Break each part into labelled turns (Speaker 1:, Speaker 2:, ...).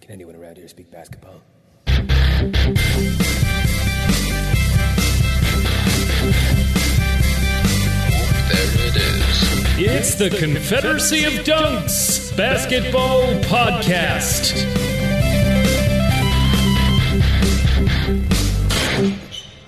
Speaker 1: Can anyone around here speak basketball?
Speaker 2: There it is.
Speaker 3: It's the Confederacy of Dunks Basketball Podcast.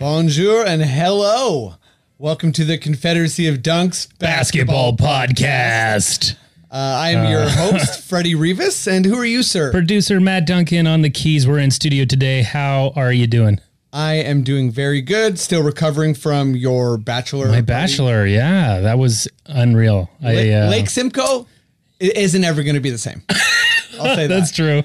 Speaker 4: Bonjour and hello. Welcome to the Confederacy of Dunks
Speaker 3: Basketball Podcast.
Speaker 4: Uh, I am your host, Freddie Rivas. And who are you, sir?
Speaker 3: Producer Matt Duncan on the keys. We're in studio today. How are you doing?
Speaker 4: I am doing very good. Still recovering from your bachelor.
Speaker 3: My
Speaker 4: party.
Speaker 3: bachelor. Yeah, that was unreal. I,
Speaker 4: Lake,
Speaker 3: uh,
Speaker 4: Lake Simcoe i- isn't ever going to be the same. I'll say
Speaker 3: That's
Speaker 4: that.
Speaker 3: true.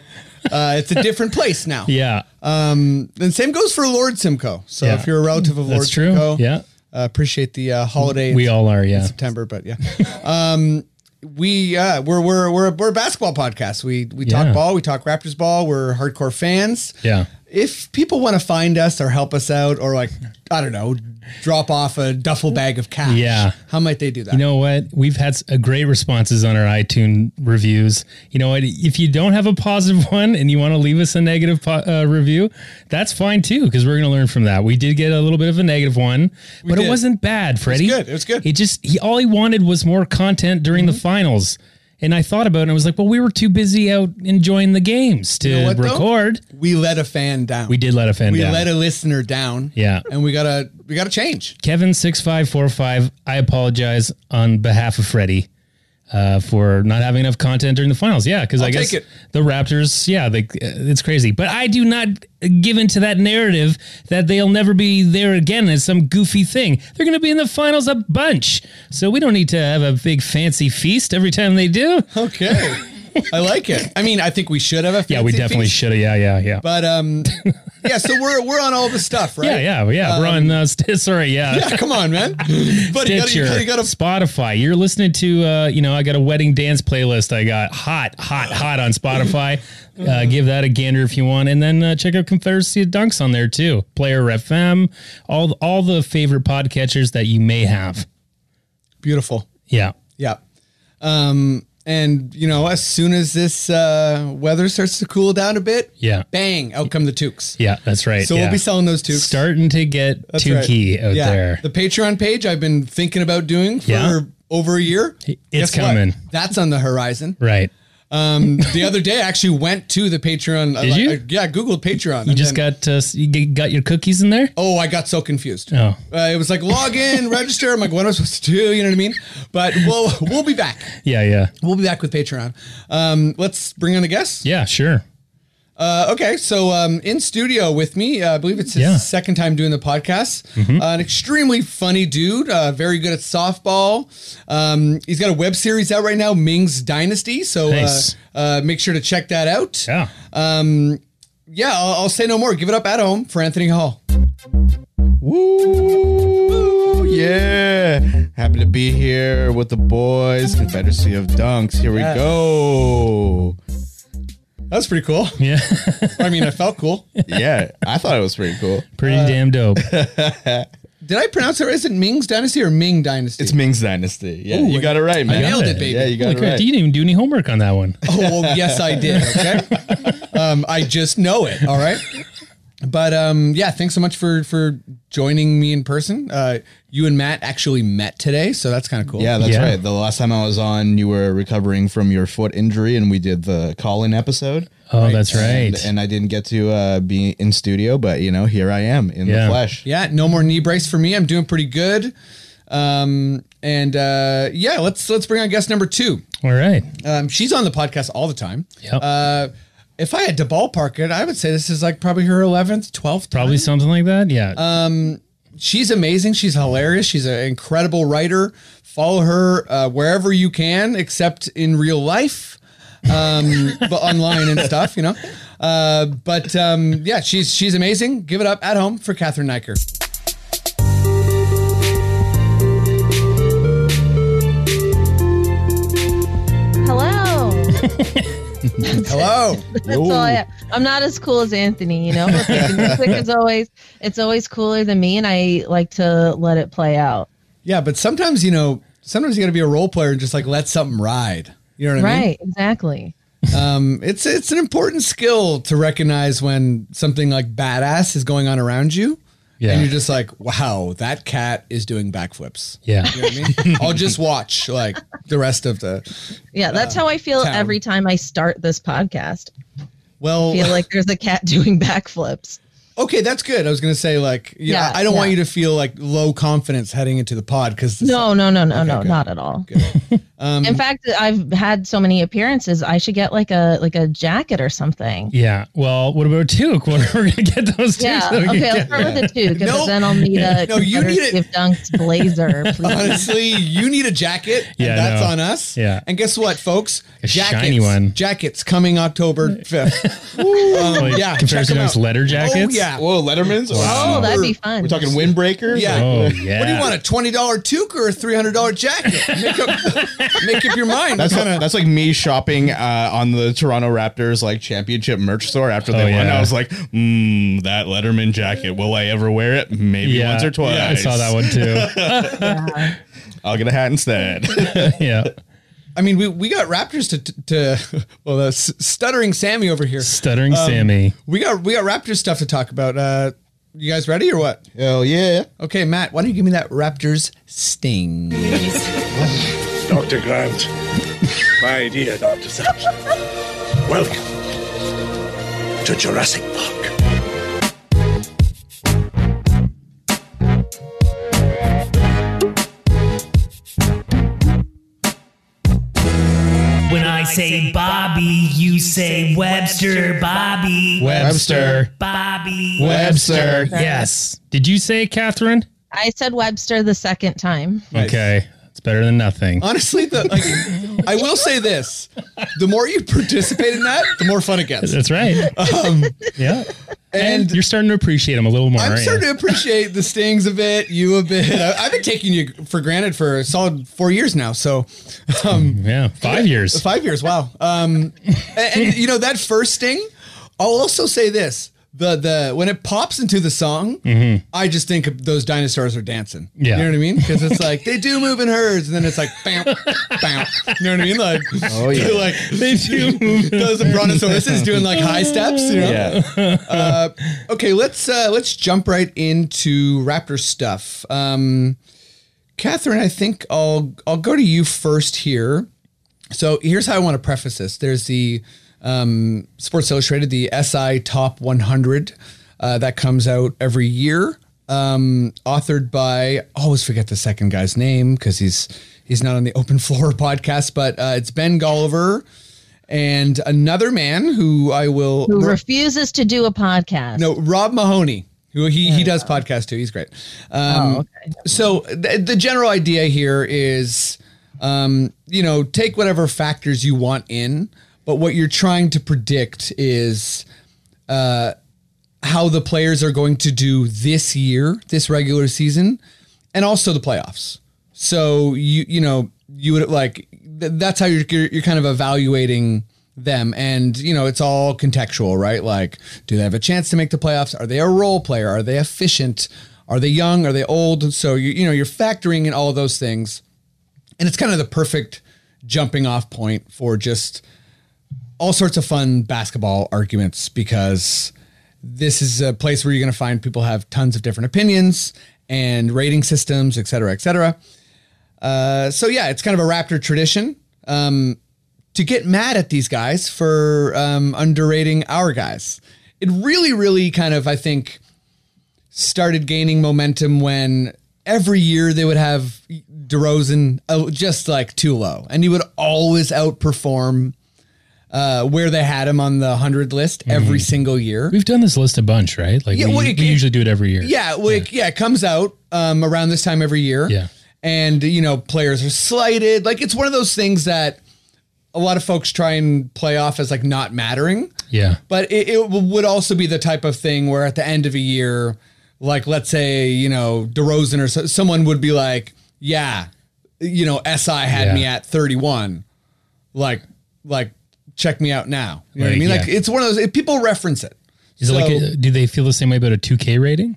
Speaker 4: Uh, it's a different place now.
Speaker 3: Yeah,
Speaker 4: And same goes for Lord Simcoe. So
Speaker 3: Yeah.
Speaker 4: if you're a relative of Lord
Speaker 3: that's true.
Speaker 4: Simcoe,
Speaker 3: Yeah,
Speaker 4: uh, appreciate the uh, holiday.
Speaker 3: we all are. Yeah.
Speaker 4: September, but yeah. um, we uh, we're we're we're we're a basketball podcast. We we
Speaker 3: Yeah.
Speaker 4: talk ball, we talk Raptors ball. We're hardcore fans.
Speaker 3: Yeah.
Speaker 4: If people want to find us or help us out or like I don't know, drop off a duffel bag of cash.
Speaker 3: Yeah.
Speaker 4: How might they do that?
Speaker 3: You know what? We've had s- a great responses on our iTunes reviews. You know what? If you don't have a positive one and you want to leave us a negative po- uh, review, that's fine too, because we're going to learn from that. We did get a little bit of a negative one, but it
Speaker 4: did.
Speaker 3: wasn't bad, Freddie.
Speaker 4: good. It was good. Mm-hmm.
Speaker 3: He just he all he wanted was more content during the finals. And I thought about it and I was like, well, we were too busy out enjoying the games to
Speaker 4: know what, though?
Speaker 3: uh, record.
Speaker 4: we let a fan down.
Speaker 3: We did let a fan
Speaker 4: We
Speaker 3: down.
Speaker 4: let a listener down.
Speaker 3: Yeah.
Speaker 4: And we gotta we gotta change.
Speaker 3: Kevin six five four five. I apologize on behalf of Freddie uh, for not having enough content during the finals. Yeah, because I
Speaker 4: I'll
Speaker 3: guess
Speaker 4: take it.
Speaker 3: the Raptors. Yeah, they, uh, it's crazy. But I do not give in to that narrative that they'll never be there again as some goofy thing. They're going to be in the finals a bunch, so we don't need to have a big fancy feast every time they do.
Speaker 4: Okay. I like it. I mean, I think we should have a
Speaker 3: Yeah, we
Speaker 4: fancy
Speaker 3: definitely
Speaker 4: feast,
Speaker 3: should have. Yeah, yeah, yeah.
Speaker 4: But um, yeah. So we're we're on all the stuff, right? Um,
Speaker 3: yeah, yeah, yeah. We're on. Uh, st- sorry, yeah.
Speaker 4: Yeah, come on, man. But you gotta,
Speaker 3: Stitcher,
Speaker 4: you gotta, you gotta
Speaker 3: Spotify. You're listening to, uh, you know, I got a wedding dance playlist. I got hot, hot, hot on Spotify. Uh, give that a gander if you want, and then uh, check out Confederacy of Dunks on there too. Player FM, all all the favorite podcatchers that you may have.
Speaker 4: beautiful.
Speaker 3: Yeah,
Speaker 4: Yeah. Um, and you know, as soon as this uh, weather starts to cool down a bit,
Speaker 3: Yeah.
Speaker 4: bang, out come the toques.
Speaker 3: yeah, that's right.
Speaker 4: So
Speaker 3: yeah.
Speaker 4: we'll be selling those toques.
Speaker 3: starting to get
Speaker 4: That's
Speaker 3: too
Speaker 4: right.
Speaker 3: key out
Speaker 4: Yeah.
Speaker 3: there.
Speaker 4: The Patreon page I've been thinking about doing for
Speaker 3: Yeah.
Speaker 4: over a year.
Speaker 3: It's
Speaker 4: Guess what?
Speaker 3: coming.
Speaker 4: That's on the horizon.
Speaker 3: Right.
Speaker 4: Um, the other day, I actually went to the Patreon. Did
Speaker 3: you?
Speaker 4: yeah, I googled Patreon.
Speaker 3: You just got uh, you g- got your cookies in there.
Speaker 4: Oh, I got so confused.
Speaker 3: Oh.
Speaker 4: Uh, it was like log in, register. I'm like, what am I supposed to do? You know what I mean? But we'll we'll be back.
Speaker 3: Yeah, yeah,
Speaker 4: We'll be back with Patreon. Um, let's bring on the guests.
Speaker 3: yeah. Sure.
Speaker 4: Uh, okay, so um, in studio with me, uh, I believe it's his
Speaker 3: Yeah. Mm-hmm.
Speaker 4: second time doing the podcast. Uh, an extremely funny dude, uh, very good at softball. Um, he's got a web series out right now, Ming's Dynasty. So
Speaker 3: Nice.
Speaker 4: uh, uh, make sure to check that out.
Speaker 3: Yeah.
Speaker 4: Yeah, I'll, I'll say no more. Give it up at home for Anthony Hall.
Speaker 5: Woo! Yeah! Happy to be here with the boys, Confederacy of Dunks. Here we
Speaker 4: Yes.
Speaker 5: go.
Speaker 4: That was pretty cool.
Speaker 3: yeah.
Speaker 4: I mean, I felt cool.
Speaker 5: Yeah, I thought it was pretty cool.
Speaker 3: Pretty
Speaker 4: uh,
Speaker 3: damn dope.
Speaker 4: Did I pronounce it right? Is it Ming's Dynasty or Ming Dynasty?
Speaker 5: It's Ming's Dynasty. Yeah, you got it right, man.
Speaker 4: nailed it, baby.
Speaker 5: Yeah, you
Speaker 3: Holy
Speaker 5: got it
Speaker 3: crap,
Speaker 5: right.
Speaker 3: You didn't even do any homework on that one.
Speaker 4: Oh well, yes, I did. Okay, um, I just know it. All right, but um, yeah, thanks so much for for joining me in person. Uh, you and Matt actually met today, so that's kind of cool.
Speaker 5: Yeah, that's
Speaker 3: Yeah.
Speaker 5: right. The last time I was on, you were recovering from your foot injury, and we did the call-in episode.
Speaker 3: Oh, that's right.
Speaker 5: And, and I didn't get to uh, be in studio, but you know, here I am in
Speaker 3: Yeah.
Speaker 5: the flesh.
Speaker 4: yeah. No more knee brace for me. I'm doing pretty good. Um, and uh, yeah, let's let's bring on guest number two.
Speaker 3: All right.
Speaker 4: Um, she's on the podcast all the time.
Speaker 3: Yep.
Speaker 4: Uh, if I had to ballpark it, I would say this is like probably her eleventh, twelfth.
Speaker 3: Probably something like that. Yeah.
Speaker 4: she's amazing. She's hilarious. She's an incredible writer. Follow her uh, wherever you can, except in real life, um, but online and stuff, you know. Uh, but um, yeah, she's she's amazing. Give it up at home for Catherine Niker.
Speaker 6: Hello.
Speaker 4: Hello.
Speaker 6: That's all I, I'm not as cool as Anthony, you know. But the music is always it's always cooler than me, and I like to let it play out.
Speaker 4: yeah, but sometimes you know, sometimes you got to be a role player and just like let something ride. You know what I mean?
Speaker 6: Right? Exactly.
Speaker 4: Um, it's it's an important skill to recognize when something like badass is going on around you,
Speaker 3: Yeah.
Speaker 4: and you're just like, wow, that cat is doing backflips.
Speaker 3: Yeah.
Speaker 4: You know what I mean? I'll just watch like the rest of the.
Speaker 6: Yeah, that's how I feel
Speaker 4: town.
Speaker 6: every time I start this podcast.
Speaker 4: Well,
Speaker 6: I feel like there's a cat doing backflips.
Speaker 4: okay, that's good. I was gonna say like, yeah,
Speaker 6: Yeah,
Speaker 4: I don't want
Speaker 6: yeah.
Speaker 4: you to feel like low confidence heading into the pod because
Speaker 6: No, no, no, no, no,
Speaker 4: good.
Speaker 6: not at all.
Speaker 4: Um,
Speaker 6: In fact, I've had so many appearances. I should get like a like a jacket or something.
Speaker 3: Yeah. Well, what about two? We're gonna get those two.
Speaker 6: Yeah.
Speaker 3: so we can
Speaker 6: Okay, I'll
Speaker 3: get-
Speaker 6: start with the two because
Speaker 4: No.
Speaker 6: then I'll need a
Speaker 4: No, you need
Speaker 6: Confederacy
Speaker 4: it.
Speaker 6: of Dunks blazer. Please.
Speaker 4: Honestly, you need a jacket. and
Speaker 3: Yeah, I
Speaker 4: that's
Speaker 3: know.
Speaker 4: on us.
Speaker 3: Yeah.
Speaker 4: and guess what, folks?
Speaker 3: A shiny one.
Speaker 4: Jackets coming October fifth. um,
Speaker 3: Like,
Speaker 4: yeah, check
Speaker 3: Confederate
Speaker 4: 'em
Speaker 3: Dunks
Speaker 4: out.
Speaker 3: letter jackets.
Speaker 4: Oh yeah.
Speaker 5: Whoa, Letterman's.
Speaker 6: Oh, that'd be fun.
Speaker 5: We're talking windbreakers.
Speaker 4: Yeah.
Speaker 3: Oh
Speaker 5: Like,
Speaker 3: yeah.
Speaker 4: What do you want, a twenty dollar toque or a three hundred dollar jacket? Make up, make up your mind.
Speaker 5: That's kind of that's like me shopping uh, on the Toronto Raptors like championship merch store after they
Speaker 3: Oh,
Speaker 5: won.
Speaker 3: yeah.
Speaker 5: I was like, mm, that Letterman jacket. Will I ever wear it? Maybe
Speaker 3: Yeah.
Speaker 5: once or twice.
Speaker 3: I saw that one too.
Speaker 6: Yeah.
Speaker 5: I'll get a hat instead.
Speaker 3: yeah.
Speaker 4: I mean, we, we got Raptors to to well, uh, s- stuttering Sammy over here.
Speaker 3: Stuttering Sammy.
Speaker 4: We got we got Raptors stuff to talk about. Uh, you guys ready or what?
Speaker 5: Hell yeah!
Speaker 4: Okay, Matt, why don't you give me that Raptors sting?
Speaker 1: Dr. Grant. My dear Dr. Sampson. Welcome to Jurassic Park.
Speaker 7: When I say Bobby, you say Webster. Bobby.
Speaker 3: Webster.
Speaker 7: Bobby.
Speaker 3: Webster. Yes. Did you say Catherine?
Speaker 6: I said Webster the second time.
Speaker 3: Okay. It's better than nothing.
Speaker 4: Honestly, the, like, I will say this: the more you participate in that, the more fun it gets.
Speaker 3: That's right. yeah. And,
Speaker 4: and-
Speaker 3: you're starting to appreciate him a little more.
Speaker 4: I'm
Speaker 3: aren't you?
Speaker 4: starting to appreciate the stings a bit, you a bit. I, have been taking you for granted for a solid four years now. So um,
Speaker 3: Yeah. Five years.
Speaker 4: five years, wow. Um, and, and, you know that first sting. I'll also say this: the the when it pops into the song, I just think of those dinosaurs are dancing.
Speaker 3: Mm-hmm. Yeah.
Speaker 4: you know what I mean? Because it's like they do move in herds, and then it's like, bam, bam. You know what I mean? Like, oh
Speaker 5: yeah.
Speaker 4: like
Speaker 3: They do move.
Speaker 4: those brontosauruses doing like high steps. You know? Uh,
Speaker 5: Yeah,
Speaker 4: Okay, let's uh, let's jump right into Raptor stuff. Um, Catherine, I think I'll I'll go to you first here. So here's how I want to preface this. There's the um, Sports Illustrated, the SI Top 100 uh, that comes out every year, um, authored by I always forget the second guy's name because he's he's not on the Open Floor podcast, but uh, it's Ben Golliver and another man who I will
Speaker 6: Who refuses to do a podcast?
Speaker 4: no, Rob Mahoney, who he, he does podcast too. He's great. Um,
Speaker 6: Oh, okay.
Speaker 4: So th- the general idea here is, um, you know, take whatever factors you want in, but what you're trying to predict is uh, how the players are going to do this year, this regular season, and also the playoffs. So you you know you would like th- that's how you're you're you're kind of evaluating them and you know it's all contextual right like do they have a chance to make the playoffs are they a role player are they efficient are they young are they old so you you know you're factoring in all those things and it's kind of the perfect jumping off point for just all sorts of fun basketball arguments because this is a place where you're going to find people have tons of different opinions and rating systems, et cetera, et cetera. Uh, so yeah, it's kind of a Raptor tradition um, to get mad at these guys for um, underrating our guys. It really, really kind of, I think, started gaining momentum when every year they would have DeRozan uh, just like too low, and he would always outperform uh, where they had him on the hundred list every single year.
Speaker 3: We've done this list a bunch, right? Like
Speaker 4: Yeah,
Speaker 3: we,
Speaker 4: well,
Speaker 3: we
Speaker 4: it-
Speaker 3: usually do it every year.
Speaker 4: Yeah, well, it- yeah. it comes out um, around this time every year.
Speaker 3: Yeah.
Speaker 4: and you know, players are slighted. Like it's one of those things that a lot of folks try and play off as like not mattering.
Speaker 3: Yeah.
Speaker 4: But it, it would also be the type of thing where at the end of a year, like let's say you know DeRozan or so, someone would be like, yeah, you know, SI had
Speaker 3: Yeah.
Speaker 4: me at 31, like like check me out now. You know what I
Speaker 3: Right,
Speaker 4: mean?
Speaker 3: yeah.
Speaker 4: Like it's one of those. If people reference it.
Speaker 3: Is it like?
Speaker 4: So-
Speaker 3: A, do they feel the same way about a 2K rating?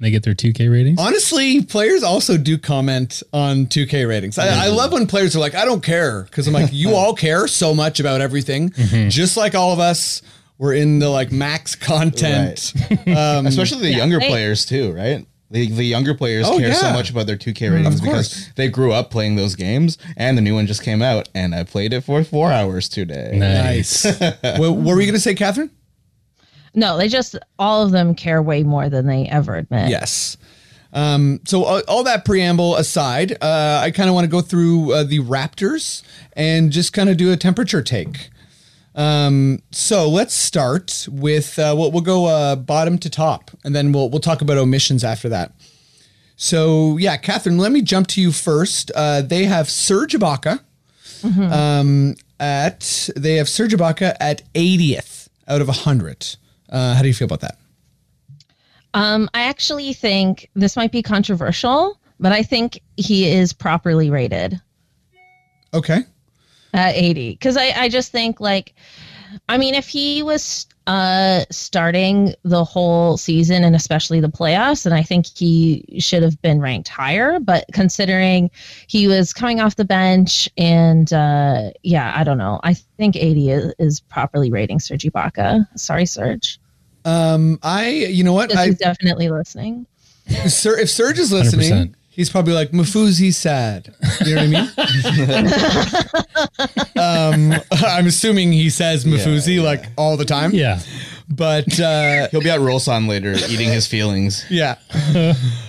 Speaker 3: They get their 2K ratings.
Speaker 4: Honestly, players also do comment on 2K ratings. I, I love when players are like, I don't care. Cause I'm like, you all care so much about everything. Just like all of us, we're in the like max content.
Speaker 5: especially the younger
Speaker 6: Hey.
Speaker 5: players too, right? The, the younger players
Speaker 4: Oh,
Speaker 5: care so
Speaker 4: yeah.
Speaker 5: much about their 2K ratings because
Speaker 4: course.
Speaker 5: they grew up playing those games, and the new one just came out, and I played it for four hours
Speaker 4: Oh,
Speaker 5: today.
Speaker 3: Nice.
Speaker 4: Wha- what, were you going to say, Catherine?
Speaker 6: No, they just all of them care way more than they ever admit.
Speaker 4: Yes. Um, so all, all that preamble aside, uh, I kind of want to go through uh, the Raptors and just kind of do a temperature take. Um, so let's start with uh, we'll, we'll go uh, bottom to top, and then we'll we'll talk about omissions after that. So yeah, Catherine, let me jump to you first. Uh, they have Serge Ibaka um, at they have Serge Ibaka at 80th out of 100. Uh, how do you feel about that?
Speaker 6: Um, I actually think this might be controversial, but I think he is properly rated.
Speaker 4: Okay.
Speaker 6: at 80 because I, I just think like i mean if he was uh starting the whole season and especially the playoffs and i think he should have been ranked higher but considering he was coming off the bench and uh yeah i don't know i think 80 is, is properly rating serge ibaka sorry serge
Speaker 4: Um, I, you know what?
Speaker 6: because
Speaker 4: I,
Speaker 6: he's definitely listening
Speaker 4: Sir, if Serge is listening,
Speaker 3: 100%.
Speaker 4: he's probably like Mafuzi's sad. You know what I mean? um, I'm assuming he says Mafuzi like all the time.
Speaker 3: yeah.
Speaker 4: but uh,
Speaker 5: He'll be at Rolson later, eating his feelings.
Speaker 4: yeah.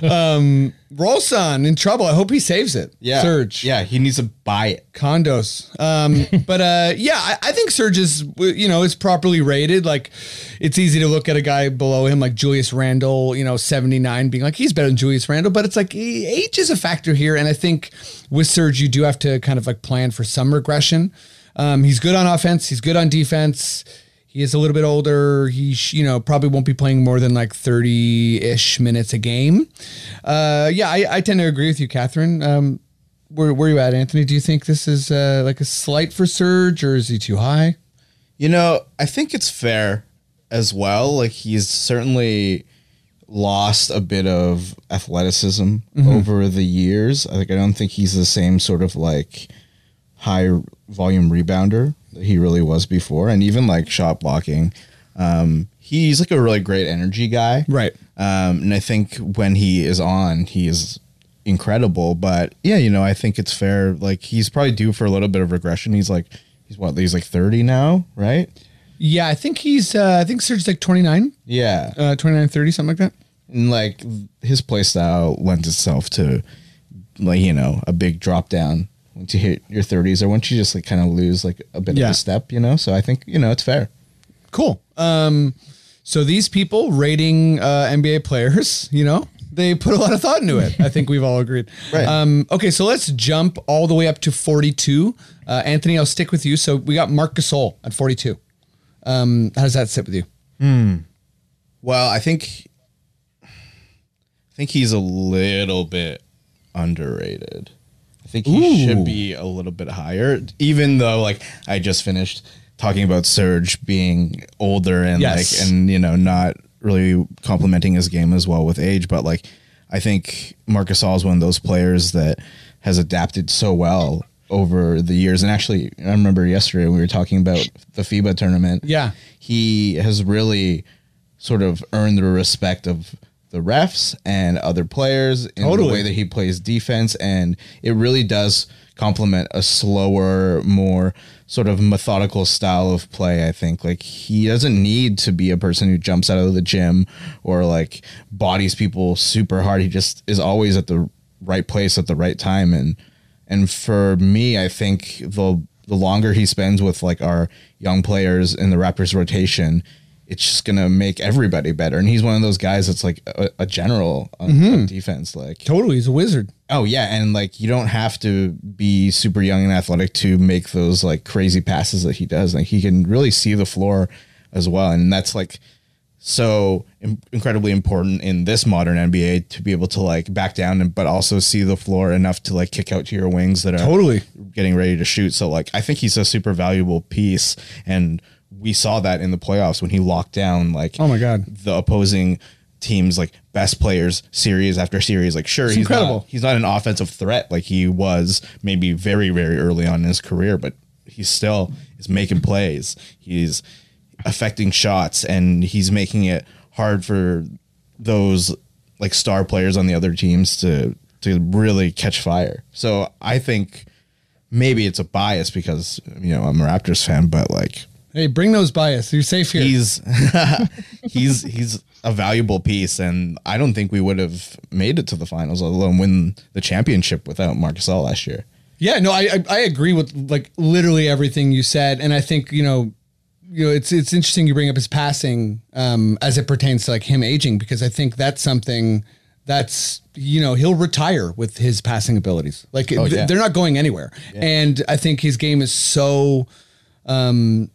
Speaker 4: um, Rolson in trouble. I hope he saves it.
Speaker 5: Yeah,
Speaker 4: Serge.
Speaker 5: Yeah, he needs to buy it.
Speaker 4: condos. Um, but uh, yeah, I, I think Serge is you know is properly rated. Like it's easy to look at a guy below him like Julius Randle, you know, seventy nine, being like he's better than Julius Randle. But it's like eh, age is a factor here, and I think with Serge you do have to kind of like plan for some regression. Um, he's good on offense. He's good on defense. He is a little bit older. He, sh- you know, probably won't be playing more than like thirty-ish minutes a game. Uh, yeah, I, I tend to agree with you, Catherine. Um, where where you at, Anthony? Do you think this is uh, like a slight for Surge, or is he too high?
Speaker 5: You know, I think it's fair as well. Like he's certainly lost a bit of athleticism over the years. I think I don't think he's the same sort of like high volume rebounder that he really was before and even like shot blocking. Um he's like a really great energy guy.
Speaker 4: Right.
Speaker 5: Um, and I think when he is on, he is incredible. But yeah, you know, I think it's fair. Like he's probably due for a little bit of regression. He's like, he's what? He's like thirty now, right?
Speaker 4: Yeah, I think he's. Uh, I think Surge's like 29,
Speaker 5: Yeah,
Speaker 4: uh, 29, 30, something like that.
Speaker 5: and like his play style lends itself to, like you know, a big drop down once you hit your thirties, or once you just like kind of lose like a bit of
Speaker 4: Yeah.
Speaker 5: a step, you know. So I think you know it's fair.
Speaker 4: Cool. Um, so these people rating uh, NBA players, you know, they put a lot of thought into it. I think we've all agreed.
Speaker 5: Right.
Speaker 4: Um, okay, so let's jump all the way up to 42. Uh, Anthony, I'll stick with you. So we got Mark Gasol at 42. Um, how does that sit with you?
Speaker 5: Well, I think I think he's a little bit underrated. I think he should be a little bit higher, even though like I just finished talking about Serge being older and
Speaker 4: Yes.
Speaker 5: like and you know not really complementing his game as well with age, but like I think Marcus All is one of those players that has adapted so well over the years. And actually, I remember yesterday we were talking about the FIBA tournament
Speaker 4: Yeah.
Speaker 5: he has really sort of earned the respect of the refs and other players in
Speaker 4: Totally.
Speaker 5: the way that he plays defense and it really does complement a slower more sort of methodical style of play i think like he doesn't need to be a person who jumps out of the gym or like bodies people super hard he just is always at the right place at the right time and and for me, I think the the longer he spends with like our young players in the Raptors rotation, it's just gonna make everybody better. And he's one of those guys that's like a, a general on, on defense. Like,
Speaker 4: Totally. He's a wizard.
Speaker 5: oh yeah, and like you don't have to be super young and athletic to make those like crazy passes that he does. Like he can really see the floor as well, and that's like so Im- incredibly important in this modern NBA to be able to like back down and but also see the floor enough to like kick out to your wings that are
Speaker 4: Totally.
Speaker 5: getting ready to shoot. So like I think he's a super valuable piece and we saw that in the playoffs when he locked down like
Speaker 4: Oh my God.
Speaker 5: the opposing teams like best players series after series. Like sure, he's
Speaker 4: incredible.
Speaker 5: Not, he's not an offensive threat like he was maybe very very early on in his career, but he still is making plays. He's affecting shots and he's making it hard for those like star players on the other teams to to really catch fire. So I think maybe it's a bias because you know I'm a Raptors fan, but like
Speaker 4: Hey, bring those bias. You're safe here.
Speaker 5: he's he's he's a valuable piece, and I don't think we would have made it to the finals, let alone win the championship without Marcus All last year.
Speaker 4: Yeah, no, I, I I agree with like literally everything you said, and I think you know, you know, it's it's interesting you bring up his passing um, as it pertains to like him aging because I think that's something that's you know he'll retire with his passing abilities. Like th-
Speaker 5: yeah.
Speaker 4: they're not going anywhere, and I think his game is so. Um,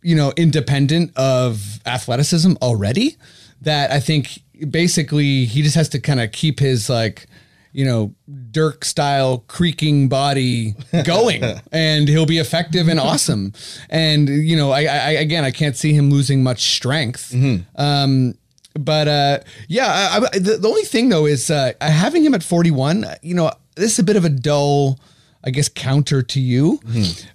Speaker 4: you know, independent of athleticism already, that I think basically he just has to kind of keep his like, you know, Dirk style creaking body going, and he'll be effective and awesome. And you know, I, I again, I can't see him losing much strength. Um, but uh, yeah, I, I, the, the only thing though is uh, having him at 41. You know, this is a bit of a dull, I guess, counter to you.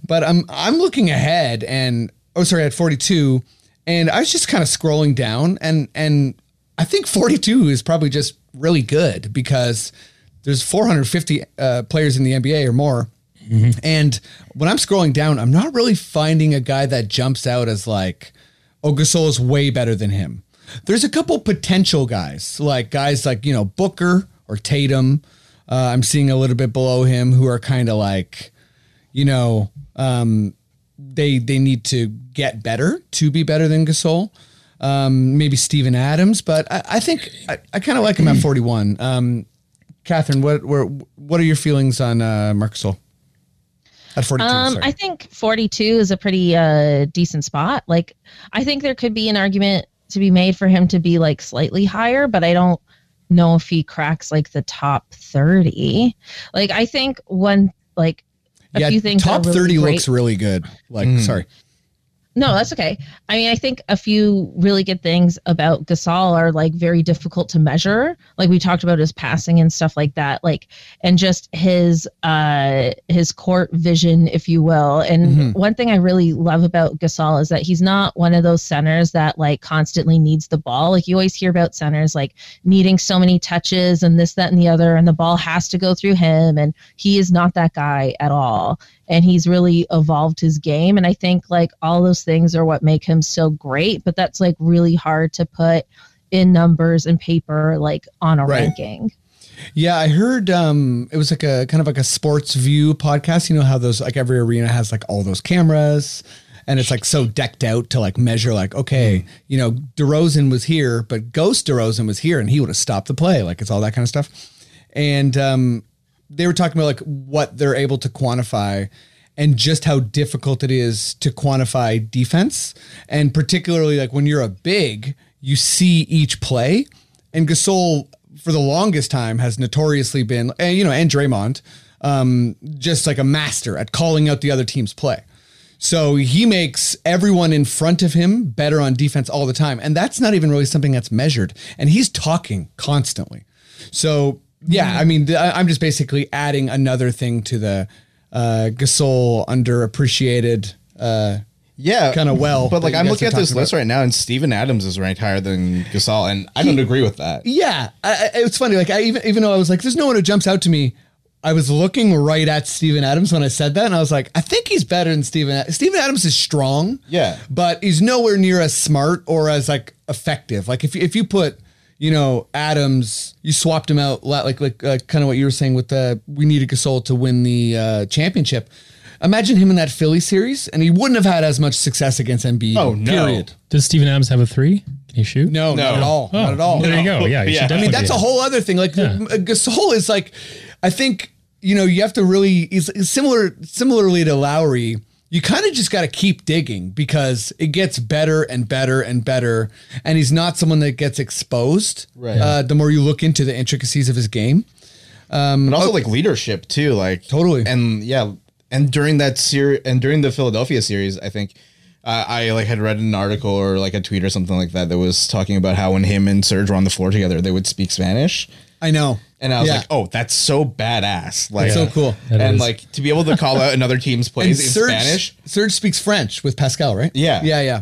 Speaker 4: But I'm I'm looking ahead, and oh, sorry, at 42, and I was just kind of scrolling down, and and I think 42 is probably just really good because there's 450 uh, players in the NBA or more. And when I'm scrolling down, I'm not really finding a guy that jumps out as like, oh, Gasol is way better than him. There's a couple potential guys, like guys like, you know, Booker or Tatum. Uh, I'm seeing a little bit below him who are kind of like, you know, um, they they need to get better to be better than Gasol. Um, maybe Steven Adams, but I, I think I, I kind of like him at 41. Um, Catherine, what were what are your feelings on uh, Marc Gasol at 42?
Speaker 6: Um,
Speaker 4: sorry.
Speaker 6: I think 42 is a pretty uh, decent spot. Like, I think there could be an argument to be made for him to be like slightly higher, but I don't know if he cracks like the top 30. Like, I think one, like, a few things.
Speaker 4: top
Speaker 6: are really
Speaker 4: 30
Speaker 6: great-
Speaker 4: looks really good. Like, sorry.
Speaker 6: No, that's okay. I mean, I think a few really good things about Gasol are like very difficult to measure. Like we talked about his passing and stuff like that, like and just his uh his court vision, if you will. And one thing I really love about Gasol is that he's not one of those centers that like constantly needs the ball. Like you always hear about centers like needing so many touches and this, that, and the other, and the ball has to go through him. And he is not that guy at all and he's really evolved his game and i think like all those things are what make him so great but that's like really hard to put in numbers and paper like on a
Speaker 4: Right.
Speaker 6: ranking
Speaker 4: Yeah, I heard um it was like a kind of like a sports view podcast. You know how those like every arena has like all those cameras and it's like so decked out to like measure like, okay, you know, DeRozan was here, but Ghost DeRozan was here and he would have stopped the play. Like it's all that kind of stuff. And um they were talking about like what they're able to quantify and just how difficult it is to quantify defense. And particularly like when you're a big, you see each play. And Gasol for the longest time has notoriously been and you know, and Draymond, um, just like a master at calling out the other team's play. So he makes everyone in front of him better on defense all the time. And that's not even really something that's measured. And he's talking constantly. So yeah, I mean, th- I- I'm just basically adding another thing to the uh, Gasol underappreciated. Uh,
Speaker 5: Yeah,
Speaker 4: Kinda well,
Speaker 5: But like
Speaker 4: that you
Speaker 5: I'm
Speaker 4: guys
Speaker 5: looking
Speaker 4: are
Speaker 5: at this
Speaker 4: talking
Speaker 5: list
Speaker 4: about.
Speaker 5: right now, and Steven Adams is ranked higher than Gasol, and I don't agree with that.
Speaker 4: yeah, I, I, it's funny. Like I even even though I was like, there's no one who jumps out to me. I was looking right at Steven Adams when I said that, and I was like, I think he's better than Steven. Ad- Steven Adams is strong,
Speaker 5: Yeah.
Speaker 4: but he's nowhere near as smart or as like effective. Like if you- if you put you know Adams, you swapped him out la- like like uh, kind of what you were saying with the we needed Gasol to win the uh, championship. Imagine him in that Philly series, and he wouldn't have had as much success against Embiid.
Speaker 5: Oh, no.
Speaker 4: Period.
Speaker 3: Does Steven Adams have a three? Can he shoot? Oh,
Speaker 4: No, not at all. Not at all.
Speaker 3: There you go. Yeah, you
Speaker 5: Yeah.
Speaker 3: should
Speaker 5: I
Speaker 4: I
Speaker 3: definitely
Speaker 4: mean, that's
Speaker 3: do
Speaker 4: a
Speaker 3: that.
Speaker 4: whole other thing. Like
Speaker 3: Yeah.
Speaker 4: uh, Gasol is like, I think you know you have to really is is similar similarly to Lowry. You kind of just got to keep digging because it gets better and better and better, and he's not someone that gets exposed.
Speaker 5: Right.
Speaker 4: Uh, the more you look into the intricacies of his game,
Speaker 5: but also like leadership too like
Speaker 4: Totally.
Speaker 5: and yeah and during that series and during the philadelphia series i think uh, I like had read an article or like a tweet or something like that that was talking about how when him and Serge were on the floor together, they would speak Spanish.
Speaker 4: I know.
Speaker 5: And I was
Speaker 4: Yeah.
Speaker 5: like, "Oh, that's so badass!" Like,
Speaker 4: so cool.
Speaker 3: That
Speaker 5: and
Speaker 3: is.
Speaker 5: like to be able to call out another team's
Speaker 4: And
Speaker 5: plays in
Speaker 4: Serge,
Speaker 5: Spanish.
Speaker 4: Serge speaks French with Pascal, right?
Speaker 5: Yeah.
Speaker 4: Yeah, yeah.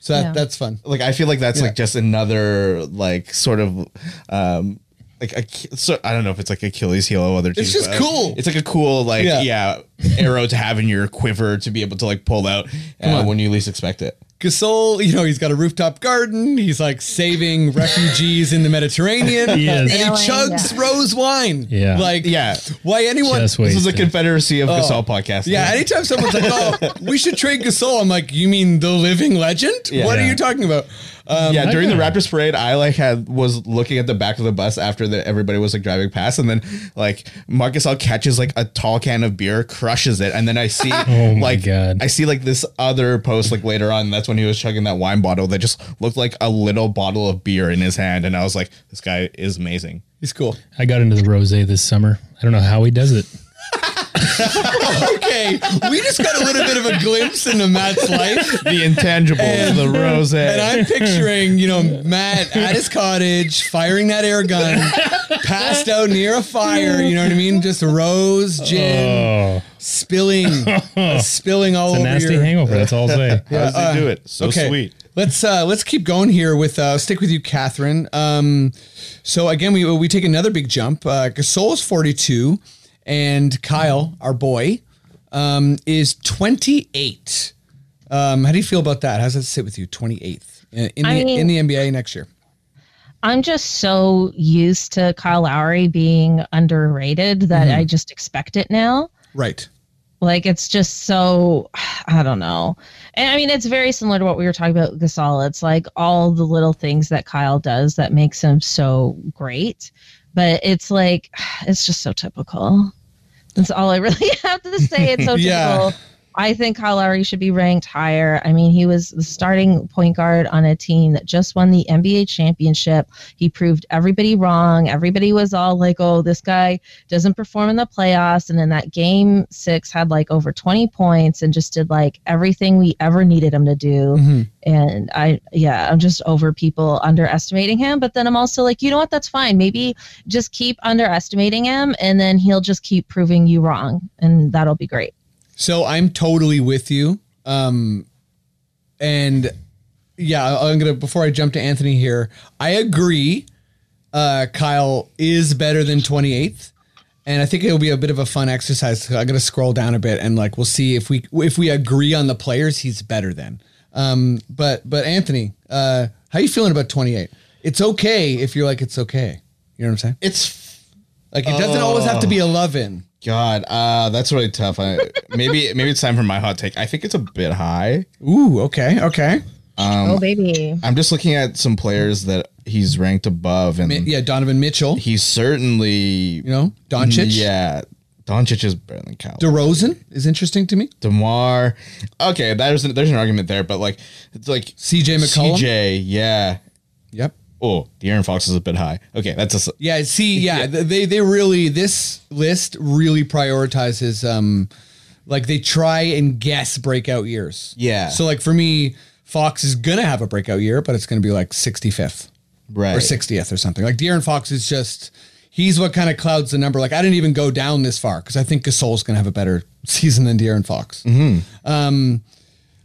Speaker 4: So that,
Speaker 6: Yeah.
Speaker 4: that's fun.
Speaker 5: Like, I feel like that's
Speaker 4: Yeah.
Speaker 5: like just another like sort of, um, like a, so I don't know if it's like Achilles heel of other teams.
Speaker 4: just
Speaker 5: but
Speaker 4: cool.
Speaker 5: It's like a cool like
Speaker 4: Yeah.
Speaker 5: yeah. arrow to have in your quiver to be able to like pull out uh, when you least expect it.
Speaker 4: Gasol, you know, he's got a rooftop garden. He's like saving refugees in the Mediterranean.
Speaker 3: He
Speaker 4: And
Speaker 3: is.
Speaker 4: he
Speaker 6: Sailing,
Speaker 4: chugs rose wine.
Speaker 3: Yeah.
Speaker 4: Like,
Speaker 5: Yeah.
Speaker 4: Why anyone?
Speaker 3: Just
Speaker 5: This is a
Speaker 3: Wasted.
Speaker 5: Confederacy of Gasol podcast.
Speaker 4: Oh. Yeah, anytime someone's like, "Oh, we should trade Gasol," I'm like, "You mean the living legend?
Speaker 5: Yeah.
Speaker 4: what are
Speaker 5: Yeah.
Speaker 4: you talking about?" Um,
Speaker 5: yeah, during the
Speaker 3: got
Speaker 5: Raptors parade, I like had was looking at the back of the bus after that everybody was like driving past, and then like Marcus all catches like a tall can of beer, crushes it, and then I see
Speaker 3: Oh my
Speaker 5: like
Speaker 3: God.
Speaker 5: I see like this other post like later on. That's when he was chugging that wine bottle that just looked like a little bottle of beer in his hand, and I was like, this guy is amazing.
Speaker 4: he's cool.
Speaker 3: I got into the rosé this summer. I don't know how he does it.
Speaker 4: Okay, we just got a little bit of a glimpse into Matt's life,
Speaker 5: The intangibles, the rose,
Speaker 4: and I'm picturing, you know, Matt at his cottage firing that air gun, passed out near a fire. You know what I mean? Just rose gin
Speaker 3: Oh,
Speaker 4: spilling, spilling all
Speaker 3: it's a
Speaker 4: over
Speaker 3: nasty
Speaker 4: your
Speaker 3: hangover. That's all I'll say.
Speaker 5: How does he do it? So
Speaker 4: uh, okay.
Speaker 5: sweet.
Speaker 4: Let's uh, let's keep going here with uh, stick with you, Catherine. Um, so again, we we take another big jump. Uh, Gasol is forty two, and Kyle, our boy, um, is twenty eight. Um, how do you feel about that? How does that sit with you? Twenty eighth in the
Speaker 6: I mean-
Speaker 4: in the NBA next year.
Speaker 6: I'm just so used to Kyle Lowry being underrated that I just expect it now.
Speaker 4: Right.
Speaker 6: Like it's just so I don't know. And I mean it's very similar to what we were talking about with Gasol. It's like all the little things that Kyle does that makes him so great. But it's like it's just so typical. That's all I really have to say. It's so
Speaker 4: Yeah.
Speaker 6: typical. I think Kyle Lowry should be ranked higher. I mean, he was the starting point guard on a team that just won the NBA championship. He proved everybody wrong. Everybody was all like, oh, this guy doesn't perform in the playoffs. And in that game six had like over 20 points and just did like everything we ever needed him to do. And I, yeah, I'm just over people underestimating him. But then I'm also like, you know what? That's fine. Maybe just keep underestimating him and then he'll just keep proving you wrong. And that'll be great.
Speaker 4: So I'm totally with you. Um, and yeah, I'm gonna before I jump to Anthony here, I agree. Uh, Kyle is better than 28th, and I think it'll be a bit of a fun exercise. So I'm gonna scroll down a bit and like we'll see if we if we agree on the players he's better than. Um, but but Anthony, uh, how you feeling about 28? It's okay if you're like it's okay. You know what I'm saying?
Speaker 5: It's
Speaker 4: Like it doesn't always have to be 11.
Speaker 5: God, uh, that's really tough. I, maybe maybe it's time for my hot take. I think it's a bit high.
Speaker 4: Ooh, okay, okay.
Speaker 6: oh, baby.
Speaker 5: I'm just looking at some players that he's ranked above, and
Speaker 4: Mi- Yeah, Donovan Mitchell.
Speaker 5: he's certainly
Speaker 4: You know, Doncic.
Speaker 5: Yeah, Doncic is better than Kyle.
Speaker 4: DeRozan is interesting to me.
Speaker 5: Demar. Okay, there's an, there's an argument there, but like it's like
Speaker 4: CJ McCollum.
Speaker 5: CJ. Yeah.
Speaker 4: Yep.
Speaker 5: Oh, the Aaron Fox is a bit high. Okay, that's a s-
Speaker 4: Yeah. See. Yeah. th- They they really this list really prioritizes um like they try and guess breakout years.
Speaker 5: Yeah.
Speaker 4: So like for me, Fox is gonna have a breakout year, but it's gonna be like sixty fifth
Speaker 5: right.
Speaker 4: or sixtieth or something. Like De'Aaron Fox is just. He's what kind of clouds the number. Like I didn't even go down this far because I think Gasol's going to have a better season than De'Aaron Fox. Um,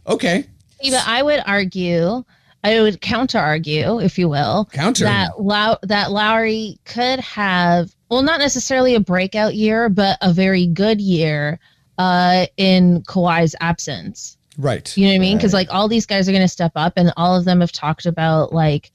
Speaker 4: okay,
Speaker 6: See, but I would argue, I would counter argue, if you will,
Speaker 4: Counter.
Speaker 6: that Low- that Lowry could have, well, not necessarily a breakout year, but a very good year uh, in Kawhi's absence.
Speaker 4: right.
Speaker 6: You know what I mean? Because like all these guys are going to step up, and all of them have talked about like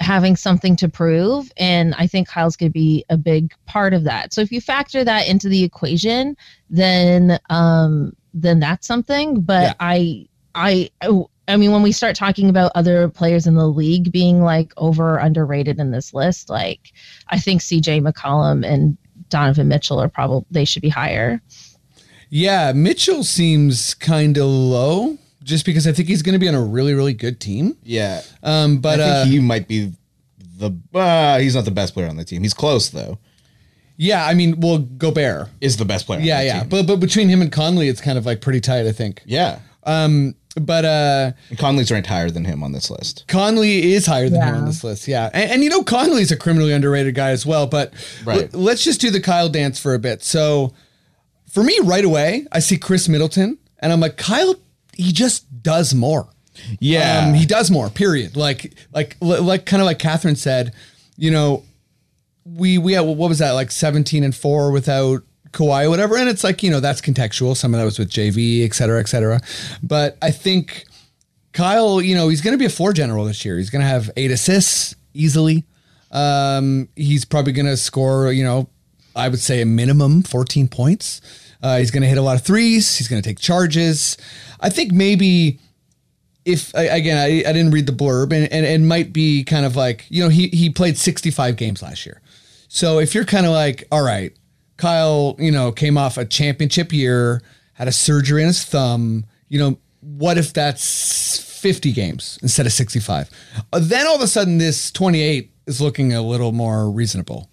Speaker 6: having something to prove, and I think Kyle's going to be a big part of that. So if you factor that into the equation, then um, then that's something. But
Speaker 4: Yeah.
Speaker 6: I I. I I mean, when we start talking about other players in the league being like over or underrated in this list, like I think CJ McCollum and Donovan Mitchell are probably they should be higher.
Speaker 4: Yeah, Mitchell seems kind of low just because I think he's going to be on a really, really good team.
Speaker 5: Yeah.
Speaker 4: Um, but
Speaker 5: I
Speaker 4: uh,
Speaker 5: think he might be the. Uh, he's not the best player on the team. He's close though.
Speaker 4: yeah, I mean, well, Gobert.
Speaker 5: Is the best player.
Speaker 4: Yeah,
Speaker 5: on the
Speaker 4: yeah.
Speaker 5: Team.
Speaker 4: But but between him and Conley, it's kind of like pretty tight, I think.
Speaker 5: yeah.
Speaker 4: Um, but uh,
Speaker 5: Conley's ranked higher than him on this list.
Speaker 4: Conley is higher than him
Speaker 6: Yeah.
Speaker 4: on this list. Yeah. And, and you know, Conley's a criminally underrated guy as well. But
Speaker 5: Right.
Speaker 4: l- let's just do the Kyle dance for a bit. So for me, right away, I see Chris Middleton and I'm like, Kyle, he just does more.
Speaker 5: Yeah,
Speaker 4: Um, he does more, period. Like, like, li- like, kind of like Catherine said, you know, we, we, had, what was that, like 17 and four without Kawhi or whatever. And it's like, you know, that's contextual. Some of that was with JV, et cetera, et cetera. But I think, Kyle, you know, he's going to be a floor general this year. He's going to have eight assists easily. Um, he's probably going to score, you know, I would say a minimum 14 points. Uh, he's going to hit a lot of threes. He's going to take charges. I think maybe if I- again, I, I didn't read the blurb and, and it might be kind of like, you know, he, he played 65 games last year. So if you're kind of like, all right, Kyle, you know, came off a championship year, had a surgery in his thumb, you know, what if that's 50 games instead of 65? Uh, then all of a sudden, this 28 is looking a little more reasonable.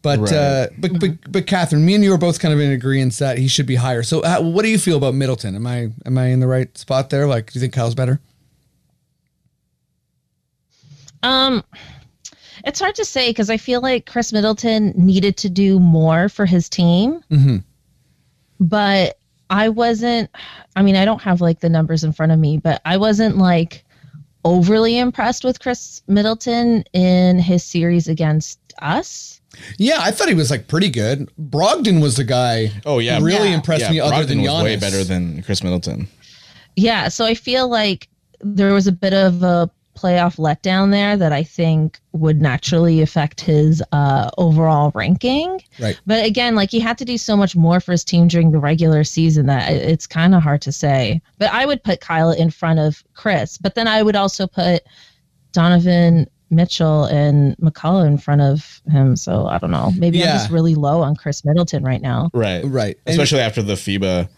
Speaker 4: But, uh, but but but Catherine, me and you are both kind of in agreement that he should be higher. So uh, what do you feel about Middleton? Am I am I in the right spot there? Like, do you think Kyle's better?
Speaker 6: Um, it's hard to say because I feel like Chris Middleton needed to do more for his team, but I wasn't. I mean, I don't have like the numbers in front of me, but I wasn't like overly impressed with Chris Middleton in his series against us.
Speaker 4: Yeah, I thought he was like pretty good. Brogdon was the guy.
Speaker 5: Oh, yeah.
Speaker 4: who really
Speaker 6: Yeah.
Speaker 4: impressed me. Other
Speaker 5: Brogdon
Speaker 4: than Giannis,
Speaker 5: was way better than Chris Middleton.
Speaker 6: Yeah, so I feel like there was a bit of a playoff letdown there that I think would naturally affect his uh, overall ranking.
Speaker 4: right.
Speaker 6: But again, like he had to do so much more for his team during the regular season that it- it's kind of hard to say. But I would put Kyle in front of Chris, but then I would also put Donovan Mitchell and McCullough in front of him. So I don't know. Maybe
Speaker 4: Yeah.
Speaker 6: I'm just really low on Chris Middleton right now.
Speaker 5: Right.
Speaker 4: Right. And-
Speaker 5: Especially after the FIBA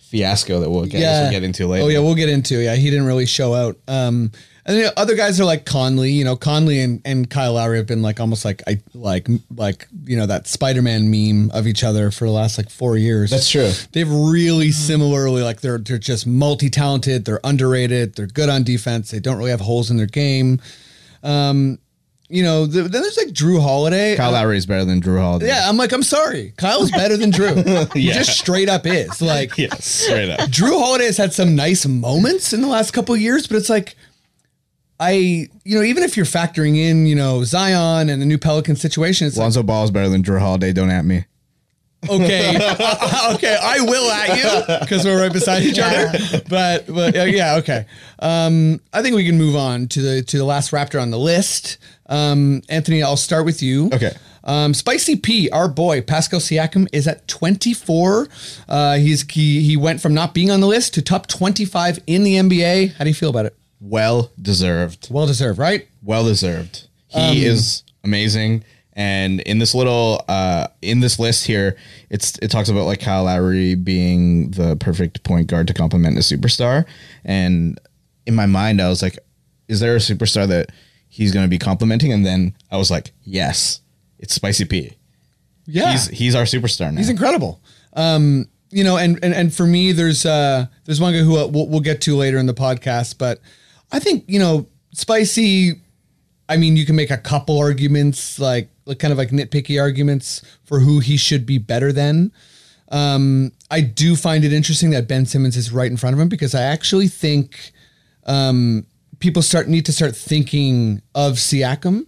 Speaker 5: fiasco that we'll get,
Speaker 4: Yeah.
Speaker 5: we'll get into later.
Speaker 4: Oh yeah, we'll get into. Yeah, he didn't really show out. Um, and then other guys are like Conley. You know, Conley and, and Kyle Lowry have been like almost like I like like you know that Spider Man meme of each other for the last like four years.
Speaker 5: That's true.
Speaker 4: They've really similarly like they're they're just multi talented. They're underrated. They're good on defense. They don't really have holes in their game. Um, you know, th- then there's like Drew Holiday.
Speaker 5: Kyle Lowry is better than Drew Holiday.
Speaker 4: Yeah, I'm like, I'm sorry. Kyle's better than Drew. He just straight up is. Like
Speaker 5: Yeah, straight up.
Speaker 4: Drew Holiday has had some nice moments in the last couple of years, but it's like I, you know, even if you're factoring in, you know, Zion and the new Pelican situation, it's like,
Speaker 5: Lonzo Ball is better than Drew Holiday. Don't at me.
Speaker 4: okay, okay, I will at you because we're right beside each other. But, but uh, yeah, okay. Um, I think we can move on to the to the last Raptor on the list. Um, Anthony, I'll start with you.
Speaker 5: Okay.
Speaker 4: Um, Spicy P, our boy Pascal Siakam is at 24. Uh, he's he, he went from not being on the list to top 25 in the NBA. How do you feel about it?
Speaker 5: Well deserved.
Speaker 4: Well deserved, right?
Speaker 5: well deserved. He
Speaker 4: Um,
Speaker 5: is amazing. And in this little uh, in this list here, it's it talks about like Kyle Lowry being the perfect point guard to complement a superstar. And in my mind, I was like, is there a superstar that he's going to be complimenting? And then I was like, yes, it's Spicy P.
Speaker 4: Yeah,
Speaker 5: He's
Speaker 4: he's,
Speaker 5: he's our superstar now.
Speaker 4: incredible. Um, you know, and, and and for me, there's uh, there's one guy who uh, we'll, we'll get to later in the podcast, but I think you know, Spicy. I mean, you can make a couple arguments, like like kind of like nitpicky arguments for who he should be better than. I do find it interesting that Ben Simmons is right in front of him because I actually think um, people start need to start thinking of Siakam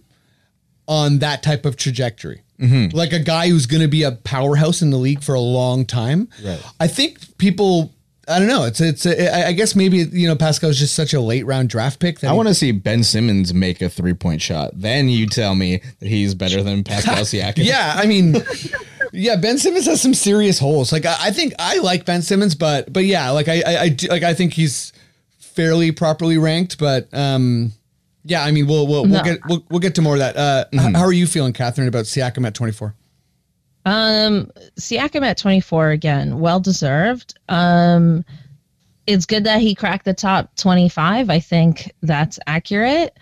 Speaker 4: on that type of trajectory, like a guy who's going to be a powerhouse in the league for a long time. Right. I think people. I don't know. It's it's. I I guess maybe you know Pascal's just such a late round draft pick. That
Speaker 5: I
Speaker 4: he-
Speaker 5: want to see Ben Simmons make a three point shot. Then you tell me that he's better than Pascal Siakam.
Speaker 4: Yeah, I mean, yeah, Ben Simmons has some serious holes. Like I, I think I like Ben Simmons, but but yeah, like I I, I do, like I think he's fairly properly ranked, but um. Yeah, I mean, we'll we'll, we'll
Speaker 6: No.
Speaker 4: get we'll, we'll get to more of that. Uh, h- how are you feeling, Catherine, about Siakam at twenty four?
Speaker 6: Um, Siakam at 24 again, well deserved. Um, it's good that he cracked the top 25. I think that's accurate.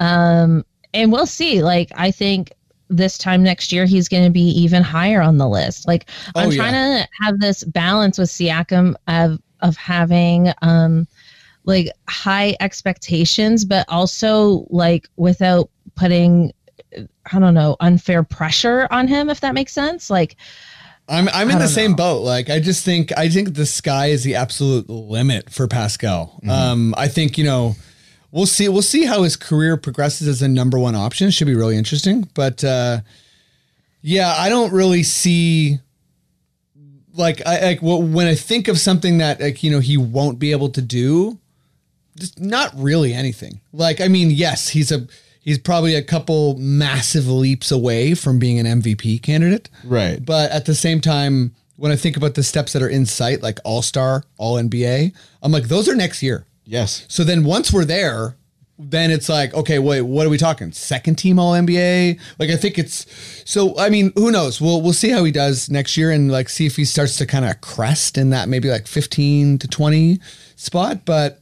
Speaker 6: Um, and we'll see. Like, I think this time next year he's going to be even higher on the list. Like, I'm
Speaker 4: Oh, yeah.
Speaker 6: trying to have this balance with Siakam of of having um like high expectations, but also like without putting I don't know unfair pressure on him, if that makes sense. Like
Speaker 4: I'm I'm in
Speaker 6: I
Speaker 4: the
Speaker 6: don't
Speaker 4: same
Speaker 6: know.
Speaker 4: boat. Like I just think I think the sky is the absolute limit for Pascal. Um, I think you know we'll see we'll see how his career progresses as a number one option. Should be really interesting. But uh, yeah, I don't really see like I like wh- when I think of something that like you know he won't be able to do. Just not really anything. Like I mean, yes, he's a he's probably a couple massive leaps away from being an MVP candidate.
Speaker 5: Right.
Speaker 4: But at the same time, when I think about the steps that are in sight, like All Star, All NBA, I'm like, those are next year.
Speaker 5: Yes.
Speaker 4: So then once we're there, then it's like, okay, wait, what are we talking? Second team All NBA? Like I think it's so. I mean, who knows? We'll we'll see how he does next year and like see if he starts to kind of crest in that maybe like 15 to 20 spot. But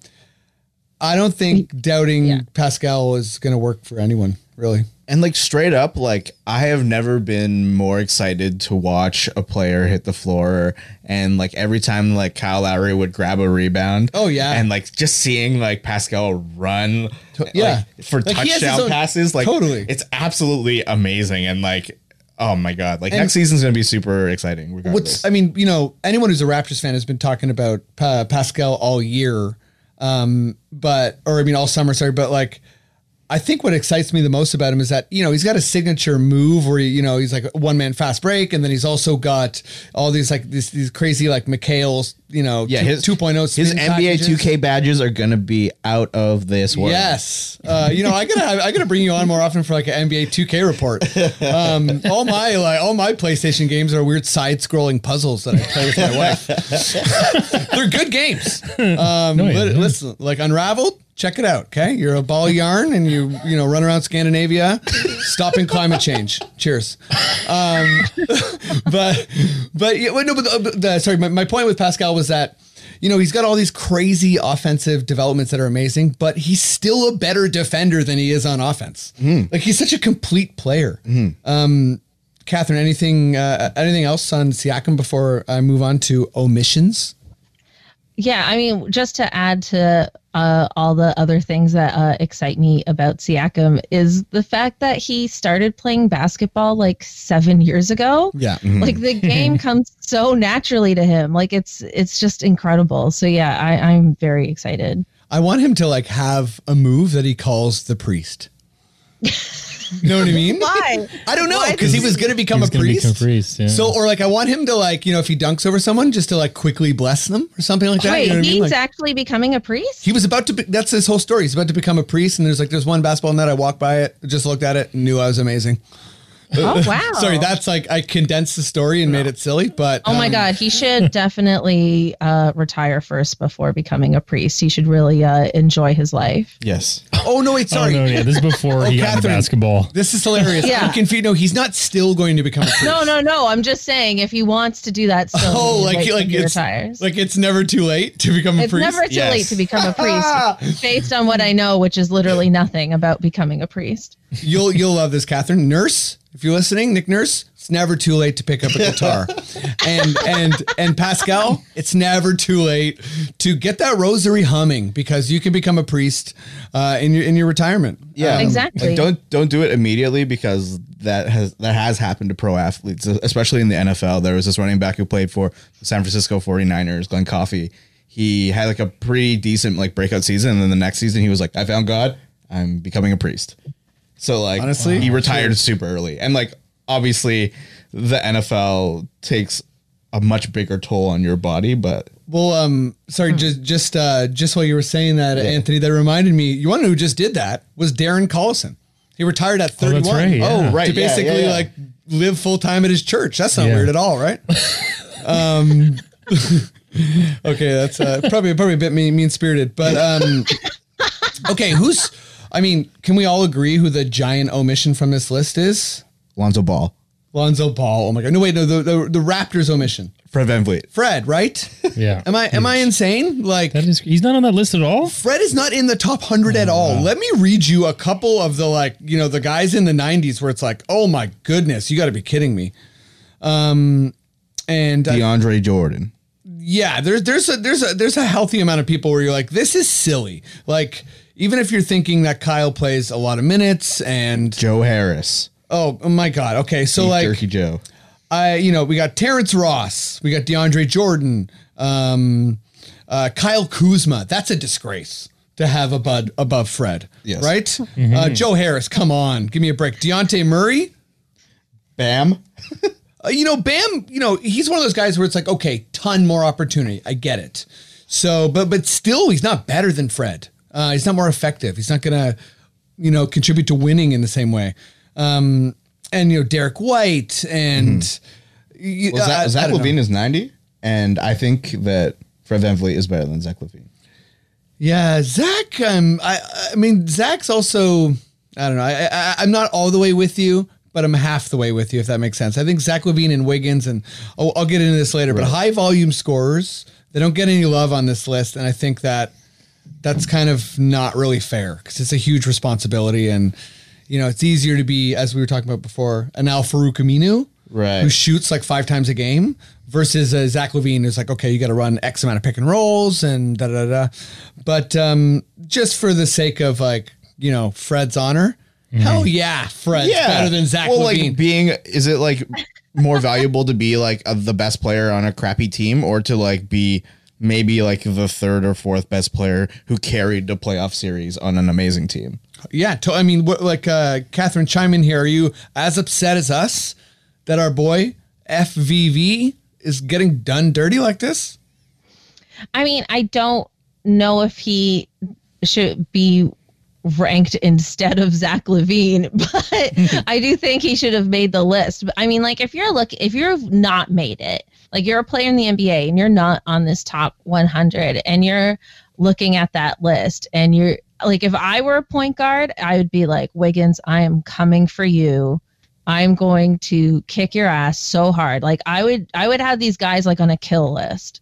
Speaker 4: I don't think doubting
Speaker 6: Yeah.
Speaker 4: Pascal is going to work for anyone really.
Speaker 5: And like straight up, like I have never been more excited to watch a player hit the floor. And like every time like Kyle Lowry would grab a rebound.
Speaker 4: Oh, yeah.
Speaker 5: And like just seeing like Pascal run
Speaker 4: yeah.
Speaker 5: like, for
Speaker 4: Like, he has his
Speaker 5: touchdown
Speaker 4: own-
Speaker 5: passes, like
Speaker 4: Totally.
Speaker 5: it's absolutely amazing. And like, oh my God. Like next season's gonna be super exciting regardless.
Speaker 4: What's I mean, you know, anyone who's a Raptors fan has been talking about uh, Pascal all year, um, but or I mean all summer, sorry, but like. I think what excites me the most about him is that you know he's got a signature move where you know he's like one man fast break, and then he's also got all these like these these crazy like McHale's you know
Speaker 5: yeah,
Speaker 4: two,
Speaker 5: his
Speaker 4: 2.0
Speaker 5: His
Speaker 4: spin
Speaker 5: NBA
Speaker 4: packages.
Speaker 5: 2K badges are gonna be out of this world.
Speaker 4: Yes, uh, you know I gotta have, I gotta bring you on more often for like an NBA 2K report. Um, all my like all my PlayStation games are weird side-scrolling puzzles that I play with my wife. They're good games. Um,
Speaker 3: Oh, yeah,
Speaker 4: li-
Speaker 3: yeah.
Speaker 4: Listen, like Unraveled, check it out. Okay, you're a ball of yarn and you you know run around Scandinavia, stopping climate change. Cheers. Um, but but yeah, wait, no, but the, but the- sorry, my, my point with Pascal was that. You know, he's got all these crazy offensive developments that are amazing, but he's still a better defender than he is on offense.
Speaker 3: Hmm.
Speaker 4: Like he's such a complete player. Um, Catherine, anything uh, anything else on Siakam before I move on to omissions?
Speaker 6: yeah i mean just to add to uh, all the other things that uh, excite me about siakam is the fact that he started playing basketball like seven years ago
Speaker 4: Yeah.
Speaker 6: like the game comes so naturally to him like it's it's just incredible so yeah I, i'm very excited
Speaker 4: I want him to like have a move that he calls the priest. you know what I mean?
Speaker 6: why
Speaker 4: I don't know because he was going to become
Speaker 3: He's
Speaker 4: a
Speaker 3: gonna
Speaker 4: priest.
Speaker 3: become priest, yeah.
Speaker 4: So, or like, I want him to like, you know, if he dunks over someone, just to like quickly bless them or something like that.
Speaker 6: wait
Speaker 4: you know what I
Speaker 6: he's
Speaker 4: mean? Like,
Speaker 6: actually becoming a priest
Speaker 4: he was about to. Be, that's his whole story. He's about to become a priest, and there's like, there's one basketball net. I walked by it, just looked at it, and knew I was amazing.
Speaker 6: oh wow
Speaker 4: Sorry, that's like I condensed the story and made it silly, but
Speaker 6: Oh my
Speaker 4: um,
Speaker 6: God, he should definitely uh, retire first before becoming a priest. He should really uh, enjoy his life.
Speaker 5: Yes.
Speaker 4: Oh no, wait,
Speaker 3: oh
Speaker 4: sorry. Oh,
Speaker 3: no, yeah, this is before he got into
Speaker 4: Catherine.
Speaker 3: basketball.
Speaker 4: This is hilarious.
Speaker 6: Yeah.
Speaker 4: I'm confused. No, he's not still going to become a priest.
Speaker 6: No, no, no. I'm just saying if he wants to do that, still
Speaker 4: Oh,
Speaker 6: he
Speaker 4: like
Speaker 6: waits
Speaker 4: like
Speaker 6: till he
Speaker 4: it's
Speaker 6: retires.
Speaker 4: like it's never too late to become a
Speaker 6: it's
Speaker 4: priest.
Speaker 6: never too
Speaker 5: Yes.
Speaker 6: late to become a priest, based on what I know, which is literally nothing about becoming a priest.
Speaker 4: You'll you'll love this, Catherine. Nurse, if you're listening, Nick Nurse, it's never too late to pick up a guitar. and and and Pascal, it's never too late to get that rosary humming because you can become a priest uh, in your in your retirement. Uh,
Speaker 5: Yeah,
Speaker 6: Exactly.
Speaker 5: Um, Like, don't don't do it immediately because that has that has happened to pro athletes, especially in the NFL. There was this running back who played for the San Francisco 49ers, Glenn Coffey. He had like a pretty decent like breakout season, and then the next season he was like, "I found God. I'm becoming a priest." So like,
Speaker 4: Honestly?
Speaker 5: he retired super early, and like obviously, the NFL takes a much bigger toll on your body, but
Speaker 4: Well, um, sorry,
Speaker 3: Hmm.
Speaker 4: just just uh, just while you were saying that, Anthony, that reminded me. You want to know who just did that was Darren Collison. He retired at
Speaker 3: that's
Speaker 4: 31.
Speaker 3: right, yeah. Oh,
Speaker 5: right,
Speaker 4: To
Speaker 5: yeah, yeah,
Speaker 4: basically
Speaker 5: yeah.
Speaker 4: like live full time at his church. That's not
Speaker 3: Yeah.
Speaker 4: weird at all, right? um, okay, that's uh, probably probably a bit mean spirited, but um, okay, who's? I mean, can we all agree who the giant omission from this list is?
Speaker 5: Lonzo Ball,
Speaker 4: Lonzo Ball. Oh my god! No, wait, no, the the, the Raptors omission.
Speaker 5: Fred VanVleet.
Speaker 4: Fred, right?
Speaker 3: Yeah.
Speaker 4: Am I am I insane? Like
Speaker 3: That is, he's not on that list at all.
Speaker 4: Fred is not in the top 100 at all. Let me read you a couple of the like, you know, the guys in the 90s where it's like, oh my goodness, you got to be kidding me. Um, and uh,
Speaker 5: DeAndre Jordan.
Speaker 4: yeah, there's there's a there's a there's a healthy amount of people where you're like, this is silly. Like even if you're thinking that Kyle plays a lot of minutes and
Speaker 5: Joe Harris,
Speaker 4: oh, oh my god, okay, so
Speaker 5: Beef
Speaker 4: like
Speaker 5: Jerky Joe.
Speaker 4: I you know we got Terrence Ross, we got DeAndre Jordan, um, uh, Kyle Kuzma. That's a disgrace to have a bud above Fred,
Speaker 5: Yes. Mm-hmm.
Speaker 4: right? Uh, Joe Harris, come on, give me a break. Deontay Murray.
Speaker 5: Bam.
Speaker 4: Uh, you know, Bam, you know, he's one of those guys where it's like, okay, ton more opportunity. I get it. So, but but still, he's not better than Fred. Uh, he's not more effective. He's not gonna, you know, contribute to winning in the same way. Um, and you know, Derek White and uh, you-
Speaker 5: Mm-hmm. Well,
Speaker 4: I-
Speaker 5: Zach,
Speaker 4: I
Speaker 5: Zach
Speaker 4: don't know.
Speaker 5: Levine is 90, and I think that Fred VanVleet is better than Zach Levine.
Speaker 4: Yeah, Zach. Um, I I mean, Zach's also. I don't know. I, I I'm not all the way with you, but I'm half the way with you, if that makes sense. I think Zach Levine and Wiggins, and oh, I'll get into this later, but high volume scorers, they don't get any love on this list, and I think that that's kind of not really fair because it's a huge responsibility, and you know, it's easier to be, as we were talking about before, an Al Farouk Aminu,
Speaker 5: Right.
Speaker 4: who shoots like five times a game versus uh, Zach Levine who's like, okay, you got to run X amount of pick and rolls and da da da. But um, just for the sake of like, you know, Fred's honor, hell yeah, Fred's better than Zach
Speaker 5: Mm-hmm. Well,
Speaker 4: Levine.
Speaker 5: like being is it like more valuable to be like a, the best player on a crappy team or to like be maybe like the third or fourth best player who carried the playoff series on an amazing team?
Speaker 4: yeah, to- I mean, what, like uh, Catherine, chime in here. Are you as upset as us that our boy FVV is getting done dirty like this?
Speaker 6: I mean, I don't know if he should be ranked instead of Zach Levine, but I do think he should have made the list. But I mean, like if you're look if you're not made it, like you're a player in the NBA and you're not on this top 100 and you're looking at that list and you're like if I were a point guard, I would be like, "Wiggins, I am coming for you." I'm going to kick your ass so hard. Like I would I would have these guys like on a kill list.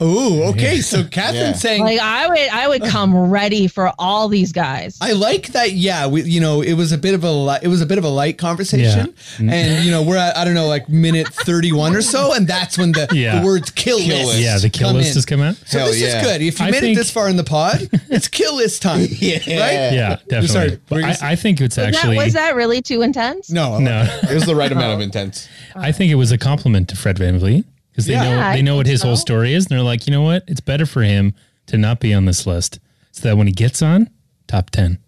Speaker 4: Oh, okay. So Catherine's
Speaker 5: Yeah.
Speaker 4: saying
Speaker 6: Like I would, I would come ready for all these guys.
Speaker 4: I like that. Yeah, we, you know, it was a bit of a li- it was a bit of a light conversation,
Speaker 3: Mm.
Speaker 4: and you know, we're at I don't know like minute thirty one or so, and that's when the,
Speaker 3: Yeah.
Speaker 4: the words kill, list
Speaker 3: yeah, the kill
Speaker 4: come
Speaker 3: list
Speaker 4: in.
Speaker 3: has come out.
Speaker 4: So
Speaker 5: Hell
Speaker 4: this
Speaker 5: yeah.
Speaker 4: is good. If you
Speaker 3: I
Speaker 4: made it
Speaker 3: think-
Speaker 4: this far in the pod, it's kill list time. Right?
Speaker 3: Yeah, definitely.
Speaker 4: sorry,
Speaker 3: But
Speaker 4: were you
Speaker 3: I,
Speaker 4: s-
Speaker 3: I think it's
Speaker 6: was,
Speaker 3: actually
Speaker 6: that, was that really too intense?
Speaker 4: No.
Speaker 3: no.
Speaker 5: It was the right
Speaker 4: Oh.
Speaker 5: amount of intense.
Speaker 3: I think it was a compliment to Fred Van Vliet because they
Speaker 4: Yeah.
Speaker 3: know
Speaker 6: Yeah, I
Speaker 3: they know what
Speaker 6: think
Speaker 3: his whole
Speaker 6: so.
Speaker 3: story is, and they're like, you know what, it's better for him to not be on this list, so that when he gets on, top ten.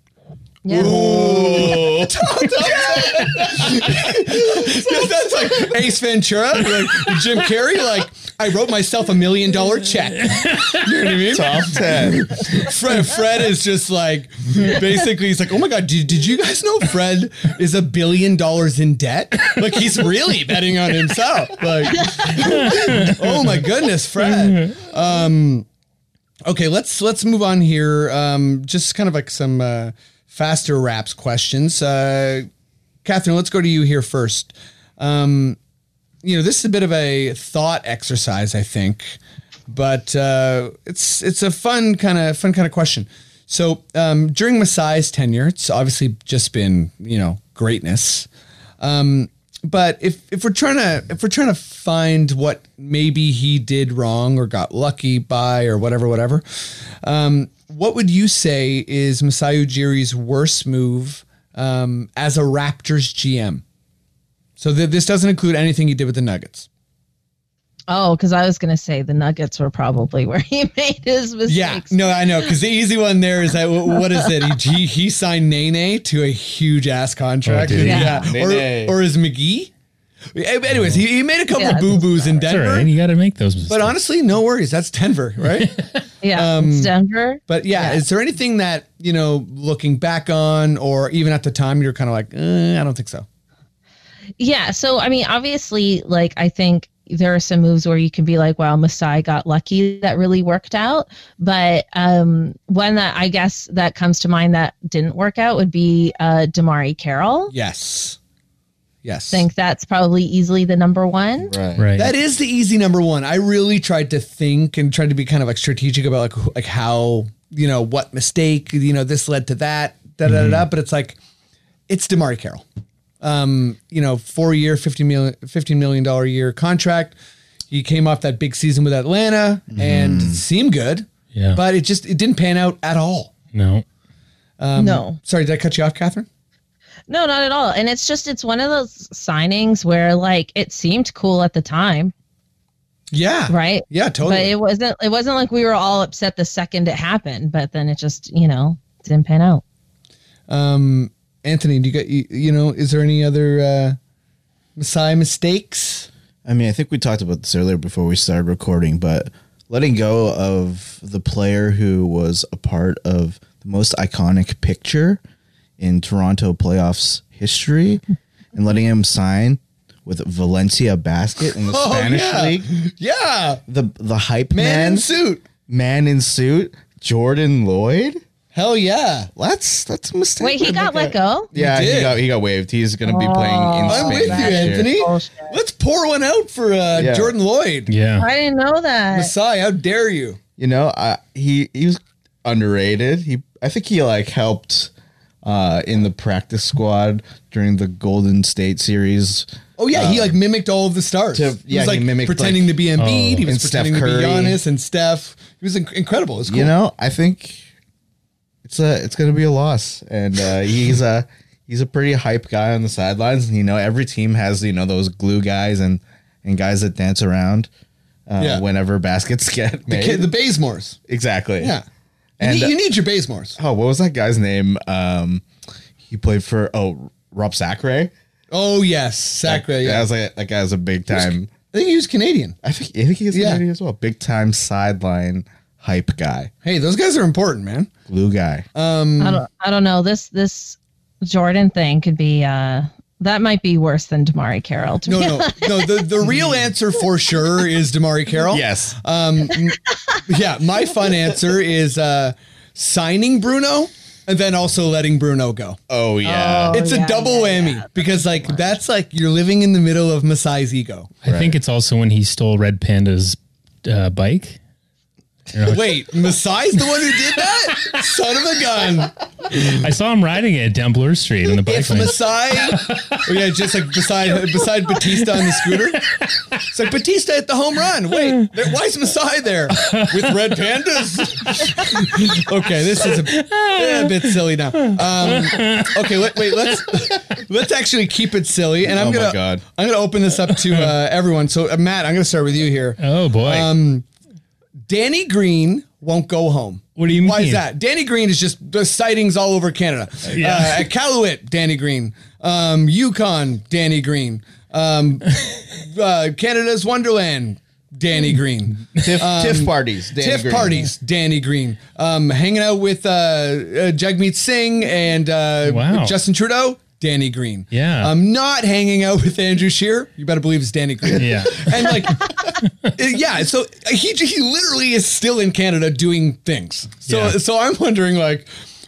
Speaker 6: Yeah.
Speaker 4: that's like Ace Ventura, like Jim Carrey. Like I wrote myself a million dollar check. You know what I mean?
Speaker 5: Top 10.
Speaker 4: Fred, Fred is just like basically he's like, oh my god, did, did you guys know Fred is a billion dollars in debt? Like he's really betting on himself. Like, oh my goodness, Fred. Um, okay, let's let's move on here. Um, just kind of like some uh, faster wraps questions. Uh, Catherine, let's go to you here first. Um, you know, this is a bit of a thought exercise, I think, but uh, it's it's a fun kind of fun kind of question. So um, during Masai's tenure, it's obviously just been you know greatness. Um, but if if we're trying to if we're trying to find what maybe he did wrong or got lucky by or whatever whatever, um, what would you say is Masai Ujiri's worst move um, as a Raptors GM? So th- this doesn't include anything he did with the Nuggets.
Speaker 6: Oh, because I was gonna say the Nuggets were probably where he made his
Speaker 4: Yeah,
Speaker 6: mistakes.
Speaker 4: no, I know because the easy one there is that wh- what is it? He he- he signed Nene to a huge ass contract.
Speaker 3: Oh, did he?
Speaker 4: yeah,
Speaker 5: Nene.
Speaker 4: or or is McGee? Anyways, he, he made a couple
Speaker 6: Yeah, it
Speaker 4: boo boos in
Speaker 3: That's all
Speaker 4: Denver,
Speaker 3: right. You got to make those mistakes.
Speaker 4: but honestly, no worries. That's Denver, right?
Speaker 6: yeah,
Speaker 4: um,
Speaker 6: it's Denver.
Speaker 4: But yeah, is there anything that you know looking back on, or even at the time you're kind of like, eh, I don't think so.
Speaker 6: Yeah, so I mean, obviously, like I think there are some moves where you can be like, "Wow, Masai got lucky; that really worked out." But um, one that I guess that comes to mind that didn't work out would be uh, Damari Carroll.
Speaker 4: Yes, yes.
Speaker 6: I think that's probably easily the number one.
Speaker 5: Right.
Speaker 3: right?
Speaker 4: That is the easy number one. I really tried to think and tried to be kind of like strategic about like wh- like how you know what mistake you know this led to that da da da. da.
Speaker 3: Mm-hmm.
Speaker 4: But it's like it's Damari Carroll. Um, you know, four year, 50 million, 15 million dollar a year contract. He came off that big season with Atlanta and seemed good,
Speaker 3: Mm-hmm. Yeah.
Speaker 4: but it just it didn't pan out at all.
Speaker 3: no.
Speaker 4: Um,
Speaker 6: no.
Speaker 4: Sorry, did I cut you off, Catherine?
Speaker 6: No, not at all. And it's just it's one of those signings where like it seemed cool at the time,
Speaker 4: Yeah,
Speaker 6: right?
Speaker 4: Yeah,
Speaker 6: But
Speaker 4: totally.
Speaker 6: it wasn't it wasn't like we were all upset the second it happened, but then it just, you know, didn't pan out.
Speaker 4: Um, Anthony, do you got you, you know? Is there any other uh, Messiah mistakes?
Speaker 5: I mean, I think we talked about this earlier before we started recording, but letting go of the player who was a part of the most iconic picture in Toronto playoffs history and letting him sign with Valencia Basket in the Spanish
Speaker 4: Oh, yeah.
Speaker 5: league.
Speaker 4: Yeah,
Speaker 5: The the hype
Speaker 4: man,
Speaker 5: man,
Speaker 4: in suit.
Speaker 5: man in suit, Jordan Lloyd.
Speaker 4: Hell yeah!
Speaker 5: That's that's a mistake.
Speaker 6: Wait, he
Speaker 5: by
Speaker 6: got
Speaker 5: Luka.
Speaker 6: let go?
Speaker 5: Yeah,
Speaker 4: He
Speaker 5: he,
Speaker 4: did.
Speaker 5: got he got waived. He's going to be playing in
Speaker 6: Oh,
Speaker 5: Spain.
Speaker 4: I'm with you,
Speaker 5: next year.
Speaker 4: Anthony.
Speaker 6: Bullshit.
Speaker 4: Let's pour one out for uh,
Speaker 5: Yeah.
Speaker 4: Jordan Lloyd.
Speaker 3: Yeah.
Speaker 6: I didn't know that.
Speaker 4: Messiah, how dare you?
Speaker 5: you know I, he he was underrated he i think he like helped uh in the practice squad during the golden state series
Speaker 4: Oh yeah, he like mimicked all of the stars.
Speaker 5: Um, to-
Speaker 4: he
Speaker 5: yeah,
Speaker 4: was
Speaker 5: he
Speaker 4: like
Speaker 5: mimicked,
Speaker 4: pretending
Speaker 5: like- oh,
Speaker 4: to be Embiid. he was
Speaker 5: and Steph
Speaker 4: pretending to be
Speaker 5: Curry.
Speaker 4: Giannis and Steph. He was inc- incredible. It was cool.
Speaker 5: you know i think it's a it's gonna be a loss and uh he's a he's a pretty hype guy on the sidelines and you know every team has you know those glue guys and and guys that dance around uh,
Speaker 4: Yeah.
Speaker 5: whenever baskets get
Speaker 4: the,
Speaker 5: made
Speaker 4: kid, the Basemores.
Speaker 5: exactly
Speaker 4: Yeah,
Speaker 5: And,
Speaker 4: you, need,
Speaker 5: uh,
Speaker 4: you need your Basemores.
Speaker 5: oh what was that guy's name um he played for oh rob sacre
Speaker 4: Oh yes, Sacre.
Speaker 5: That
Speaker 4: Yeah,
Speaker 5: was like that guy's a big time.
Speaker 4: I think he was Canadian.
Speaker 5: I think I think he's
Speaker 4: Yeah.
Speaker 5: Canadian as well. Big time sideline hype guy,
Speaker 4: Hey, those guys are important, man.
Speaker 5: glue guy.
Speaker 4: Uh,
Speaker 6: I don't I don't know. This this Jordan thing could be uh that might be worse than Damari Carroll. To
Speaker 4: No,
Speaker 6: me.
Speaker 4: no, no. The the real answer for sure is Damari Carroll.
Speaker 5: yes,
Speaker 4: Um, m- yeah, my fun answer is uh, signing Bruno and then also letting Bruno go.
Speaker 5: oh yeah,
Speaker 6: Oh,
Speaker 4: it's
Speaker 6: yeah,
Speaker 4: a double
Speaker 6: yeah,
Speaker 4: whammy because like that's like you're living in the middle of Masai's ego.
Speaker 3: I think it's also when he stole Red Panda's uh, bike.
Speaker 4: Wait, Masai's the one who did that? Son of a gun.
Speaker 3: I saw him riding it down Bloor Street in the bike
Speaker 4: If
Speaker 3: lane.
Speaker 4: Masai Oh yeah, just like beside beside Batista on the scooter. It's like Batista at the home run. Wait, there, why is Masai there? With red pandas. okay, this is a, eh, a bit silly now. Um, okay, let, wait, let's let's actually keep it silly. And I'm
Speaker 5: Oh my
Speaker 4: gonna
Speaker 5: God.
Speaker 4: I'm gonna open this up to uh, everyone. So uh, Matt, I'm gonna start with you
Speaker 5: Uh,
Speaker 4: here.
Speaker 3: Oh boy.
Speaker 4: Um, Danny Green won't go home.
Speaker 3: What do you
Speaker 4: Why is
Speaker 3: mean?
Speaker 4: that? Danny Green is just the sightings all over Canada.
Speaker 3: Yeah.
Speaker 4: Uh, at Calumet, Danny Green. Um, Yukon, Danny Green. Um, uh, Canada's Wonderland, Danny Green.
Speaker 5: tiff, tiff parties, Dan
Speaker 4: um, TIFF
Speaker 5: Green.
Speaker 4: parties, Danny Green. Um, hanging out with uh, uh, Jagmeet Singh and uh,
Speaker 3: Wow.
Speaker 4: Justin Trudeau, Danny Green.
Speaker 3: Yeah.
Speaker 4: I'm not hanging out with Andrew Shear. You better believe it's Danny Green
Speaker 3: yeah.
Speaker 4: and like uh, yeah so he he literally is still in canada doing things so
Speaker 3: Yeah.
Speaker 4: so i'm wondering like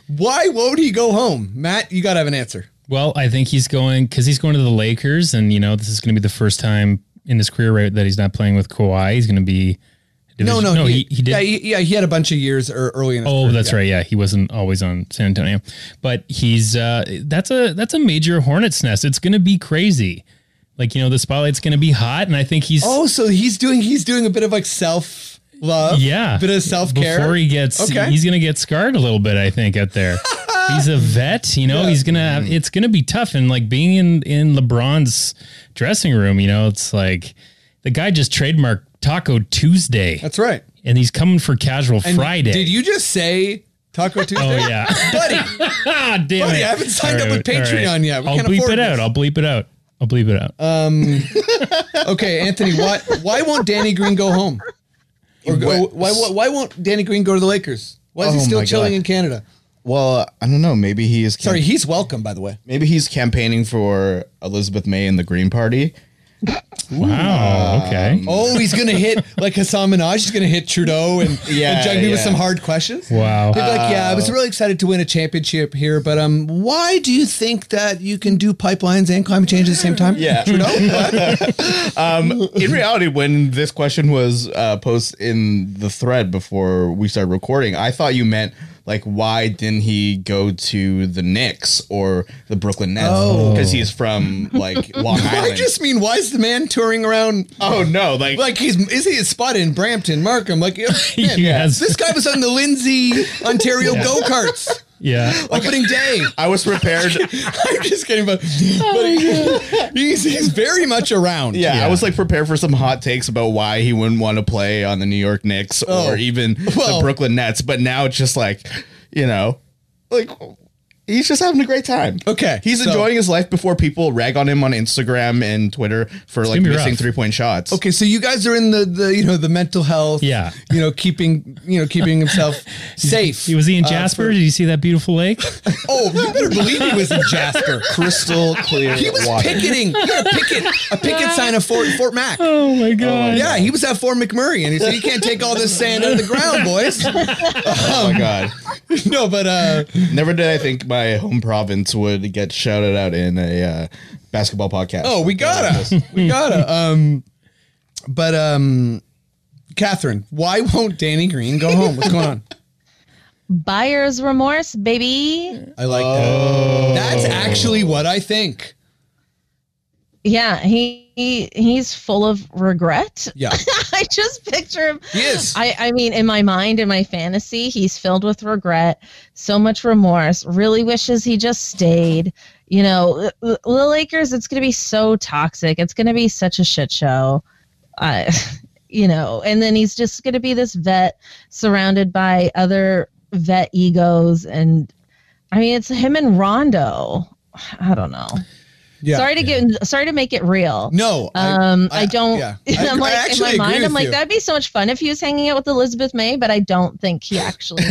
Speaker 4: why won't he go home matt you gotta have an answer
Speaker 3: Well, I think he's going because he's going to the Lakers, and you know this is going to be the first time in his career right, that he's not playing with Kawhi. He's going to be
Speaker 4: no no
Speaker 3: no. He, he did.
Speaker 4: yeah he, yeah he had a bunch of years or early in his
Speaker 3: oh,
Speaker 4: career,
Speaker 3: that's
Speaker 4: yeah.
Speaker 3: right. Yeah, he wasn't always on San Antonio, but he's uh, that's a that's a major hornet's nest. It's going to be crazy. Like you know, the spotlight's going to be hot, and I think he's
Speaker 4: oh so he's doing he's doing a bit of like self love
Speaker 3: yeah,
Speaker 4: bit of self-care
Speaker 3: before he gets.
Speaker 4: Okay.
Speaker 3: he's going to get scarred a little bit. I think out there. He's a vet, you know. He's gonna. Have, it's gonna be tough, and like being in in LeBron's dressing room, you know, it's like the guy just trademarked Taco Tuesday,
Speaker 4: that's right
Speaker 3: and he's coming for casual
Speaker 4: And
Speaker 3: Friday.
Speaker 4: did you just say taco tuesday
Speaker 3: Oh yeah,
Speaker 4: buddy
Speaker 3: ah, damn
Speaker 4: Buddy,
Speaker 3: it!
Speaker 4: I haven't signed up with
Speaker 3: all
Speaker 4: Patreon yet. We
Speaker 3: I'll
Speaker 4: can't
Speaker 3: bleep
Speaker 4: afford
Speaker 3: it out.
Speaker 4: this. Uh,
Speaker 3: I'll bleep it out. I'll bleep it out.
Speaker 4: okay anthony why why won't danny green go home or go, why, why why won't danny green go to the lakers why is he
Speaker 5: Oh
Speaker 4: still
Speaker 5: my
Speaker 4: chilling
Speaker 5: God.
Speaker 4: in canada
Speaker 5: Well, I don't know. Maybe he is.
Speaker 4: Sorry, he's welcome, by the way.
Speaker 5: maybe he's campaigning for Elizabeth May and the Green Party.
Speaker 3: wow. Okay.
Speaker 4: Oh, he's gonna hit like Hassan Minaj. He's gonna hit Trudeau and
Speaker 5: Yeah,
Speaker 4: and jug me with
Speaker 5: yeah.
Speaker 4: some hard questions.
Speaker 3: Wow.
Speaker 4: He'd be like, yeah, I was really excited to win a championship here, but um, why do you think that you can do pipelines and climate change at the same time?
Speaker 5: Yeah.
Speaker 4: Trudeau. What?
Speaker 5: in reality, when this question was uh, posed in the thread before we started recording, I thought you meant Like, why didn't he go to the Knicks or the Brooklyn Nets?
Speaker 4: Oh.
Speaker 5: Because he's from like Long
Speaker 4: I
Speaker 5: Island.
Speaker 4: just mean, why is the man touring around?
Speaker 5: oh no, like,
Speaker 4: Like he's is he a spot in Brampton, Markham? Like oh, man,
Speaker 3: Yes.
Speaker 4: this guy was on the Lindsay, Ontario go karts
Speaker 3: Yeah.
Speaker 4: opening day.
Speaker 5: I was prepared.
Speaker 4: I'm just kidding, but, but he's he's very much around.
Speaker 5: Yeah, I was like prepared for some hot takes about why he wouldn't want to play on the New York Knicks
Speaker 4: Oh.
Speaker 5: or even
Speaker 4: Well-
Speaker 5: the Brooklyn Nets, but now it's just like, you know, like he's just having a great time.
Speaker 4: Okay,
Speaker 5: He's
Speaker 4: so-
Speaker 5: enjoying his life before people rag on him on Instagram and Twitter for like
Speaker 3: gonna be
Speaker 5: missing
Speaker 3: rough.
Speaker 5: three point shots.
Speaker 4: Okay, so you guys are in the the you know the mental health.
Speaker 3: Yeah.
Speaker 4: You know, keeping you know keeping himself safe.
Speaker 3: He was he in
Speaker 4: Uh,
Speaker 3: Jasper? Did you see that beautiful lake?
Speaker 4: oh, you better believe he was in Jasper.
Speaker 5: Crystal clear
Speaker 4: He was
Speaker 5: water.
Speaker 4: picketing. He had a picket, a picket sign of Fort Fort Mac.
Speaker 3: Oh my god.
Speaker 4: Yeah, he was at Fort McMurray, and he said, "You can't take all this sand out of the ground, boys."
Speaker 5: Oh my god.
Speaker 4: no, but uh,
Speaker 5: Never did I think my home province would get shouted out in a uh, basketball podcast.
Speaker 4: oh, we gotta, we gotta. Um, but um, Catherine, why won't Danny Green go home? What's going on?
Speaker 6: Buyer's remorse, baby.
Speaker 4: I like that. That's actually what I think.
Speaker 6: Yeah, he, he he's full of regret.
Speaker 4: Yeah,
Speaker 6: I just picture him
Speaker 4: he is.
Speaker 6: I, I mean, in my mind, in my fantasy, he's filled with regret, so much remorse, really wishes he just stayed. You know, L- L- Little Acres, it's going to be so toxic. It's going to be such a shit show. Uh, you know, and then he's just going to be this vet surrounded by other vet egos. And I mean, it's him and Rondo. I don't know.
Speaker 4: yeah.
Speaker 6: sorry to get, sorry to make it real.
Speaker 4: No,
Speaker 6: Um, I, don't.
Speaker 4: yeah. I-
Speaker 6: I'm
Speaker 4: I
Speaker 6: like in
Speaker 4: actually
Speaker 6: my
Speaker 4: agree
Speaker 6: mind,
Speaker 4: with
Speaker 6: I'm like
Speaker 4: you.
Speaker 6: that'd be so much fun if he was hanging out with Elizabeth May, but I don't think he actually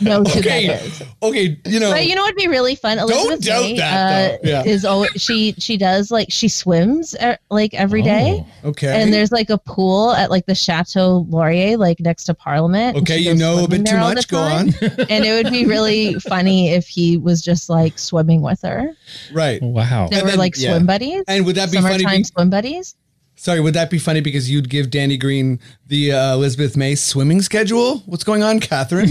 Speaker 6: knows who that
Speaker 4: okay,
Speaker 6: is.
Speaker 4: okay, you know,
Speaker 6: But you know what'd be really fun? Elizabeth
Speaker 4: doubt
Speaker 6: May
Speaker 4: that,
Speaker 6: uh,
Speaker 4: though. Yeah.
Speaker 6: is always she she does like she swims er, like every day,
Speaker 4: Oh. okay,
Speaker 6: and there's like a pool at like the Chateau Laurier, like next to Parliament. and
Speaker 4: okay,
Speaker 6: she
Speaker 4: you
Speaker 6: goes
Speaker 4: know a
Speaker 6: swimming
Speaker 4: bit too
Speaker 6: there all the
Speaker 4: much. Go
Speaker 6: time.
Speaker 4: on,
Speaker 6: and it would be really funny if he was just like swimming with her.
Speaker 4: right?
Speaker 3: Oh, Wow.
Speaker 6: They
Speaker 4: And
Speaker 6: were
Speaker 4: then-
Speaker 6: like
Speaker 5: yeah.
Speaker 6: swim buddies.
Speaker 4: And would that be funny?
Speaker 6: summertime
Speaker 4: be-
Speaker 6: swim buddies.
Speaker 4: sorry, would that be funny because you'd give Danny Green the uh, Elizabeth May swimming schedule? What's going on, Catherine?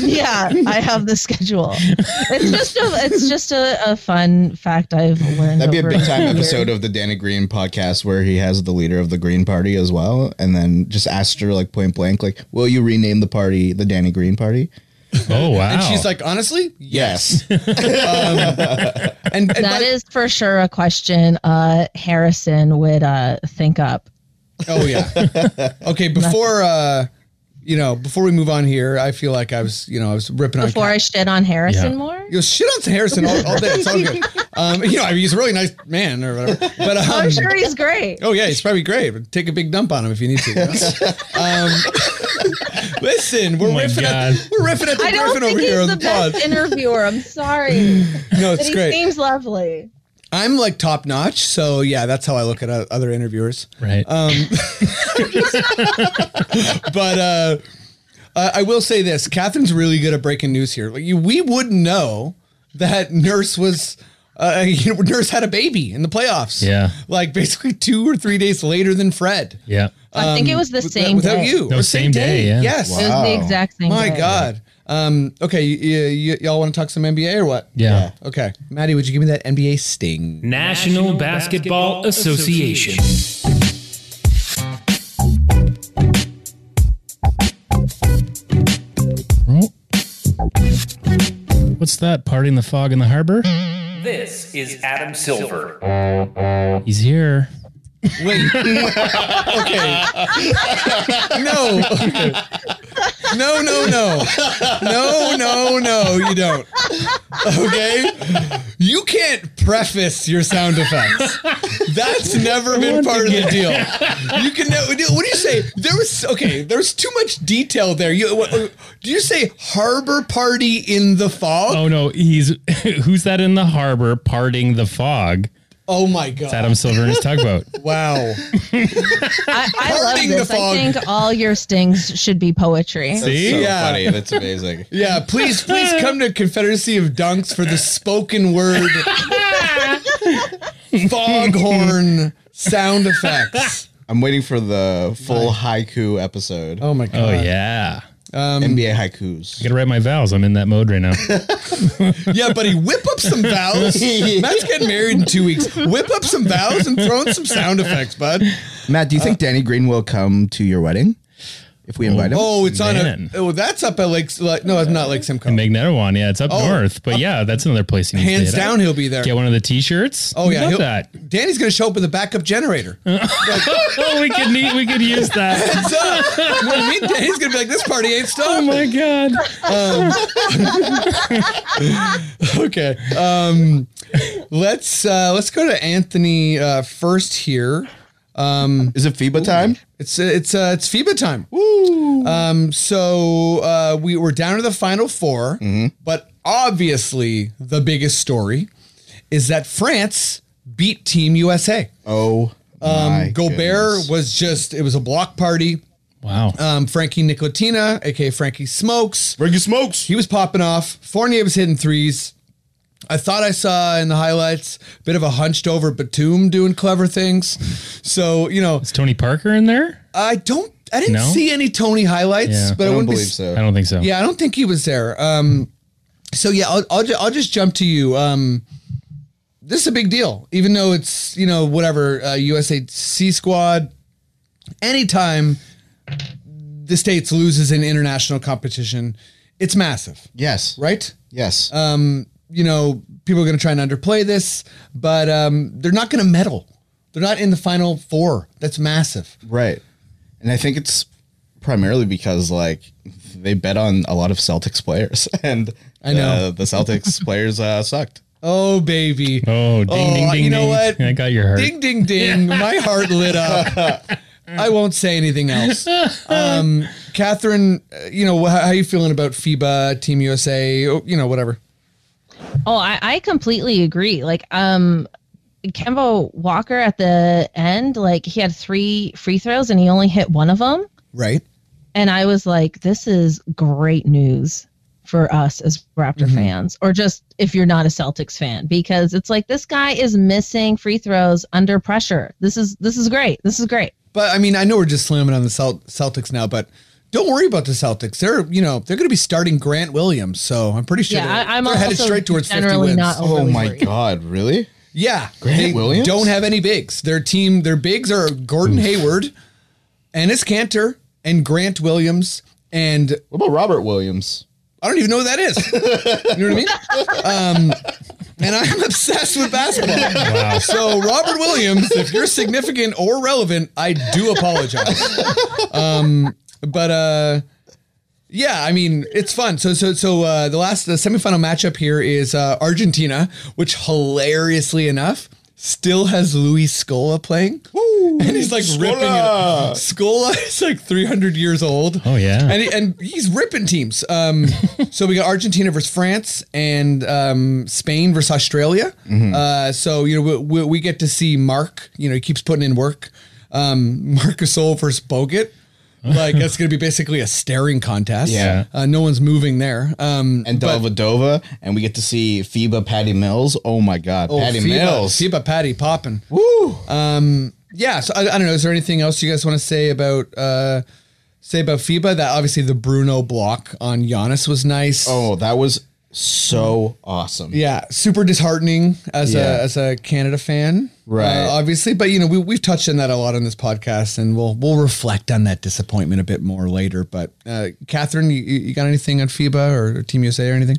Speaker 6: yeah, I have the schedule. It's just a it's just a, a fun fact I've learned.
Speaker 5: That'd be a
Speaker 6: over
Speaker 5: big time
Speaker 6: the
Speaker 5: episode
Speaker 6: years.
Speaker 5: of the Danny Green podcast where he has the leader of the Green Party as well, and then just asked her like point blank, like, "Will you rename the party the Danny Green Party?"
Speaker 3: Oh wow.
Speaker 4: And she's like, honestly,
Speaker 5: Yes.
Speaker 4: and, and
Speaker 6: That
Speaker 4: by-
Speaker 6: is for sure a question uh, Harrison would uh, think up.
Speaker 4: oh yeah, okay. Before uh, you know, before we move on here, I feel like I was, you know, I was ripping on.
Speaker 6: Before I shit on Harrison
Speaker 3: Yeah.
Speaker 6: more,
Speaker 4: you know, shit on Harrison all, all day. It's all good. Um, you know, I mean, he's a really nice man or whatever. But um,
Speaker 6: I'm sure he's great.
Speaker 4: Oh yeah, he's probably great. But take a big dump on him if you need to. you know? um, listen, we're
Speaker 3: Oh my
Speaker 4: riffing.
Speaker 3: God.
Speaker 4: At, we're riffing at the
Speaker 6: I don't
Speaker 4: Griffin over
Speaker 6: think
Speaker 4: here
Speaker 6: he's
Speaker 4: on
Speaker 6: the
Speaker 4: the pod.
Speaker 6: best interviewer. I'm sorry,
Speaker 4: No,
Speaker 6: but
Speaker 4: it's
Speaker 6: he
Speaker 4: great.
Speaker 6: seems lovely.
Speaker 4: I'm like top notch, so yeah, that's how I look at uh, other interviewers.
Speaker 3: right.
Speaker 4: uh, But uh, uh, I will say this: Catherine's really good at breaking news here. Like, you, we wouldn't know that Nurse was. Uh, you know, Nurse had a baby in the playoffs.
Speaker 3: Yeah.
Speaker 4: like basically two or three days later than Fred.
Speaker 3: yeah.
Speaker 6: I think it was the same
Speaker 4: Um, without
Speaker 6: day.
Speaker 4: you.
Speaker 3: No,
Speaker 4: Or
Speaker 3: same day, yeah.
Speaker 4: Yes.
Speaker 6: It was the exact same.
Speaker 4: My
Speaker 6: day.
Speaker 4: God. Um, okay, y- y- y'all want to talk some NBA or what?
Speaker 3: Yeah.
Speaker 4: Okay, Maddie, would you give me that NBA sting?
Speaker 7: National, Basketball, Association.
Speaker 3: Oh. What's that? Party in the fog in the harbor?
Speaker 7: This is Adam Silver.
Speaker 3: He's here.
Speaker 4: Wait. okay. No. Okay. No, no, no. No, no, no, you don't. Okay? You can't preface your sound effects. That's never been part of the deal. You can never, what do you say? There was, okay, there's too much detail there. You, what, do you say harbor party in the fog?
Speaker 3: Oh no, he's who's that in the harbor parting the fog?
Speaker 4: Oh my God.
Speaker 3: Adam Silver in his tugboat.
Speaker 4: Uh, Wow.
Speaker 6: I, I love
Speaker 4: Parting the
Speaker 6: this. I
Speaker 4: fog.
Speaker 6: think all your stings should be poetry.
Speaker 5: That's so
Speaker 4: Yeah.
Speaker 5: funny. That's amazing.
Speaker 4: Yeah, please, please come to Confederacy of Dunks for the spoken word foghorn sound effects.
Speaker 5: I'm waiting for the full haiku episode.
Speaker 4: Oh my
Speaker 3: Oh
Speaker 4: god.
Speaker 3: yeah.
Speaker 5: NBA haikus.
Speaker 3: gotta write my vows. I'm in that mode right now.
Speaker 4: Yeah, buddy, whip up some vows. Matt's getting married in two weeks. Whip up some vows and throw in some sound effects, bud.
Speaker 5: Matt, do you think Danny Green will come to your wedding if we invite him?
Speaker 4: Oh, it's
Speaker 3: Man.
Speaker 4: on a. Oh, that's up at Lake. Like, no, it's not Lake Simcoe.
Speaker 3: Magneto one, yeah, it's up north, but yeah, that's another place you need
Speaker 4: Oh. Hands
Speaker 3: to hit up.
Speaker 4: down, he'll be there.
Speaker 3: Get one of the T-shirts.
Speaker 4: Oh yeah,
Speaker 3: Love
Speaker 4: he'll-
Speaker 3: that.
Speaker 4: Danny's gonna show up with a backup generator.
Speaker 3: oh, we could need, we could use that.
Speaker 4: What's up? When we- Danny's gonna be like, this party ain't
Speaker 3: Oh
Speaker 4: stopping.
Speaker 3: my god.
Speaker 4: okay. Um, let's uh, let's go to Anthony uh, first here.
Speaker 5: Is it FIBA time?
Speaker 4: It's it's uh, it's FIBA time. Um, so uh, we were down to the final 4 but obviously the biggest story is that France beat Team USA.
Speaker 5: Oh, my
Speaker 4: Gobert
Speaker 5: goodness.
Speaker 4: was just it was a block party.
Speaker 3: Wow.
Speaker 4: Um, Frankie Nicotina, aka Frankie Smokes,
Speaker 5: Bring your smokes.
Speaker 4: he was popping off. Fournier was hitting threes. I thought I saw in the highlights a bit of a hunched over Batum doing clever things. So you know,
Speaker 3: Is Tony Parker in there?
Speaker 4: I don't, I didn't
Speaker 3: No?
Speaker 4: see any Tony highlights,
Speaker 3: Yeah.
Speaker 4: but I,
Speaker 5: I don't
Speaker 4: wouldn't
Speaker 5: believe
Speaker 4: be,
Speaker 5: so.
Speaker 3: I don't think so.
Speaker 4: Yeah, I don't think he was there. Um, so yeah, I'll I'll, ju- I'll just jump to you. Um, this is a big deal, even though it's you know whatever uh, USA C squad. Anytime the states loses in international competition, it's massive,
Speaker 5: Yes.
Speaker 4: right?
Speaker 5: Yes.
Speaker 4: You know, people are going to try and underplay this, but um, they're not going to medal. They're not in the final four. That's massive.
Speaker 5: Right. And I think it's primarily because like they bet on a lot of Celtics players and
Speaker 4: I know.
Speaker 5: uh, the Celtics players uh, sucked.
Speaker 4: Oh baby.
Speaker 3: Oh, ding,
Speaker 4: Oh,
Speaker 3: ding, ding,
Speaker 4: you know
Speaker 3: ding.
Speaker 4: what?
Speaker 3: I got your heart.
Speaker 4: Ding, ding, ding. My heart lit up. I won't say anything else. Um, Catherine, uh, you know, wh- how, how you feeling about FIBA, Team USA, oh, you know, whatever.
Speaker 6: Oh, I, I completely agree. Like, um, Kemba Walker at the end, like he had three free throws and he only hit one of them.
Speaker 4: Right.
Speaker 6: And I was like, this is great news for us as Raptor fans, or just if you're not a Celtics fan, because it's like this guy is missing free throws under pressure. This is this is great. This is great.
Speaker 4: But I mean, I know we're just slamming on the Celt- Celtics now, but don't worry about the Celtics. They're, you know, they're going to be starting Grant Williams. So I'm pretty sure
Speaker 6: Yeah,
Speaker 4: they're,
Speaker 6: I- I'm
Speaker 4: they're headed
Speaker 6: also
Speaker 4: straight towards 50
Speaker 6: generally
Speaker 4: wins.
Speaker 6: not
Speaker 5: Oh
Speaker 6: really
Speaker 5: my
Speaker 6: worried.
Speaker 5: god, really?
Speaker 4: Yeah,
Speaker 5: Grant
Speaker 4: they
Speaker 5: Williams?
Speaker 4: don't have any bigs. Their team, their bigs are Gordon Hayward, Ennis Cantor, and Grant Williams, and
Speaker 5: What about Robert Williams?
Speaker 4: I don't even know who that is. you know what I mean? Um, and I'm obsessed with basketball.
Speaker 3: Wow.
Speaker 4: So Robert Williams, if you're significant or relevant, I do apologize. Um, but uh, yeah, I mean it's fun. So so so uh, the last the semifinal matchup here is uh, Argentina, which hilariously enough still has Luis Scola playing, and he's like ripping it. up. Scola is like 300 years old.
Speaker 3: Oh, yeah.
Speaker 4: and he, and he's ripping teams. Um, so we got Argentina versus France and um, Spain versus Australia. Uh, so you know we, we, we get to see Mark. You know he keeps putting in work. Um, Marcus Ole versus Bogut. Like that's going to be basically a staring contest.
Speaker 5: Yeah.
Speaker 4: uh, no one's moving there. Um,
Speaker 5: And
Speaker 4: but-
Speaker 5: Delvadova, and we get to see FIBA Patty Mills. Oh my god,
Speaker 4: oh,
Speaker 5: Patty
Speaker 4: FIBA,
Speaker 5: Mills.
Speaker 4: FIBA Patty popping. Um,
Speaker 5: Woo!
Speaker 4: Yeah, so I, I don't know. Is there anything else you guys want to say about uh, say about FIBA? That obviously the Bruno block on Giannis was nice.
Speaker 5: oh, that was so awesome.
Speaker 4: Yeah, super disheartening as
Speaker 5: Yeah.
Speaker 4: a as a Canada fan,
Speaker 5: Right.
Speaker 4: uh, obviously, but you know we we've touched on that a lot on this podcast, and we'll we'll reflect on that disappointment a bit more later. But uh, Catherine, you, you got anything on FIBA or, Team USA or anything?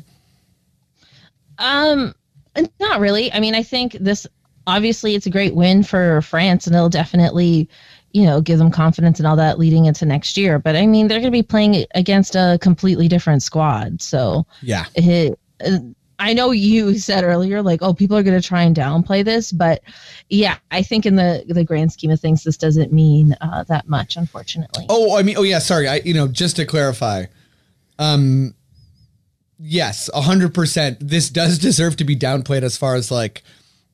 Speaker 6: Um, not really. I mean, I think this obviously it's a great win for France, and it'll definitely, you know, give them confidence and all that leading into next year. But I mean, they're going to be playing against a completely different squad, so
Speaker 4: Yeah,
Speaker 6: it, uh, I know you said earlier, like, oh, people are going to try and downplay this, but yeah, I think in the the grand scheme of things, this doesn't mean uh, that much, unfortunately.
Speaker 4: Oh, I mean, oh yeah, sorry. I you know, just to clarify. Um yes, 100%. This does deserve to be downplayed as far as like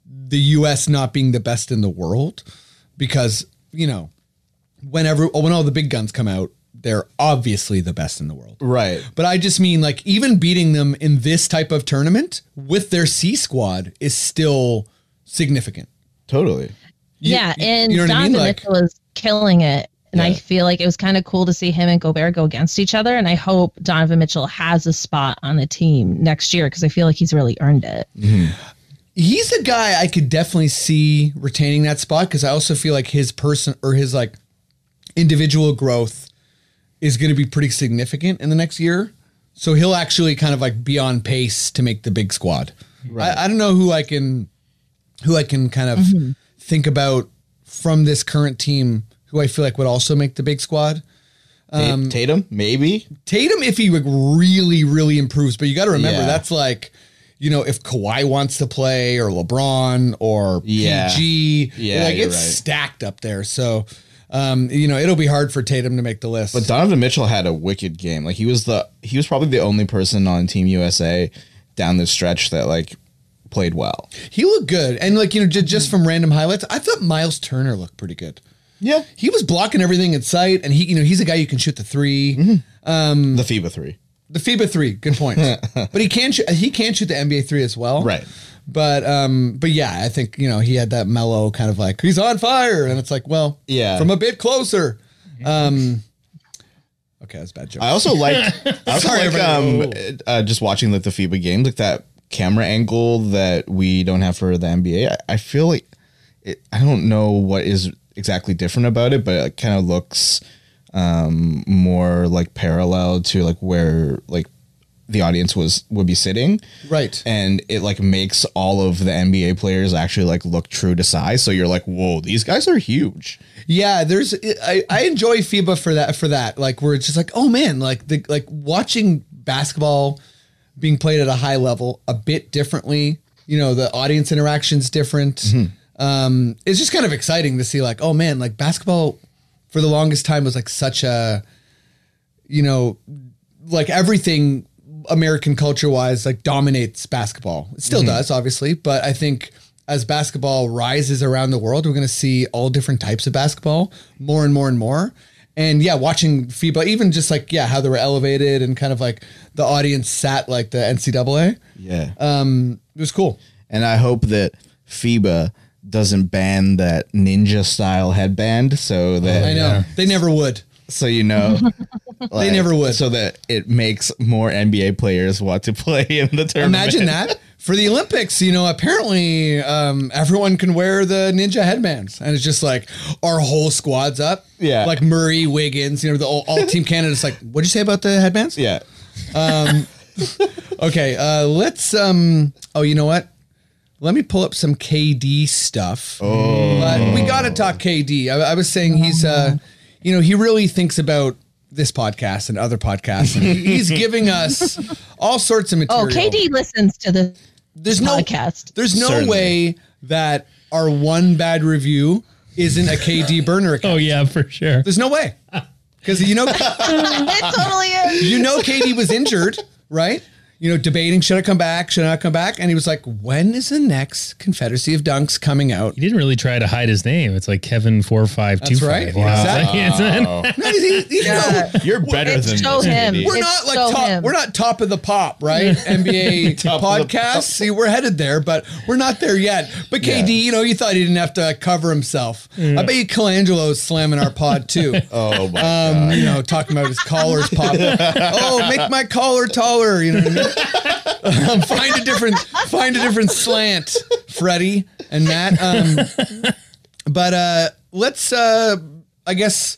Speaker 4: the US not being the best in the world because, you know, whenever when all the big guns come out, they're obviously the best in the world.
Speaker 5: Right.
Speaker 4: But I just mean like even beating them in this type of tournament with their C squad is still significant.
Speaker 5: Totally.
Speaker 6: yeah, and
Speaker 4: you know what I mean?
Speaker 6: Donovan
Speaker 4: Like-
Speaker 6: Mitchell was killing it And I
Speaker 5: Yeah.
Speaker 6: feel like it was kind of cool to see him and Gobert go against each other. And I hope Donovan Mitchell has a spot on the team next year because I feel like he's really earned it.
Speaker 4: he's a guy I could definitely see retaining that spot because I also feel like his person or his like individual growth is going to be pretty significant in the next year. So he'll actually kind of like be on pace to make the big squad. I, I don't know who I can who I can kind of think about from this current team who I feel like would also make the big squad. Um,
Speaker 5: Ta- Tatum, maybe.
Speaker 4: Tatum if he like really really improves, but you got to remember
Speaker 5: Yeah.
Speaker 4: that's like you know if Kawhi wants to play or LeBron or
Speaker 5: Yeah.
Speaker 4: PG,
Speaker 5: Yeah,
Speaker 4: like
Speaker 5: you're
Speaker 4: it's
Speaker 5: right.
Speaker 4: stacked up there. So um, you know it'll be hard for Tatum to make the list.
Speaker 5: But Donovan Mitchell had a wicked game. Like he was the he was probably the only person on Team USA down the stretch that like played well.
Speaker 4: he looked good, and like you know j- just from random highlights, I thought Miles Turner looked pretty good.
Speaker 5: Yeah,
Speaker 4: He was blocking everything in sight, and he you know he's a guy you can shoot the 3
Speaker 5: Mm-hmm. the FIBA three.
Speaker 4: the FIBA three. Good point, but he can shoot he can shoot the NBA three as well,
Speaker 5: Right.
Speaker 4: But um, but yeah, I think you know he had that mellow kind of like he's on fire, and it's like, well,
Speaker 5: Yeah.
Speaker 4: from a bit closer. Um, okay, that's a bad joke.
Speaker 5: I also liked. I also
Speaker 4: Sorry,
Speaker 5: like um,
Speaker 4: everybody.
Speaker 5: uh, just watching like the FIBA games, like that camera angle that we don't have for the NBA. I, I feel like it, I don't know what is exactly different about it, but it kind of looks um, more like parallel to like where like the audience was would be sitting
Speaker 4: right.
Speaker 5: and it like makes all of the nba players actually like look true to size so you're like whoa these guys are huge
Speaker 4: Yeah, there's I, I enjoy FIBA for that for that. Like where it's just like, oh man, like the like watching basketball being played at a high level a bit differently. You know, the audience interaction's different. Um, it's just kind of exciting to see like, oh man, like basketball for the longest time was like such a you know, like everything American culture wise, like dominates basketball. It still does, obviously, but I think as basketball rises around the world, we're going to see all different types of basketball more and more and more. And yeah, watching FIBA, even just like, yeah, how they were elevated and kind of like the audience sat like the NCAA,
Speaker 5: yeah
Speaker 4: it was cool.
Speaker 5: and I hope that FIBA doesn't ban that ninja style headband, so that
Speaker 4: Oh, I know. They never would.
Speaker 5: so you know like,
Speaker 4: never would.
Speaker 5: so that it makes more NBA players want to play in the tournament.
Speaker 4: Imagine that for the Olympics. You know, apparently um, everyone can wear the ninja headbands, and it's just like our whole squad's up.
Speaker 5: Yeah.
Speaker 4: like Murray, Wiggins. You know, the all, all Team Canada's like, what'd you say about the headbands?
Speaker 5: Yeah,
Speaker 4: Okay, uh, let's. um Oh, you know what? Let me pull up some KD stuff. Oh, but we gotta talk KD. I, I was saying he's, uh you know, he really thinks about this podcast and other podcasts. And he- he's giving us all sorts of
Speaker 6: Oh,
Speaker 4: material.
Speaker 6: KD listens to the
Speaker 4: there's no
Speaker 6: podcast.
Speaker 4: There's no
Speaker 5: Certainly.
Speaker 4: way that our one bad review isn't a KD burner account.
Speaker 3: Oh yeah, for sure.
Speaker 4: There's no way because you know
Speaker 6: it totally is.
Speaker 4: you know KD was injured, right? You know, debating should I come back, should I not come back, and he was like, "When is the next Confederacy of Dunks coming out?"
Speaker 3: He didn't really try to hide his name. It's like Kevin four five two
Speaker 4: right.
Speaker 3: five. you know? It's like- it's-
Speaker 4: No, he- he- you know,
Speaker 5: you're better
Speaker 6: It's
Speaker 5: than
Speaker 6: so
Speaker 5: this,
Speaker 6: him.
Speaker 5: KD.
Speaker 4: we're
Speaker 6: It's
Speaker 4: not like
Speaker 6: so
Speaker 4: top.
Speaker 6: him.
Speaker 4: We're not top of the pop, right? NBA
Speaker 5: of the
Speaker 4: podcast. See, we're headed there, but we're not there yet. But KD, you know, you thought he didn't have to cover himself. I bet you Colangelo's slamming our pod too.
Speaker 5: Oh my
Speaker 4: um, you know, talking about his collars pop. oh, make my collar taller. You know, what I mean? um, find a different, find a different slant, Freddie and Matt. Um, but uh, let's, uh, I guess.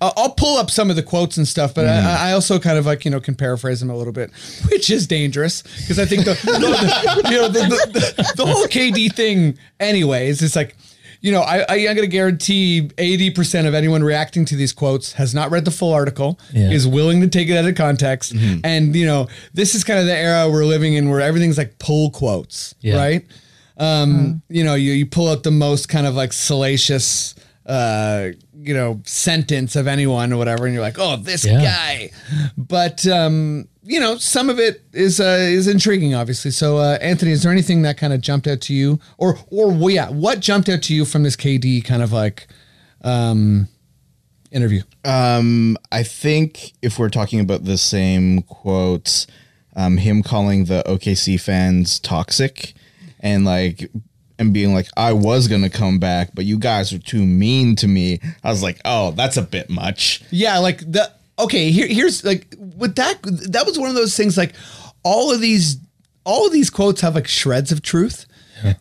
Speaker 4: I- I'll pull up some of the quotes and stuff, but
Speaker 3: Mm-hmm.
Speaker 4: I, I also kind of like you know can paraphrase them a little bit, which is dangerous because I think the, the, you know, the, the, the whole KD thing, anyways, it's like you know, I, I I'm gonna guarantee 80% of anyone reacting to these quotes has not read the full article,
Speaker 3: Yeah. Mm-hmm.
Speaker 4: is willing to take it out of context. And you know, this is kind of the era we're living in where everything's like pull quotes,
Speaker 3: Yeah.
Speaker 4: right? Um, you know, you, you pull out the most kind of like salacious uh, you know, sentence of anyone or whatever, and you're like, oh, this
Speaker 3: Yeah.
Speaker 4: guy. But um, you know, some of it is uh, is intriguing, obviously. So, uh, Anthony, is there anything that kind of jumped out to you, or or well, yeah, what jumped out to you from this KD kind of like um, interview?
Speaker 5: I think if we're talking about the same quotes, um, him calling the OKC fans toxic and like and being like, I was gonna come back, but you guys were too mean to me. I was like, oh, that's a bit much.
Speaker 4: Yeah, like the okay. Here, here's like with that. That was one of those things. Like all of these, all of these quotes have like shreds of truth,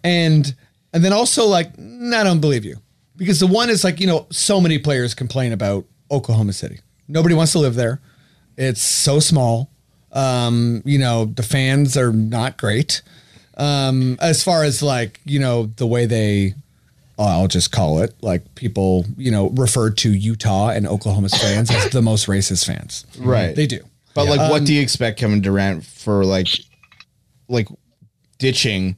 Speaker 4: and and then also like "Mm, I don't believe you because the one is like you know so many players complain about Oklahoma City. Nobody wants to live there. It's so small. Um, you know the fans are not great. Um, as far as like you know the way they oh, I'll just call it like people, you know, refer to Utah and Oklahoma's fans as the most racist fans.
Speaker 5: Right.
Speaker 4: They do.
Speaker 5: But like,
Speaker 4: Um,
Speaker 5: what do you expect Kevin Durant for like, like ditching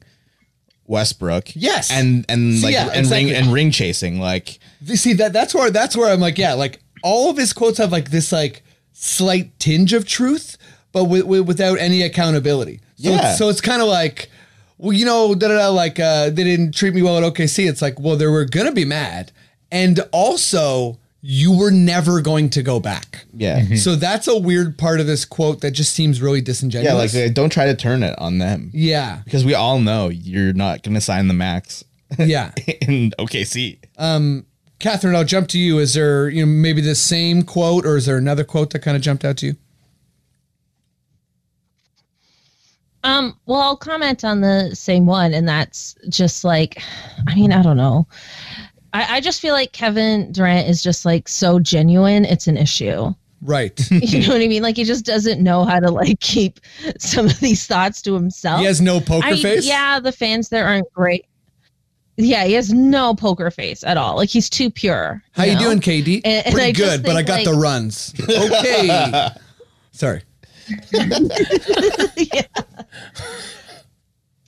Speaker 5: Westbrook?
Speaker 4: Yes.
Speaker 5: and and
Speaker 4: So,
Speaker 5: like
Speaker 4: yeah,
Speaker 5: and
Speaker 4: exactly.
Speaker 5: ring and ring chasing. Like,
Speaker 4: See that that's where that's where I'm like, yeah, like all of his quotes have like this like slight tinge of truth, but wi- wi- without any accountability. So
Speaker 5: Yeah.
Speaker 4: it's, so it's kind of like, well, you know, da da da. Like uh, they didn't treat me well at OKC. It's like, well, they were gonna be mad, and also you were never going to go back.
Speaker 5: yeah,
Speaker 4: So that's a weird part of this quote that just seems really
Speaker 5: yeah. Like,
Speaker 4: disingenuous.
Speaker 5: uh, don't try to turn it on them
Speaker 4: yeah,
Speaker 5: because we all know you're not gonna sign the max
Speaker 4: yeah.
Speaker 5: in OKC.
Speaker 4: Catherine, I'll jump to you. Is there you know maybe the same quote, or is there another quote that kind of jumped out to you?
Speaker 6: Um, well, I'll comment on the same one, and that's just like, I mean, I don't know. I, I just feel like Kevin Durant is just like so genuine, it's an issue.
Speaker 4: Right.
Speaker 6: You know what I mean? Like he just doesn't know how to like keep some of these thoughts to himself.
Speaker 4: He has no poker
Speaker 6: I-
Speaker 4: face.
Speaker 6: Yeah, the fans there aren't great. Yeah, he has no poker face at all. Like he's too pure.
Speaker 4: How you
Speaker 6: know?
Speaker 4: doing, KD?
Speaker 6: And- and
Speaker 4: Pretty
Speaker 6: I just
Speaker 4: good, but I
Speaker 6: think,
Speaker 4: got
Speaker 6: like-
Speaker 4: the runs. Okay. Sorry.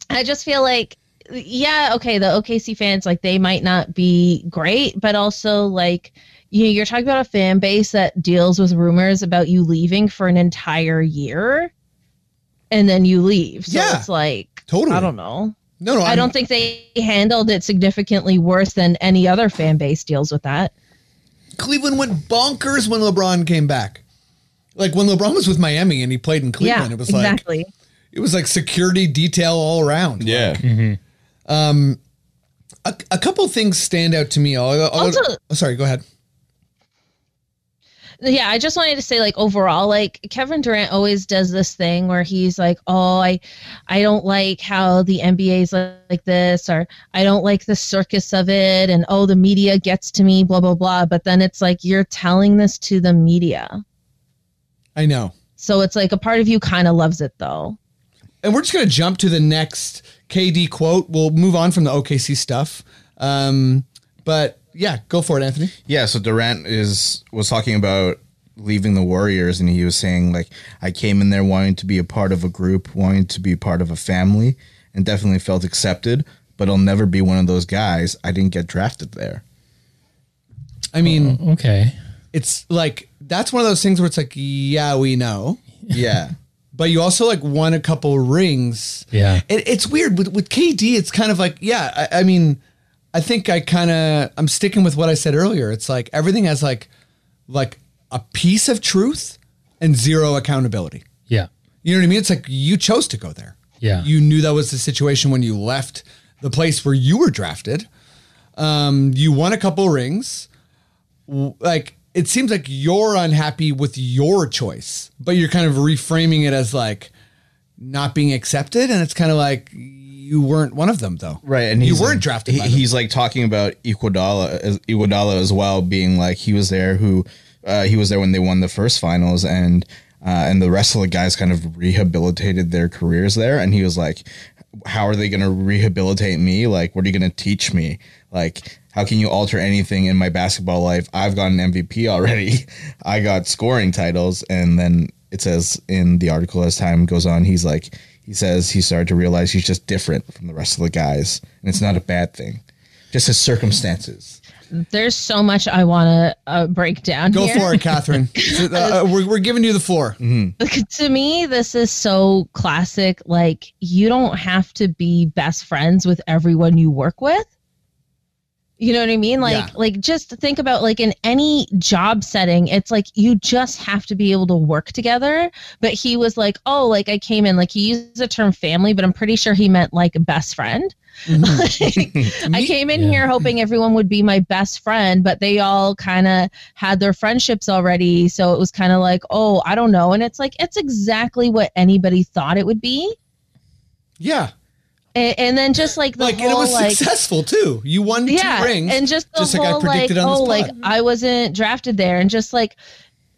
Speaker 6: I just feel like, yeah, okay, the OKC fans, like, they might not be great, but also, like, you know, you're talking about a fan base that deals with rumors about you leaving for an entire year and then you leave. So
Speaker 4: Yeah.
Speaker 6: it's like,
Speaker 4: Totally.
Speaker 6: I don't know.
Speaker 4: No, no,
Speaker 6: I don't think they handled it significantly worse than any other fan base deals with that.
Speaker 4: Cleveland went bonkers when LeBron came back. Like when LeBron was with Miami and he played in Cleveland,
Speaker 6: yeah,
Speaker 4: it was like
Speaker 6: exactly.
Speaker 4: it was like security detail all around.
Speaker 5: Yeah,
Speaker 4: A, a couple things stand out to me. I'll, I'll-
Speaker 6: Also-
Speaker 4: oh, sorry, go ahead.
Speaker 6: yeah, I just wanted to say like overall, like Kevin Durant always does this thing where he's like, "Oh, I, I don't like how the NBA's like, like this, or I don't like the circus of it, and oh, the media gets to me, blah blah blah." But then it's like you're telling this to the media,
Speaker 4: I know.
Speaker 6: so it's like a part of you kind of loves it though.
Speaker 4: and we're just going to jump to the next KD quote. We'll move on from the OKC stuff. Um, but yeah, go for it, Anthony.
Speaker 5: Yeah, so Durant is was talking about leaving the Warriors, and he was saying like, I came in there wanting to be a part of a group, wanting to be part of a family, and definitely felt accepted. But I'll never be one of those guys. I didn't get drafted there.
Speaker 4: I mean,
Speaker 3: Okay.
Speaker 4: it's like that's one of those things where it's like, yeah, we know,
Speaker 5: Yeah,
Speaker 4: but you also like won a couple rings.
Speaker 3: Yeah.
Speaker 4: it, it's weird with with KD. It's kind of like, yeah, I, I mean, I think I kind of I'm sticking with what I said earlier. It's like everything has like like a piece of truth and zero accountability.
Speaker 3: Yeah.
Speaker 4: You know what I mean? It's like you chose to go there.
Speaker 3: Yeah.
Speaker 4: You knew that was the situation when you left the place where you were drafted. Um, you won a couple rings. W- Like it seems like you're unhappy with your choice, but you're kind of reframing it as like not being accepted, and it's kind of like you weren't one of them though,
Speaker 5: right. And
Speaker 4: you
Speaker 5: he's-
Speaker 4: weren't drafted.
Speaker 5: he-
Speaker 4: by them.
Speaker 5: he's like talking about Iguodala, as- Iguodala as well, being like he was there who, uh, he was there when they won the first finals, and uh, and the rest of the guys kind of rehabilitated their careers there, and he was like, how are they going to rehabilitate me? Like, what are you going to teach me? Like, how can you alter anything in my basketball life? I've got an MVP already. I got scoring titles, and then it says in the article as time goes on, he's like. He says he started to realize he's just different from the rest of the guys, and it's not a bad thing. Just his circumstances.
Speaker 6: There's so much I want to uh, break down.
Speaker 4: Go
Speaker 6: here.
Speaker 4: for it, Catherine. So, uh, we're, we're giving you the floor.
Speaker 5: Mm-hmm.
Speaker 6: Like, to me this is so classic like you don't have to be best friends with everyone you work with You know what I mean? Like
Speaker 4: Yeah.
Speaker 6: like just think about like in any job setting, it's like you just have to be able to work together. But he was like, "Oh, like I came in like he used the term family, but I'm pretty sure he meant like best friend." Like, I came in
Speaker 3: Yeah.
Speaker 6: here hoping everyone would be my best friend, but they all kind of had their friendships already, so it was kind of like, "Oh, I don't know." And it's like it's exactly what anybody thought it would be.
Speaker 4: Yeah.
Speaker 6: And, and then just like the
Speaker 4: Like,
Speaker 6: whole
Speaker 4: and it was
Speaker 6: like
Speaker 4: successful too. You won
Speaker 6: yeah,
Speaker 4: two rings.
Speaker 6: and just the
Speaker 4: just like I
Speaker 6: whole like,
Speaker 4: predicted on this
Speaker 6: oh, like
Speaker 4: pod.
Speaker 6: I wasn't drafted there, and just like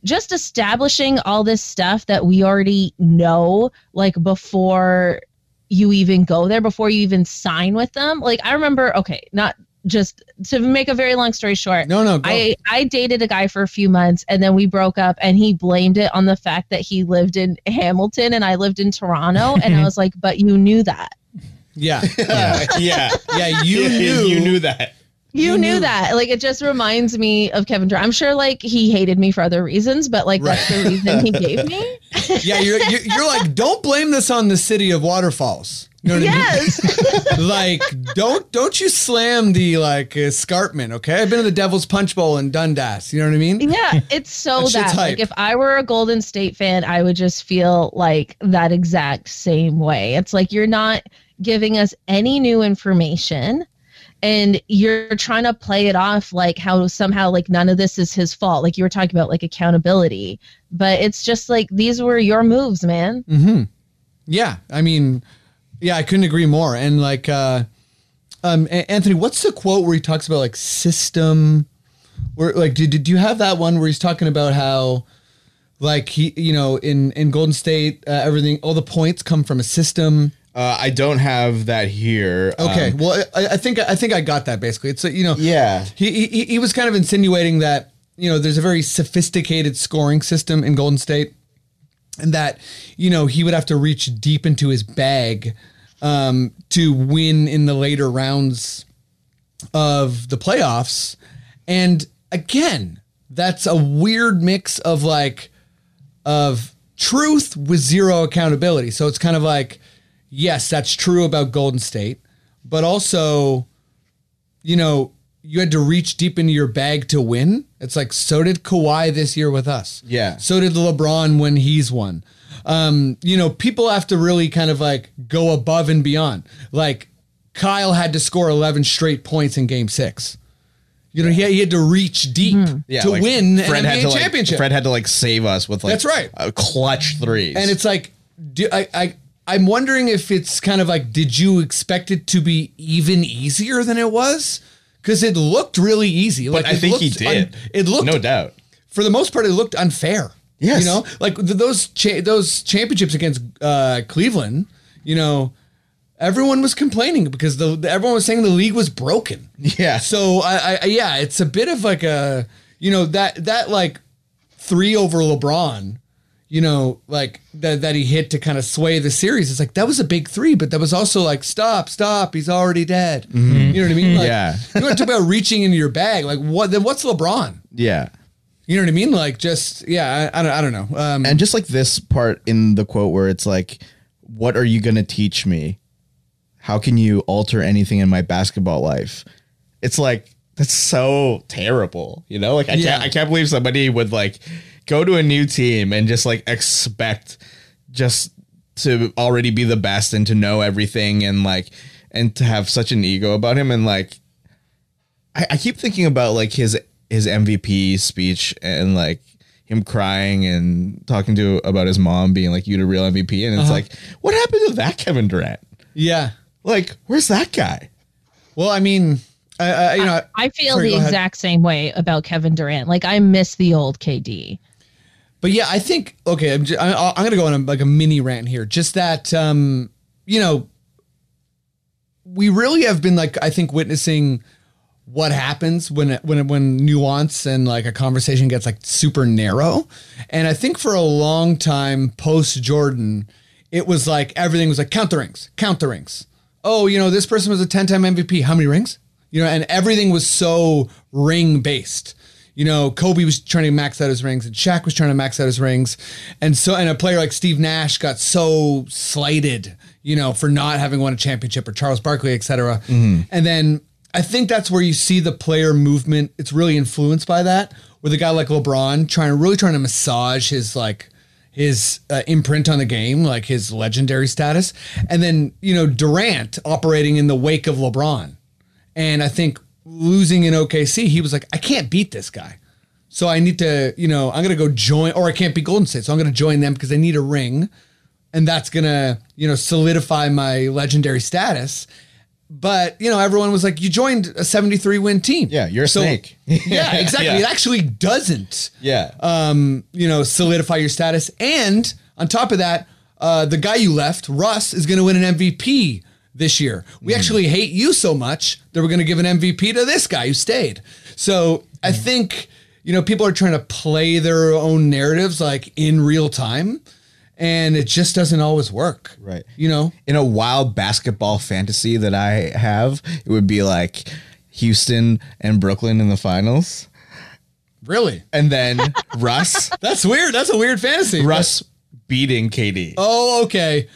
Speaker 6: just establishing all this stuff that we already know, like before you even go there, before you even sign with them. Like I remember, okay, not just to make a very long story short.
Speaker 4: no, no, go.
Speaker 6: I, I dated a guy for a few months and then we broke up and he blamed it on the fact that he lived in Hamilton and I lived in Toronto and I was like but you knew that
Speaker 4: yeah.
Speaker 5: yeah, yeah,
Speaker 4: Yeah, you knew.
Speaker 5: you knew that.
Speaker 6: You
Speaker 4: You
Speaker 6: knew
Speaker 4: knew.
Speaker 6: that. Like it just reminds me of Kevin Durant. I'm sure like he hated me for other reasons, but like that's the reason he gave me.
Speaker 4: Yeah, you're, you're, you're like, don't blame this on the city of waterfalls. You know what
Speaker 6: yes.
Speaker 4: I mean? Like, don't don't you slam the like escarpment, okay? I've been to the Devil's Punch Bowl in Dundas. You know what I mean?
Speaker 6: Yeah. It's so
Speaker 4: That shit's
Speaker 6: that,
Speaker 4: hype.
Speaker 6: like if I were a Golden State fan, I would just feel like that exact same way. It's like you're not giving us any new information and you're trying to play it off like how somehow like none of this is his fault. Like you were talking about like accountability. But it's just like these were your moves, man.
Speaker 4: Yeah, I mean, yeah, I couldn't agree more. And like, uh, um, A- Anthony, what's the quote where he talks about like system? Where like, did did you have that one where he's talking about how, like he, you know, in in Golden State, uh, everything, all the points come from a system.
Speaker 5: Uh, I don't have that here.
Speaker 4: Okay,
Speaker 5: Um,
Speaker 4: well, I, I think I think I got that basically. It's uh, you know,
Speaker 5: yeah.
Speaker 4: he, he he was kind of insinuating that you know there's a very sophisticated scoring system in Golden State, and that you know he would have to reach deep into his bag um, to win in the later rounds of the playoffs, and again, that's a weird mix of like of truth with zero accountability. So it's kind of like, yes, that's true about Golden State, but also, you know, you had to reach deep into your bag to win. It's like so did Kawhi this year with us.
Speaker 5: Yeah.
Speaker 4: So did LeBron when he's won. Um, you know, people have to really kind of like go above and beyond. Like Kyle had to score 11 straight points in game 6. You know, he had, he had to reach deep
Speaker 5: Yeah,
Speaker 4: to
Speaker 5: like,
Speaker 4: win an NBA
Speaker 5: had to, like-
Speaker 4: championship.
Speaker 5: Fred had to like save us with like
Speaker 4: That's right.
Speaker 5: a clutch threes.
Speaker 4: And it's like, do, I, I, I'm wondering if it's kind of like, did you expect it to be even easier than it was? Because it looked really easy.
Speaker 5: but I
Speaker 4: it
Speaker 5: think he
Speaker 4: looked
Speaker 5: did.
Speaker 4: un- it looked,
Speaker 5: no doubt.
Speaker 4: for the most part, it looked unfair.
Speaker 5: Yes.
Speaker 4: you know, like th- those cha- those championships against uh, Cleveland. You know, everyone was complaining because the, the- everyone was saying the league was broken.
Speaker 5: Yeah.
Speaker 4: So I, I- I yeah, it's a bit of like a you know that that like three over LeBron, you know, like that that he hit to kind of sway the series. It's like that was a big three, but that was also like stop, stop, he's already dead. You know what I mean?
Speaker 5: Mm-hmm.
Speaker 4: Like,
Speaker 5: Yeah.
Speaker 4: you want to talk about reaching into your bag? Like what? Then what's LeBron?
Speaker 5: Yeah.
Speaker 4: You know what I mean? Like just yeah, I, I don't I don't know. Um,
Speaker 5: And just like this part in the quote where it's like, what are you going to teach me? How can you alter anything in my basketball life? It's like, that's so terrible. You know, like I
Speaker 4: Yeah.
Speaker 5: can't, I can't believe somebody would like go to a new team and just like expect just to already be the best and to know everything and like, and to have such an ego about him. And like, I, I keep thinking about like his his MVP speech and like him crying and talking to about his mom being like you the real MVP and it's like what happened to that Kevin Durant?
Speaker 4: yeah.
Speaker 5: Like where's that guy?
Speaker 4: Well, I mean, I, I you know,
Speaker 6: I feel
Speaker 4: Sorry,
Speaker 6: the
Speaker 4: go ahead.
Speaker 6: exact same way about Kevin Durant. Like I miss the old KD.
Speaker 4: but yeah, I think okay. I'm just, I, I'm gonna go on a, like a mini rant here. Just that, um, you know, we really have been like I think witnessing what happens when it, when when nuance and like a conversation gets like super narrow, and I think for a long time post Jordan, it was like everything was like count the rings, count the rings. Oh, you know this person was a ten time MVP. How many rings? You know, and everything was so ring based. You know, Kobe was trying to max out his rings, and Shaq was trying to max out his rings, and so and a player like Steve Nash got so slighted, you know, for not having won a championship, or Charles Barkley, et cetera. And then I think that's where you see the player movement. It's really influenced by that. With a guy like LeBron trying to really trying to massage his like his uh, imprint on the game, like his legendary status, and then you know Durant operating in the wake of LeBron, and I think losing in OKC, he was like, I can't beat this guy, so I need to you know I'm gonna go join, or I can't be Golden State, so I'm gonna join them because I need a ring, and that's gonna you know solidify my legendary status. But you know, everyone was like, "You joined a 73 win team."
Speaker 5: Yeah, you're a
Speaker 4: So-
Speaker 5: snake.
Speaker 4: yeah, exactly. It actually doesn't
Speaker 5: yeah.
Speaker 4: you know, solidify your status. And on top of that, uh, the guy you left, Russ, is going to win an MVP this year.
Speaker 5: Hmm.
Speaker 4: We actually hate you so much that we're going to give an MVP to this guy who stayed. So I
Speaker 5: Hmm.
Speaker 4: think, you know, people are trying to play their own narratives like in real time. And it just doesn't always work.
Speaker 5: Right.
Speaker 4: You know?
Speaker 5: in a wild basketball fantasy that I have, it would be like Houston and Brooklyn in the finals,
Speaker 4: Really?
Speaker 5: and then Russ,
Speaker 4: That's weird. That's a weird fantasy.
Speaker 5: Russ beating KD.
Speaker 4: Oh, okay.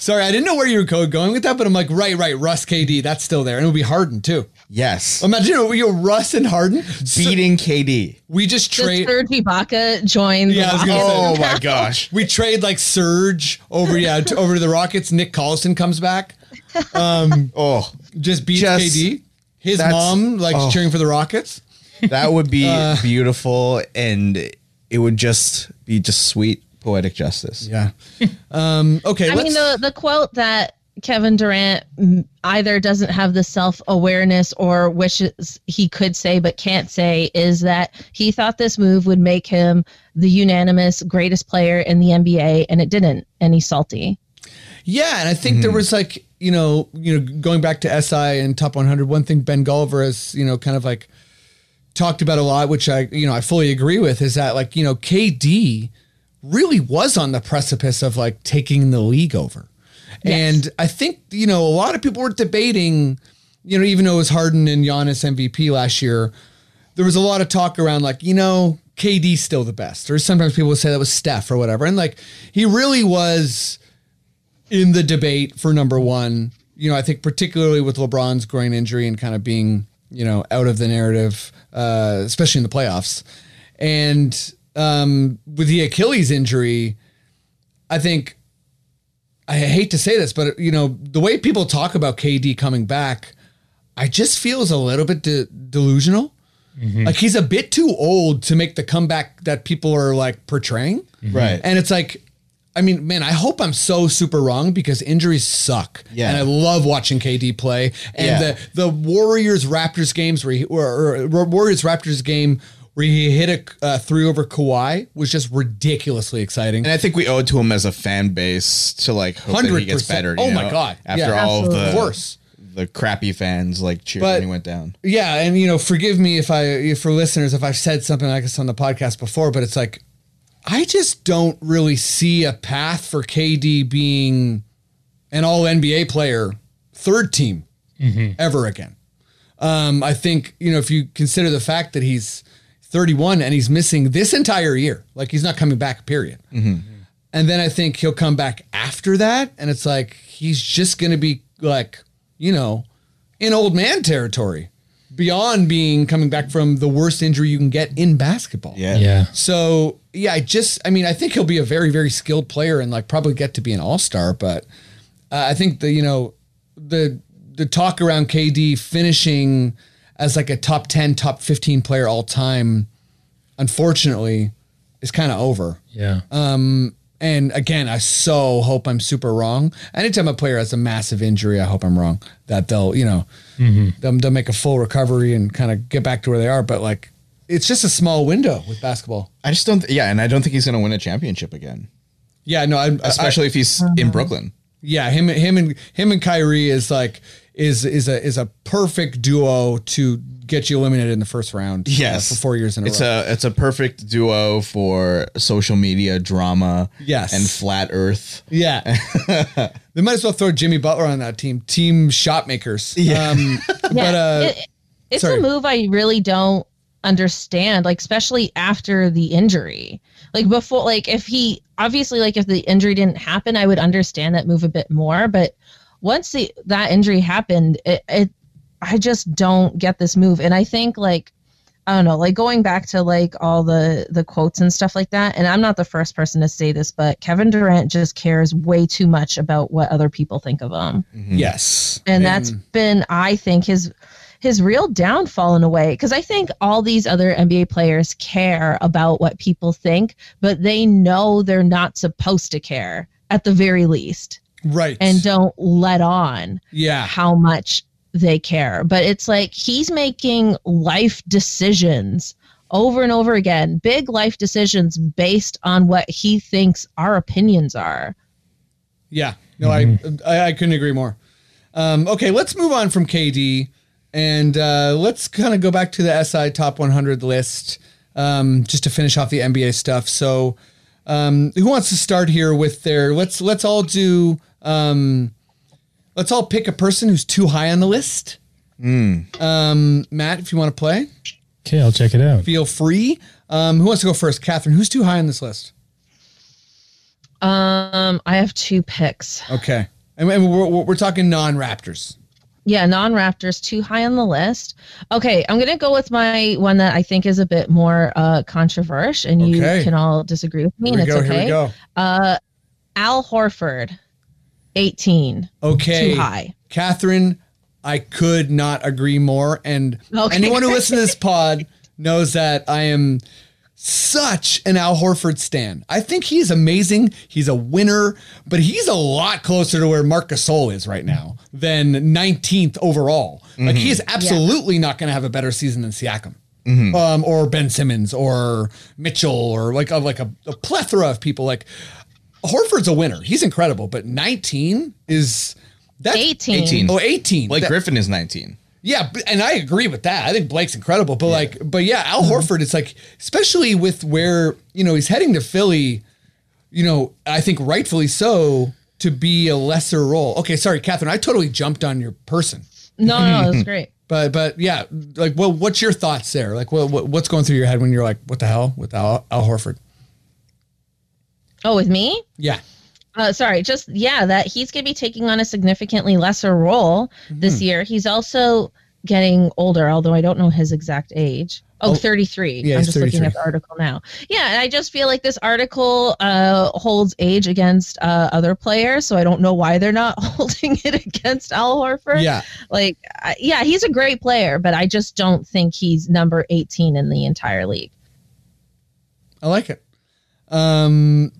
Speaker 4: Sorry, I didn't know where you were go- going with that, but I'm like, right, right, Russ KD, that's still there. And it'll be Harden too.
Speaker 5: Yes,
Speaker 4: Imagine it, you're Russ and Harden. Um, So
Speaker 5: beating KD.
Speaker 4: we just
Speaker 6: Does
Speaker 4: trade.
Speaker 6: Serge Ibaka join
Speaker 4: Yeah, I was
Speaker 6: the
Speaker 4: gonna
Speaker 6: Rockets?
Speaker 4: say.
Speaker 5: Oh my gosh.
Speaker 4: We trade like Surge over yeah to, over to the Rockets. Nick Collison comes back,
Speaker 5: Oh,
Speaker 4: just beats
Speaker 5: Just-
Speaker 4: KD. His
Speaker 5: that's-
Speaker 4: mom like
Speaker 5: oh.
Speaker 4: cheering for the Rockets.
Speaker 5: that would be
Speaker 4: Uh.
Speaker 5: beautiful, and it would just be just sweet poetic justice.
Speaker 4: Yeah. um. Okay.
Speaker 6: I
Speaker 4: let's,
Speaker 6: mean, the the quote that Kevin Durant mm, either doesn't have the self awareness or wishes he could say but can't say is that he thought this move would make him the unanimous greatest player in the NBA, and it didn't, and he's salty.
Speaker 4: Yeah, and I think there was like you know you know going back to SI and top 100, one thing Ben Gulliver has you know kind of like talked about a lot, which I you know I fully agree with, is that like you know KD really was on the precipice of like taking the league over, and I think you know a lot of people were debating, you know even though it was Harden and Giannis MVP last year, there was a lot of talk around like you know KD's still the best, or sometimes people would say that was Steph or whatever, and like he really was in the debate for number one. You know, I think particularly with LeBron's groin injury and kind of being, you know, out of the narrative, uh, especially in the playoffs. And um, with the Achilles injury, I think I hate to say this, but you know, the way people talk about KD coming back, I just feel is a little bit de- delusional. Like he's a bit too old to make the comeback that people are like portraying.
Speaker 5: Right.
Speaker 4: And it's like, I mean, man, I hope I'm so super wrong because injuries suck.
Speaker 5: Yeah.
Speaker 4: And I love watching KD play. And
Speaker 5: Yeah.
Speaker 4: the the Warriors Raptors games where he, or, or Warriors Raptors game where he hit a uh, three over Kawhi was just ridiculously exciting.
Speaker 5: And I think we owe it to him as a fan base to like hope that he gets
Speaker 4: 100%.
Speaker 5: better. you
Speaker 4: Oh my
Speaker 5: know,
Speaker 4: God.
Speaker 5: After
Speaker 4: Yeah.
Speaker 5: all of the
Speaker 4: Of course.
Speaker 5: the crappy fans like cheered
Speaker 4: But-
Speaker 5: when he went down.
Speaker 4: yeah and you know forgive me if i if for listeners if i've said something like this on the podcast before but it's like i just don't really see a path for kd being an all nba player third team ever again um, i think you know if you consider the fact that he's 31 and he's missing this entire year like he's not coming back period and then I think he'll come back after that, and it's like he's just going to be like, you know, in old man territory, beyond being coming back from the worst injury you can get in basketball.
Speaker 3: Yeah.
Speaker 4: So yeah, I just, I mean, I think he'll be a very, very skilled player and like probably get to be an all star. But uh, I think the you know the the talk around KD finishing as like a top ten, top fifteen player all time, unfortunately, is kind of over.
Speaker 3: Yeah.
Speaker 4: And again, I so hope I'm super wrong. Anytime a player has a massive injury, I hope I'm wrong that they'll, you know, they'll, they'll make a full recovery and kind of get back to where they are. But like, it's just a small window with basketball.
Speaker 5: I just don't. yeah, and I don't think he's gonna win a championship again,
Speaker 4: Yeah, no, I, I,
Speaker 5: especially if he's in Brooklyn.
Speaker 4: yeah, him, him, and him and Kyrie is like is is a is a perfect duo to get you eliminated in the first round. uh,
Speaker 5: Yes,
Speaker 4: for four years in a
Speaker 5: it's
Speaker 4: row.
Speaker 5: a it's a perfect duo for social media drama.
Speaker 4: Yes.
Speaker 5: and flat Earth.
Speaker 4: yeah, they might as well throw Jimmy Butler on that team. Team shot makers. Yeah, um, but uh,
Speaker 6: It- it's
Speaker 4: sorry.
Speaker 6: a move I really don't understand, like especially after the injury. Like before, like if he obviously like if the injury didn't happen, I would understand that move a bit more. But once the, that injury happened, it, it I just don't get this move. And I think like I don't know, like going back to like all the the quotes and stuff like that. And I'm not the first person to say this, but Kevin Durant just cares way too much about what other people think of him.
Speaker 4: Yes.
Speaker 6: And that's been I think his his real downfall in a way because I think all these other NBA players care about what people think, but they know they're not supposed to care at the very least
Speaker 4: right.
Speaker 6: and uh, don't let on
Speaker 4: yeah.
Speaker 6: how much they care. But it's like he's making life decisions over and over again, big life decisions based on what he thinks our opinions are.
Speaker 4: Yeah. No, I, I I couldn't agree more. Um, okay, let's move on from KD and uh, let's kind of go back to the SI top 100 list um, just to finish off the NBA stuff. So, um, who wants to start here with their? Let's let's all do. Um, let's all pick a person who's too high on the list. Um, Matt, if you want to play,
Speaker 3: Okay, I'll check it out.
Speaker 4: feel free. Um, who wants to go first? Catherine, who's too high on this list?
Speaker 6: Um, I have two picks.
Speaker 4: Okay, and, and we're, we're talking non-Raptors.
Speaker 6: Yeah, non Raptors too high on the list. Okay, I'm gonna go with my one that I think is a bit more uh, controversial, and you
Speaker 4: Okay.
Speaker 6: can all disagree with me,
Speaker 4: Here we
Speaker 6: and it's
Speaker 4: go.
Speaker 6: okay.
Speaker 4: Here we go.
Speaker 6: Al Horford, 18,
Speaker 4: Okay.
Speaker 6: too high.
Speaker 4: Catherine, I could not agree more. And
Speaker 6: Okay.
Speaker 4: anyone who listens to this pod knows that I am such an Al Horford stan. I think he's amazing. He's a winner, but he's a lot closer to where Marc Gasol is right now than 19th overall. Like he is absolutely not going to have a better season than Siakam. Um, or Ben Simmons or Mitchell or like a, like a, a plethora of people like Horford's a winner. He's incredible, but 19 is that's
Speaker 6: 18.
Speaker 5: 18.
Speaker 4: Oh, 18.
Speaker 5: Blake
Speaker 4: That-
Speaker 5: Griffin is 19.
Speaker 4: yeah, b- and I agree with that. I think Blake's incredible, but like, but yeah, Al Horford. It's like, especially with where you know he's heading to Philly. You know, I think rightfully so to be a lesser role. Okay, sorry, Catherine, I totally jumped on your person,
Speaker 6: No, no, that's great.
Speaker 4: but but yeah, like, well, what's your thoughts there? Like, what, what what's going through your head when you're like, what the hell with Al, Al Horford?
Speaker 6: Oh, with me?
Speaker 4: Yeah,
Speaker 6: Uh, sorry, just yeah, that he's going to be taking on a significantly lesser role
Speaker 4: Hmm.
Speaker 6: this year. He's also getting older, although I don't know his exact age. Oh, 33.
Speaker 4: Yeah,
Speaker 6: I'm
Speaker 4: he's
Speaker 6: just looking
Speaker 4: 33.
Speaker 6: at the article now. Yeah, and I just feel like this article uh, holds age against uh, other players, so I don't know why they're not holding it against Al Horford.
Speaker 4: yeah,
Speaker 6: Like, I, yeah, he's a great player, but I just don't think he's number 18 in the entire league.
Speaker 4: I like it. Um,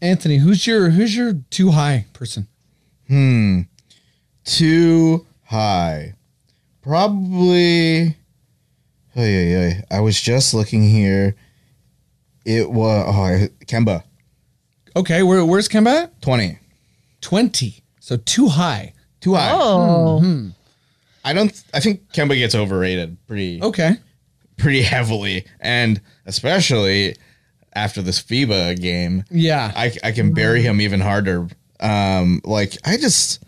Speaker 4: Anthony, who's your who's your too high person?
Speaker 5: Hmm. too high. Probably. Oh yeah, yeah. I was just looking here. It was oh, I- Kemba
Speaker 4: Okay, where, where's Kemba? at?
Speaker 5: twenty.
Speaker 4: 20. So too high.
Speaker 5: Too
Speaker 4: Hmm.
Speaker 5: high.
Speaker 6: Oh,
Speaker 5: I don't. I think Kemba gets overrated pretty
Speaker 4: Okay.
Speaker 5: pretty heavily, and especially after this FIBA game,
Speaker 4: Yeah.
Speaker 5: I I can bury him even harder. Um, like I just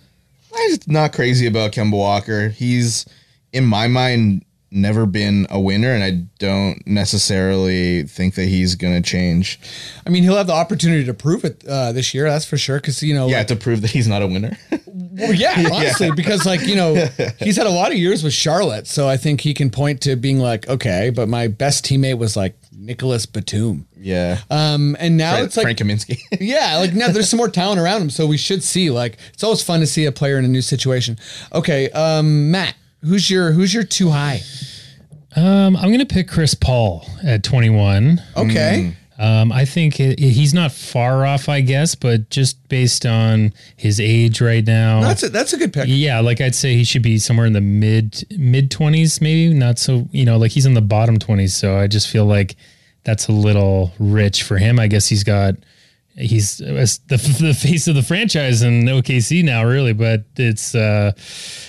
Speaker 5: I'm just not crazy about Kemba Walker. He's in my mind never been a winner, and I don't necessarily think that he's gonna change.
Speaker 4: I mean, he'll have the opportunity to prove it uh, this year. That's for sure. Because you know,
Speaker 5: Yeah,
Speaker 4: like-
Speaker 5: to prove that he's not a winner.
Speaker 4: well, yeah, honestly, because like you know, he's had a lot of years with Charlotte, so I think he can point to being like, okay, but my best teammate was like Nicholas Batum,
Speaker 5: yeah,
Speaker 4: um, and now
Speaker 5: Frank,
Speaker 4: it's like
Speaker 5: Frank Kaminsky.
Speaker 4: yeah, like now there's some more talent around him, so we should see. Like it's always fun to see a player in a new situation. Okay, um, Matt, who's your who's your too high?
Speaker 3: Um, I'm gonna pick Chris Paul at 21.
Speaker 4: Okay,
Speaker 3: Um, I think it, he's not far off, I guess, but just based on his age right now,
Speaker 4: that's a, that's a good pick.
Speaker 3: yeah, like I'd say he should be somewhere in the mid mid 20s, maybe not so you know, like he's in the bottom 20s. So I just feel like that's a little rich for him. I guess he's got he's uh, the, the face of the franchise in OKC now, really. But it's uh,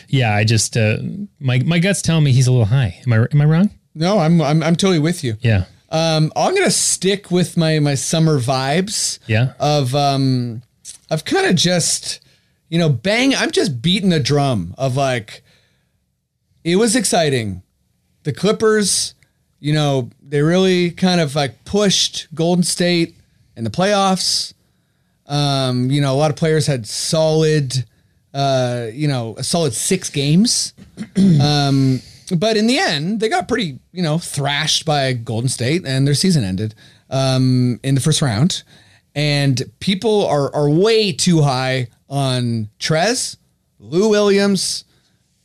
Speaker 3: yeah, I just uh, my my guts tell me he's a little high. Am I am I wrong?
Speaker 4: No, I'm I'm, I'm totally with you.
Speaker 3: Yeah,
Speaker 4: Um, I'm gonna stick with my my summer vibes
Speaker 3: yeah.
Speaker 4: of um of kind of just you know bang. I'm just beating the drum of like it was exciting. The Clippers, you know, they really kind of like pushed Golden State in the playoffs. Um, you know, a lot of players had solid uh, you know, a solid six games. um, but in the end, they got pretty, you know, thrashed by Golden State, and their season ended um, in the first round. And people are are way too high on Trez, Lou Williams,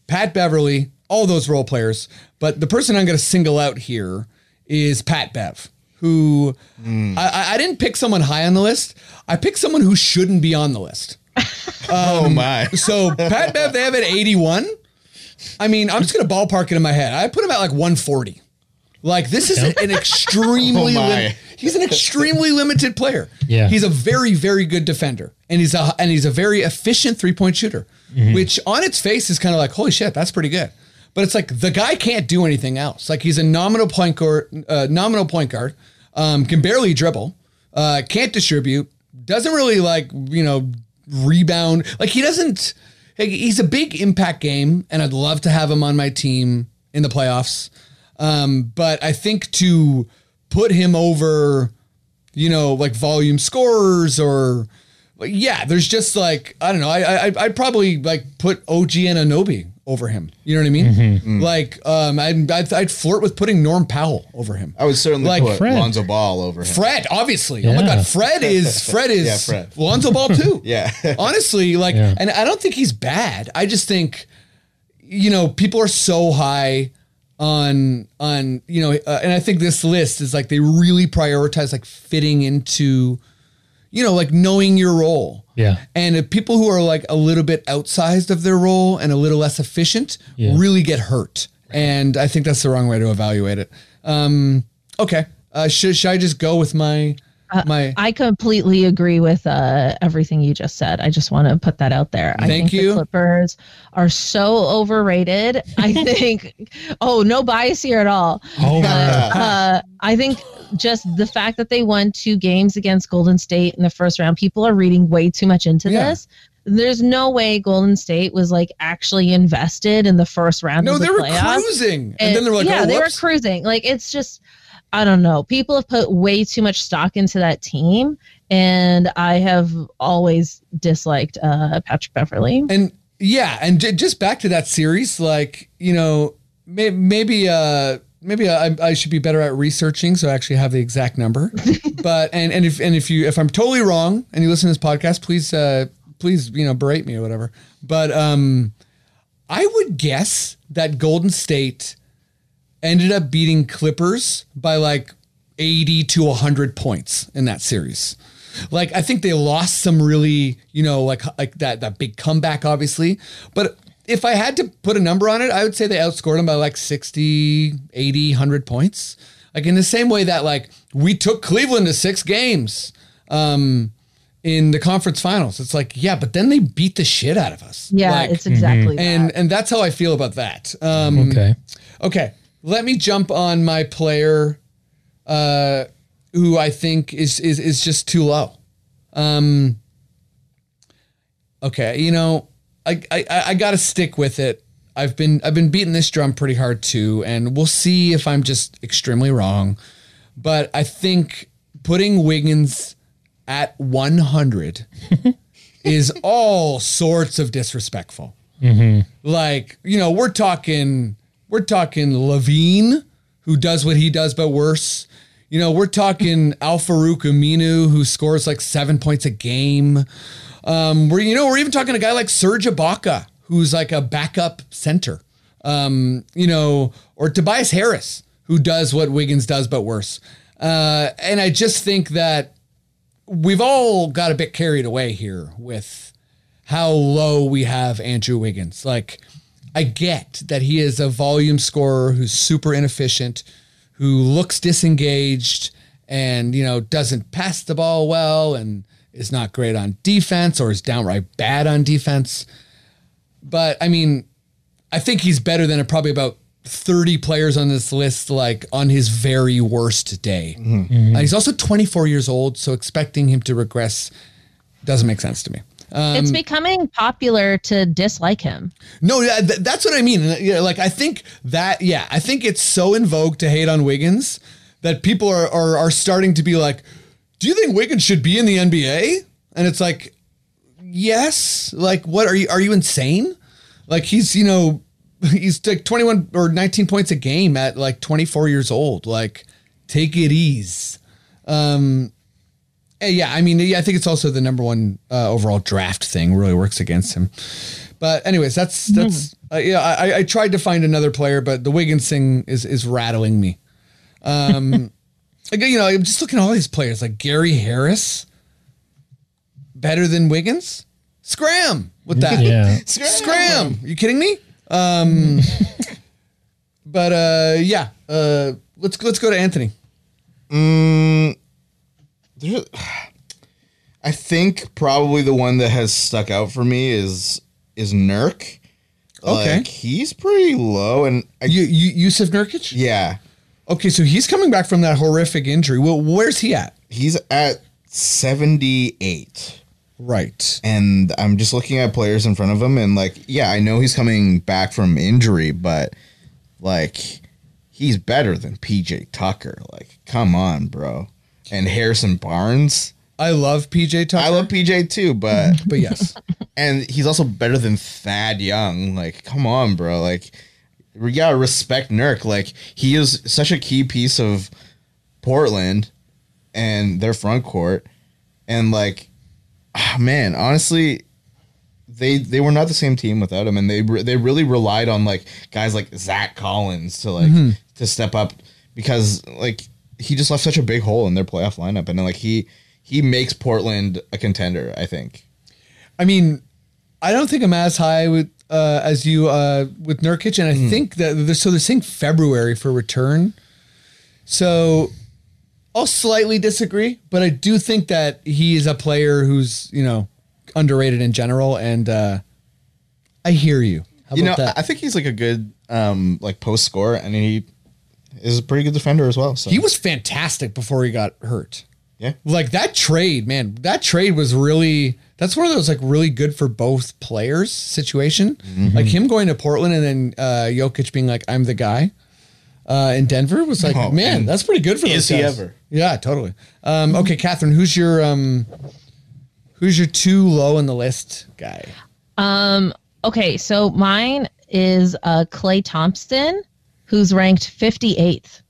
Speaker 4: Pat Beverly, all those role players. But the person I'm going to single out here is Pat Bev, who I, I- I didn't pick someone high on the list. I picked someone who shouldn't be on the list.
Speaker 5: oh my.
Speaker 4: So Pat Bev, they have at 81. I mean, I'm just going to ballpark it in my head. I put him at like 140. Like this is an extremely
Speaker 5: Oh my.
Speaker 4: lim- he's an extremely limited player.
Speaker 3: Yeah.
Speaker 4: He's a very very good defender and he's a and he's a very efficient three-point shooter, which on its face is kind of like holy shit, that's pretty good. But it's like the guy can't do anything else. Like he's a nominal point guard, uh, nominal point guard, um, can barely dribble, uh, can't distribute, doesn't really like, you know, rebound. Like he doesn't like, he's a big impact game and I'd love to have him on my team in the playoffs. Um, but I think to put him over, you know, like volume scorers or like, yeah, there's just like I don't know. I I I'd- I'd probably like put OG and Anobi over him. You know what I mean?
Speaker 5: Mm.
Speaker 4: Like um, I'd, I'd I'd flirt with putting Norm Powell over him.
Speaker 5: I would certainly
Speaker 4: Like
Speaker 5: put
Speaker 3: Fred.
Speaker 5: Lonzo Ball over him.
Speaker 4: Fred, obviously. Oh my
Speaker 3: Yeah.
Speaker 4: God, Fred is Fred is
Speaker 5: Yeah, Fred.
Speaker 4: Lonzo Ball too.
Speaker 5: Yeah.
Speaker 4: honestly, like,
Speaker 3: Yeah.
Speaker 4: and I don't think he's bad. I just think, you know, people are so high on on you know, uh, and I think this list is like they really prioritize like fitting into, you know, like knowing your role.
Speaker 3: Yeah.
Speaker 4: and if people who are like a little bit outsized of their role and a little less efficient
Speaker 3: Yeah.
Speaker 4: really get hurt, and I think that's the wrong way to evaluate it. Um, okay, uh, should should I just go with my my?
Speaker 6: Uh, I completely agree with uh, everything you just said. I just want to put that out there. I
Speaker 4: Thank
Speaker 6: think
Speaker 4: you.
Speaker 6: The Clippers are so overrated. I think, oh, no bias here at all.
Speaker 3: Oh,
Speaker 6: But, uh, I think just the fact that they won two games against Golden State in the first round, people are reading way too much into
Speaker 4: Yeah.
Speaker 6: this. There's no way Golden State was like actually invested in the first round.
Speaker 4: no,
Speaker 6: of the
Speaker 4: they were
Speaker 6: playoffs.
Speaker 4: cruising, and, then they're like,
Speaker 6: yeah,
Speaker 4: oh,
Speaker 6: they were
Speaker 4: whoops.
Speaker 6: cruising. Like it's just, I don't know. People have put way too much stock into that team, and I have always disliked uh, Patrick Beverly.
Speaker 4: and yeah, and j- just back to that series, like you know, may- maybe uh, maybe I, I should be better at researching, so I actually have the exact number. but and and if and if you if I'm totally wrong, and you listen to this podcast, please uh, please you know berate me or whatever. But um, I would guess that Golden State ended up beating Clippers by like 80 to 100 points in that series. Like I think they lost some really, you know, like like that that big comeback obviously, but if I had to put a number on it, I would say they outscored them by like 60, 80, 100 points. Like in the same way that like we took Cleveland to 6 games um in the conference finals. It's like, yeah, but then they beat the shit out of us.
Speaker 6: Yeah,
Speaker 4: Like, mm-hmm.
Speaker 6: it's exactly that.
Speaker 4: and and that's how I feel about that. Um
Speaker 3: okay.
Speaker 4: Okay, let me jump on my player, uh, who I think is is is just too low. Um, okay, you know, I I, I I gotta stick with it. I've been I've been beating this drum pretty hard too, and we'll see if I'm just extremely wrong. But I think putting Wiggins at 100 is all sorts of disrespectful like you know we're talking we're talking Levine who does what he does but worse. You know we're talking Al Farouk Aminu who scores like seven points a game. Um, we're you know we're even talking a guy like Serge Ibaka who's like a backup center. Um, you know or Tobias Harris who does what Wiggins does but worse. Uh, and I just think that we've all got a bit carried away here with how low we have Andrew Wiggins. Like, I get that he is a volume scorer who's super inefficient, who looks disengaged and, you know, doesn't pass the ball well and is not great on defense or is downright bad on defense. But I mean, I think he's better than probably about 30 players on this list, like on his very worst day. Uh, he's also 24 years old, so expecting him to regress doesn't make sense to me. um,
Speaker 6: it's becoming popular to dislike him.
Speaker 4: No, yeah, th- that's what I mean. Yeah, like I think that yeah, I think it's so in vogue to hate on Wiggins that people are are, are starting to be like, "Do you think Wiggins should be in the NBA?" And it's like, yes. Like, what are you? Are you insane? Like, he's you know, he's like twenty one or nineteen points a game at like twenty four years old. Like, take it ease. Um, eh, yeah, I mean, yeah, I think it's also the number one uh, overall draft thing really works against him. But anyways, that's that's uh, yeah. I, I- I tried to find another player, but the Wiggins thing is is rattling me. Like, you know, I'm just looking at all these players like Gary Harris, better than Wiggins. Scram with that.
Speaker 3: Yeah.
Speaker 4: Scram. Are you kidding me? Um, but uh, yeah, uh, let's let's go to Anthony.
Speaker 5: There- I think probably the one that has stuck out for me is is Nurk.
Speaker 4: Okay.
Speaker 5: Like, he's pretty low, and I,
Speaker 4: You, you Yusuf Nurkic.
Speaker 5: yeah,
Speaker 4: Okay, so he's coming back from that horrific injury. Well, where's he at?
Speaker 5: he's at seventy eight.
Speaker 4: Right.
Speaker 5: and I'm just looking at players in front of him, and like, yeah, I know he's coming back from injury, but like, he's better than PJ Tucker. Like, come on, bro. And Harrison Barnes,
Speaker 4: I love PJ Tucker.
Speaker 5: I love PJ too, but
Speaker 4: but yes,
Speaker 5: and he's also better than Thad Young. Like, come on, bro. Like, we gotta respect Nurk. Like, he is such a key piece of Portland and their front court. And like, ah, man, honestly, they they were not the same team without him, and they re- they really relied on like guys like Zach Collins to like to step up because like he just left such a big hole in their playoff lineup, and then, like he he makes Portland a contender. I think.
Speaker 4: I mean, I don't think I'm as high with uh, as you uh, with Nurkic, and I
Speaker 5: Hmm.
Speaker 4: think that they're, so. They're saying February for return. So I'll slightly disagree, but I do think that he is a player who's you know underrated in general, and uh, I hear you. How
Speaker 5: you know,
Speaker 4: about that?
Speaker 5: I think he's like a good um like post scorer, and he is a pretty good defender as well. So
Speaker 4: he was fantastic before he got hurt.
Speaker 5: yeah,
Speaker 4: like that trade, man, that trade was really that's one of those like really good for both players situation.
Speaker 5: Mm-hmm.
Speaker 4: Like him going to Portland and then uh Jokic being like, I'm the guy. Uh, in Denver was like,
Speaker 5: Oh,
Speaker 4: man,
Speaker 5: and
Speaker 4: that's pretty good for
Speaker 5: is
Speaker 4: those
Speaker 5: he
Speaker 4: guys.
Speaker 5: ever?
Speaker 4: Yeah, totally. Um, okay, Catherine, who's your um, who's your too low in the list guy?
Speaker 6: Okay, so mine is uh, Clay Thompson, who's ranked 58th.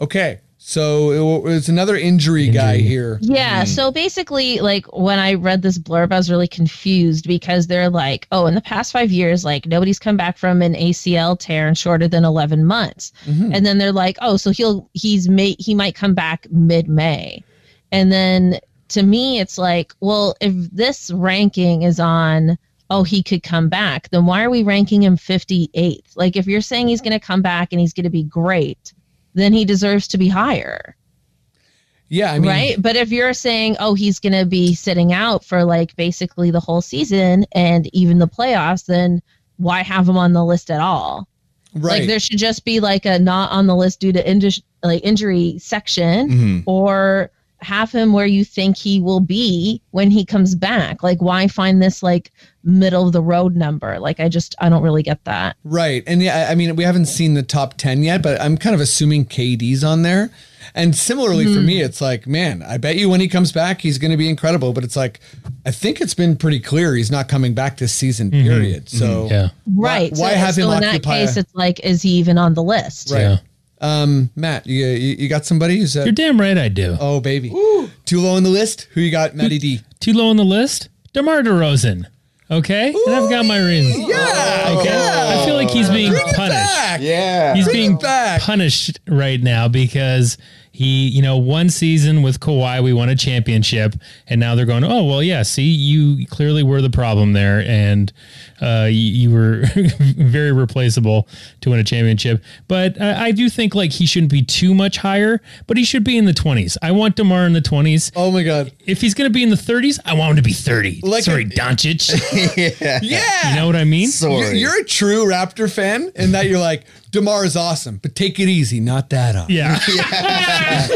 Speaker 4: Okay, so it wa- it's another injury, guy here.
Speaker 6: Yeah, so basically, like when I read this blurb, I was really confused because they're like, oh, in the past five years, like nobody's come back from an ACL tear in shorter than 11 months. And then they're like, oh, so he'll, he's may, he might come back mid May. And then to me, it's like, well, if this ranking is on, oh, he could come back, then why are we ranking him 58th? Like, if you're saying he's going to come back and he's going to be great, then he deserves to be higher
Speaker 4: Yeah, I mean,
Speaker 6: right? But if you're saying, oh, he's going to be sitting out for like basically the whole season and even the playoffs, then why have him on the list at all?
Speaker 4: right.
Speaker 6: Like there should just be like a not on the list due to inju- like injury section
Speaker 4: Mm-hmm.
Speaker 6: or have him where you think he will be when he comes back. Like why find this like middle of the road number? Like I just I don't really get that.
Speaker 4: Right. And yeah, I- I mean, we haven't seen the top 10 yet, but I'm kind of assuming KD's on there. And similarly for
Speaker 3: Hmm.
Speaker 4: me, it's like, man, I bet you when he comes back, he's going to be incredible. But it's like, I think it's been pretty clear he's not coming back this season, period. So,
Speaker 3: Mm-hmm. Yeah.
Speaker 6: Right.
Speaker 4: Why, why
Speaker 6: so,
Speaker 4: have
Speaker 6: so
Speaker 4: him
Speaker 6: in that
Speaker 4: occupy?
Speaker 6: case
Speaker 4: a-
Speaker 6: it's like is he even on the list?
Speaker 4: right.
Speaker 3: Yeah.
Speaker 4: Um, Matt, you, you, you got somebody who's
Speaker 3: You're
Speaker 4: a,
Speaker 3: damn right I do.
Speaker 4: oh, baby. Too low on the list. Who you got, Matty D?
Speaker 3: Too low on the list? DeMar DeRozan. Okay? and I've got my reasons.
Speaker 4: Yeah.
Speaker 3: Okay? I feel like he's being
Speaker 4: Bring it
Speaker 3: punished.
Speaker 4: back.
Speaker 5: yeah,
Speaker 3: He's being
Speaker 4: it back.
Speaker 3: punished right now because he, you know, one season with Kawhi, we won a championship, and now they're going, oh well, yeah. See, you clearly were the problem there, and uh, you, you were very replaceable to win a championship. But I, I do think like he shouldn't be too much higher, but he should be in the twenties. I want Demar in the twenties.
Speaker 4: Oh, my God.
Speaker 3: If he's going to be in the thirties, I want him to be thirty.
Speaker 4: Like
Speaker 3: Sorry,
Speaker 4: a-
Speaker 3: Doncic.
Speaker 4: Yeah.
Speaker 3: you know what I mean?
Speaker 5: sorry.
Speaker 4: You're, you're a true Raptor fan in that you're like, Demar is awesome, but take it easy, not that uh. awesome.
Speaker 3: Yeah.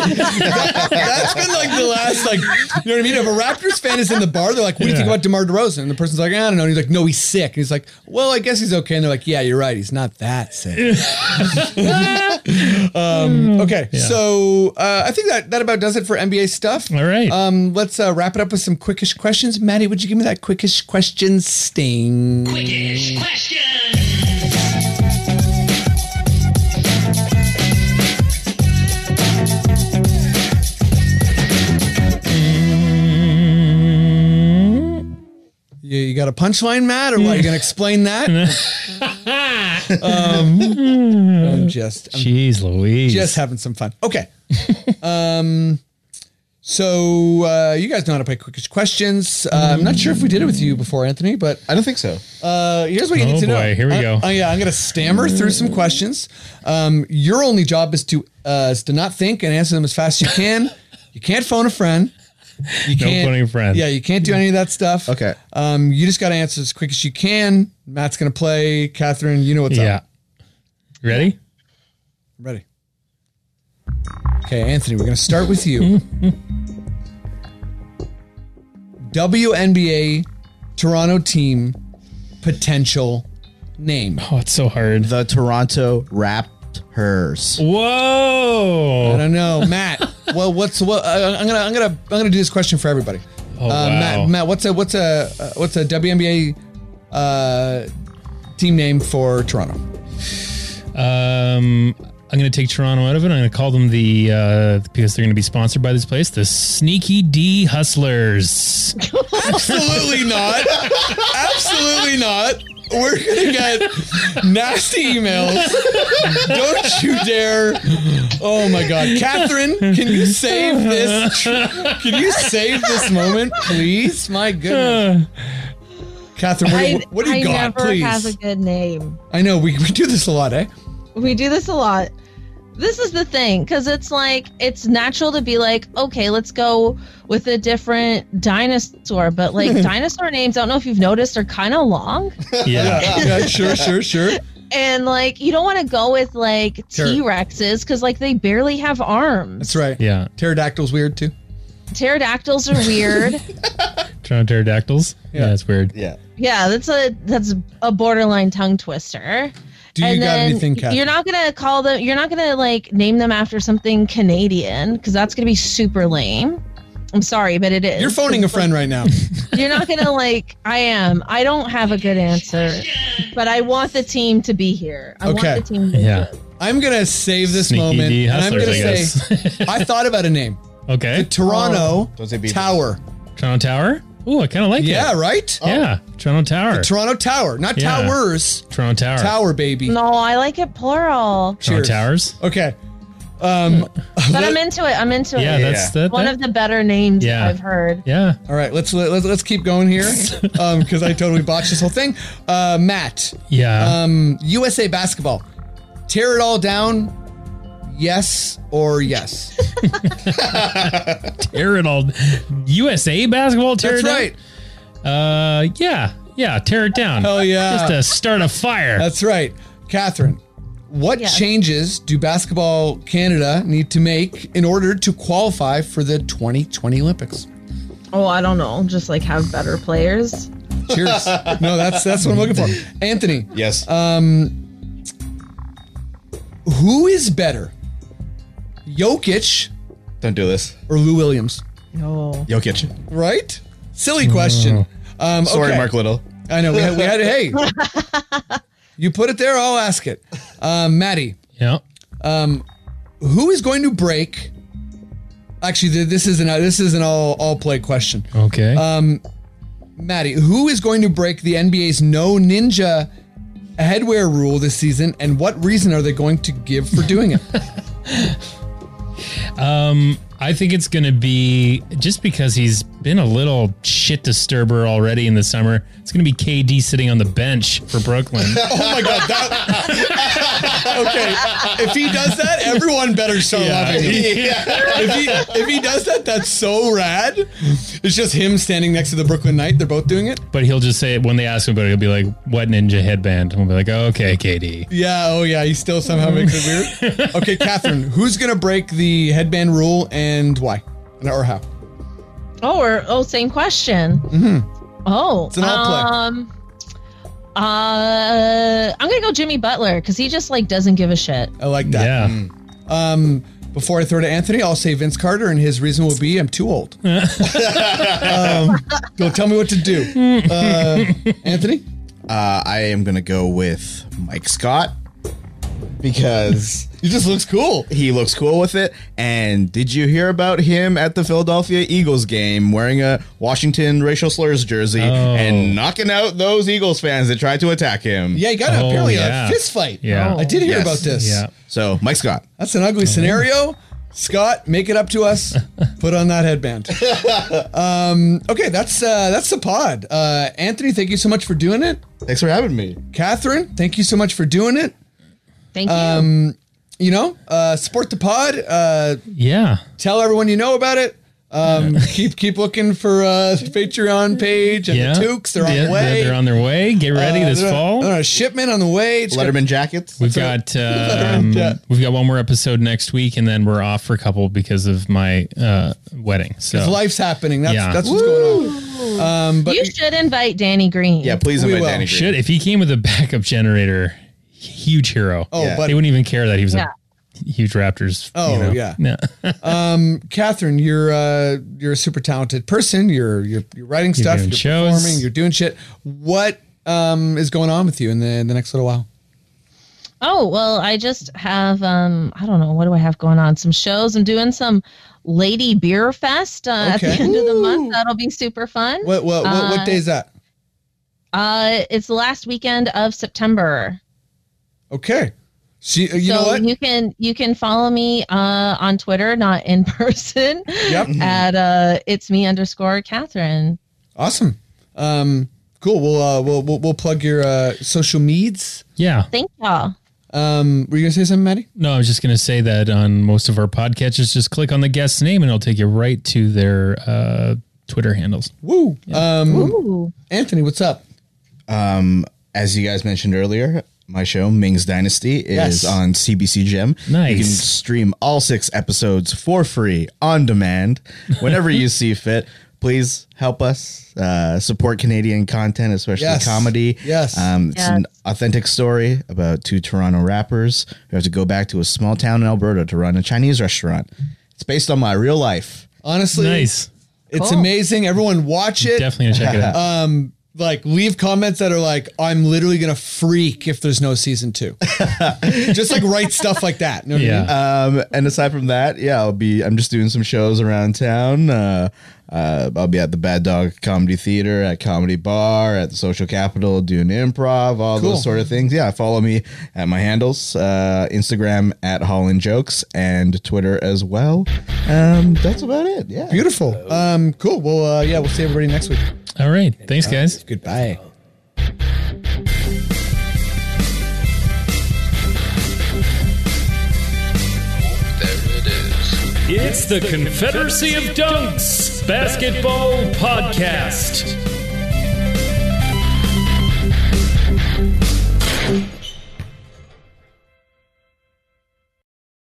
Speaker 4: That's been like the last, like, you know what I mean? If a Raptors fan is in the bar, they're like, what do you think
Speaker 3: Yeah.
Speaker 4: about DeMar DeRozan? And the person's like, I don't know. And he's like, no, he's sick. And he's like, well, I guess he's okay. And they're like, yeah, you're right. He's not that sick. um, okay. So uh, I think that, that about does it for NBA stuff.
Speaker 3: All right.
Speaker 4: Um, let's uh, wrap it up with some quickish questions. Maddie, would you give me that quickish question sting?
Speaker 7: Quickish question.
Speaker 4: You, you got a punchline, Matt, or what? You gonna explain that? um, I'm just, I'm
Speaker 3: Jeez Louise.
Speaker 4: just having some fun. Okay. um, so uh, you guys know how to play quickest questions. Uh, I'm not sure if we did it with you before, Anthony, but
Speaker 5: I don't think so.
Speaker 4: uh, here's what you
Speaker 3: Oh,
Speaker 4: need to know.
Speaker 3: boy. Here we
Speaker 4: I-
Speaker 3: go.
Speaker 4: Oh yeah, I'm gonna stammer through some questions. Um, your only job is to uh, is to not think and answer them as fast as you can. you can't phone a friend. You
Speaker 3: No
Speaker 4: can't-
Speaker 3: phoning a friend.
Speaker 4: Yeah, you can't do any of that stuff.
Speaker 5: Okay.
Speaker 4: Um, you just got to answer as quick as you can. Matt's gonna play. Catherine, you know what's
Speaker 3: Yeah.
Speaker 4: up.
Speaker 3: Ready?
Speaker 4: Ready. Okay, Anthony, we're going to start with you. WNBA Toronto team potential name.
Speaker 3: Oh, it's so hard.
Speaker 5: The Toronto Raptors.
Speaker 4: I
Speaker 3: Whoa.
Speaker 4: don't know, Matt. well, what's what? Uh, I'm gonna I'm gonna I'm gonna do this question for everybody.
Speaker 3: Oh,
Speaker 4: Uh,
Speaker 3: wow.
Speaker 4: Matt, Matt, what's a what's a uh, what's a WNBA uh, team name for Toronto?
Speaker 3: Um, I'm going to take Toronto out of it. I'm going to call them the, uh, because they're going to be sponsored by this place, the Sneaky D Hustlers.
Speaker 4: Absolutely not. Absolutely not. We're gonna get nasty emails. Don't you dare! Oh my God, Catherine, can you save this? Can you save this moment, please? My goodness,
Speaker 3: Uh,
Speaker 4: Catherine, what, do you- what do you
Speaker 6: I
Speaker 4: got,
Speaker 6: never
Speaker 4: please?
Speaker 6: have a good name.
Speaker 4: I know we, we do this a lot, eh?
Speaker 6: we do this a lot. This is the thing, because it's like it's natural to be like, okay, let's go with a different dinosaur, but like dinosaur names, I don't know if you've noticed, are kind of long,
Speaker 3: yeah.
Speaker 4: yeah, sure, sure, sure.
Speaker 6: and like you don't want to go with like
Speaker 4: Sure.
Speaker 6: T Rexes because like they barely have arms.
Speaker 4: That's right.
Speaker 3: Yeah.
Speaker 4: Pterodactyl's weird too.
Speaker 6: Pterodactyls are weird.
Speaker 3: Toronto Pterodactyls. Yeah.
Speaker 4: Yeah.
Speaker 3: that's weird.
Speaker 5: Yeah.
Speaker 6: yeah, that's a that's a borderline tongue twister.
Speaker 4: Do you
Speaker 6: and
Speaker 4: got
Speaker 6: then
Speaker 4: anything, Catherine?
Speaker 6: you're not gonna call them. You're not gonna like name them after something Canadian because that's gonna be super lame. I'm sorry, but it is.
Speaker 4: You're phoning a friend right now.
Speaker 6: You're not gonna like. I am. I don't have a good answer, but I want the team to be here. I
Speaker 4: Okay.
Speaker 6: want the team. To be
Speaker 3: Yeah.
Speaker 6: here.
Speaker 4: I'm gonna save this
Speaker 3: Sneaky
Speaker 4: moment,
Speaker 3: D
Speaker 4: and I'm
Speaker 3: Hustlers,
Speaker 4: gonna
Speaker 3: I
Speaker 4: say
Speaker 3: guess.
Speaker 4: I thought about a name. The
Speaker 3: okay.
Speaker 4: Toronto
Speaker 5: Don't say Beavers.
Speaker 4: Tower.
Speaker 3: Toronto Tower. Ooh, I kind of like
Speaker 4: Yeah,
Speaker 3: it.
Speaker 4: right?
Speaker 3: Yeah. Toronto Tower.
Speaker 4: Toronto Tower, not
Speaker 3: Yeah.
Speaker 4: towers.
Speaker 3: Toronto Tower.
Speaker 4: Tower, baby.
Speaker 6: No, I like it
Speaker 3: Toronto
Speaker 6: plural.
Speaker 4: Cheers.
Speaker 3: Towers.
Speaker 4: Okay. Um,
Speaker 6: But I'm into it. I'm into
Speaker 3: Yeah,
Speaker 6: it.
Speaker 3: that's that.
Speaker 6: one
Speaker 3: that-
Speaker 6: of the better names
Speaker 3: Yeah.
Speaker 6: I've heard.
Speaker 3: yeah.
Speaker 4: all right, let's let, let's let's keep going here because I totally botched this whole thing. Uh, Matt,
Speaker 3: Yeah.
Speaker 4: um, USA basketball, tear it all down. Yes or yes?
Speaker 3: tear it all. USA basketball. Tear
Speaker 4: That's
Speaker 3: it down?
Speaker 4: right.
Speaker 3: Uh, yeah, yeah, tear it down.
Speaker 4: Hell yeah.
Speaker 3: Just to start a fire.
Speaker 4: That's right. Catherine, what
Speaker 6: Yes.
Speaker 4: changes do Basketball Canada need to make in order to qualify for the 2020 Olympics?
Speaker 6: Oh, I don't know. Just like have better players.
Speaker 4: Cheers. no, that's that's what I'm looking for. Anthony,
Speaker 5: Yes.
Speaker 4: Who is better, Jokic
Speaker 5: don't do this.
Speaker 4: or Lou Williams?
Speaker 6: No.
Speaker 5: Jokic.
Speaker 4: Right? Silly question. Um,
Speaker 5: Sorry,
Speaker 4: okay.
Speaker 5: Mark Little.
Speaker 4: I know we had, we had it. Hey, you put it there. I'll ask it. Um, Maddie,
Speaker 3: yeah.
Speaker 4: who is going to break? Actually, th- this isn't a- this is an all all play question.
Speaker 3: Okay.
Speaker 4: Um, Maddie, who is going to break the NBA's no ninja headwear rule this season, and what reason are they going to give for doing it?
Speaker 3: I think it's going to be just because he's been a little shit disturber already in the summer. It's going to be KD sitting on the bench for Brooklyn.
Speaker 4: Oh my god, that Okay. If he does that, everyone better start loving him. If he if he does that, that's so rad. It's just him standing next to the Brooklyn Knight. They're both doing it.
Speaker 3: but he'll just say it when they ask him about it. He'll be like, "What ninja headband?" And we'll be like, "Oh, "Okay, KD."
Speaker 4: Yeah, oh yeah, he still somehow makes it weird. Okay, Catherine, who's gonna break the headband rule and why? And- Or how?
Speaker 6: Oh, or oh, same question. Oh,
Speaker 4: an all play.
Speaker 6: um, uh, I'm gonna go Jimmy Butler because he just like doesn't give a shit.
Speaker 4: I like that.
Speaker 3: Yeah.
Speaker 4: Um, before I throw to Anthony, I'll say Vince Carter, and his reason will be I'm too old. um, go tell me what to do. Uh, Anthony?
Speaker 5: Uh, I am gonna go with Mike Scott because
Speaker 4: He just looks cool.
Speaker 5: he looks cool with it. And did you hear about him at the Philadelphia Eagles game wearing a Washington racial slurs jersey
Speaker 4: Oh.
Speaker 5: and knocking out those Eagles fans that tried to attack him?
Speaker 4: Yeah, he got
Speaker 3: Oh,
Speaker 4: apparently
Speaker 3: yeah.
Speaker 4: a fist fight.
Speaker 3: Yeah.
Speaker 4: I did hear
Speaker 5: Yes.
Speaker 4: about this.
Speaker 3: Yeah. Uh-huh.
Speaker 5: So Mike Scott.
Speaker 4: That's an ugly scenario. Scott, make it up to us. Put on that headband. um, okay, that's uh, that's the pod. Uh, Anthony, thank you so much for doing it.
Speaker 5: Thanks for having me.
Speaker 4: Catherine, thank you so much for doing it.
Speaker 6: Thank you.
Speaker 4: You know, uh, support the pod. Uh,
Speaker 3: Yeah.
Speaker 4: tell everyone you know about it. Um, keep keep looking for uh, the Patreon page and
Speaker 3: Yeah.
Speaker 4: the Tukes. They're on
Speaker 3: Yeah,
Speaker 4: the way.
Speaker 3: They're on their way. Get ready
Speaker 4: Uh,
Speaker 3: this
Speaker 4: they're on-
Speaker 3: fall.
Speaker 4: they're on a shipment on the way. It's
Speaker 5: Letterman jackets.
Speaker 3: We've got um,
Speaker 4: Letterman jet.
Speaker 3: we've got one more episode next week, and then we're off for a couple because of my uh, wedding.
Speaker 4: got-
Speaker 3: So
Speaker 4: life's happening. That's
Speaker 3: Yeah.
Speaker 4: that's what's going on. Um,
Speaker 6: you should invite Danny Green.
Speaker 5: Yeah, please
Speaker 4: We
Speaker 5: invite
Speaker 4: will.
Speaker 5: Danny. Green.
Speaker 3: should if he came with a backup generator, huge hero.
Speaker 4: Oh,
Speaker 5: Yeah.
Speaker 4: but
Speaker 3: they wouldn't even care that he was
Speaker 6: Yeah.
Speaker 3: a huge Raptors.
Speaker 4: Oh,
Speaker 3: you know.
Speaker 4: yeah.
Speaker 3: No.
Speaker 4: Catherine, you're uh, you're a super talented person. You're you're, you're writing stuff.
Speaker 3: doing
Speaker 4: You're,
Speaker 3: shows.
Speaker 4: performing. You're doing shit. What um, is going on with you in the in the next little while?
Speaker 6: Oh, well, I just have um I don't know, what do I have going on? Some shows. I'm doing some Lady Beer Fest uh, at the
Speaker 4: Okay.
Speaker 6: end of the month. That'll be super fun.
Speaker 4: What what what, what day is that?
Speaker 6: Uh it's the last weekend of September.
Speaker 4: Okay, she. uh, you
Speaker 6: so
Speaker 4: know what?
Speaker 6: you can you can follow me uh on Twitter, not in person,
Speaker 4: Yep.
Speaker 6: at uh it's me underscore Catherine.
Speaker 4: Awesome. Um, cool. We'll, uh, we'll we'll we'll plug your uh, social medias.
Speaker 3: Yeah.
Speaker 6: Thank y'all.
Speaker 4: Um, were you gonna say something, Maddie?
Speaker 3: No, I was just going to say that on most of our podcatchers, just click on the guest's name and it'll take you right to their uh, Twitter handles.
Speaker 4: Woo. Um,
Speaker 6: Ooh.
Speaker 4: Anthony, what's up?
Speaker 5: as you guys mentioned earlier, my show Ming's Dynasty is
Speaker 4: Yes.
Speaker 5: on CBC Gem.
Speaker 3: Nice.
Speaker 5: You can stream all six episodes for free on demand whenever you see fit. Please help us uh, support Canadian content, especially
Speaker 4: Yes.
Speaker 5: comedy.
Speaker 4: Yes.
Speaker 5: um, it's an
Speaker 6: Yes.
Speaker 5: authentic story about two Toronto rappers who have to go back to a small town in Alberta to run a Chinese restaurant. It's based on my real life.
Speaker 4: Honestly,
Speaker 3: Nice.
Speaker 4: It's
Speaker 6: Cool.
Speaker 4: amazing. Everyone, watch it.
Speaker 3: Definitely going to check it out.
Speaker 4: Um, like leave comments that are like i'm literally gonna freak if there's no season two just like write stuff like that know what I mean?
Speaker 3: yeah.
Speaker 5: Um, and aside from that, yeah, I'll be. I'm just doing some shows around town. Uh, uh, I'll be at the Bad Dog Comedy Theater, at Comedy Bar, at the Social Capital, doing improv, all
Speaker 4: Cool.
Speaker 5: those sort of things. Yeah, follow me at my handles, uh, Instagram at Holland Jokes and Twitter as well. Um, that's about it. Yeah.
Speaker 4: beautiful um cool well uh, yeah we'll see everybody next week
Speaker 3: All right. Thanks,
Speaker 4: uh,
Speaker 3: guys.
Speaker 4: goodbye
Speaker 2: There it is.
Speaker 7: It's the Confederacy of Dunks Basketball Podcast.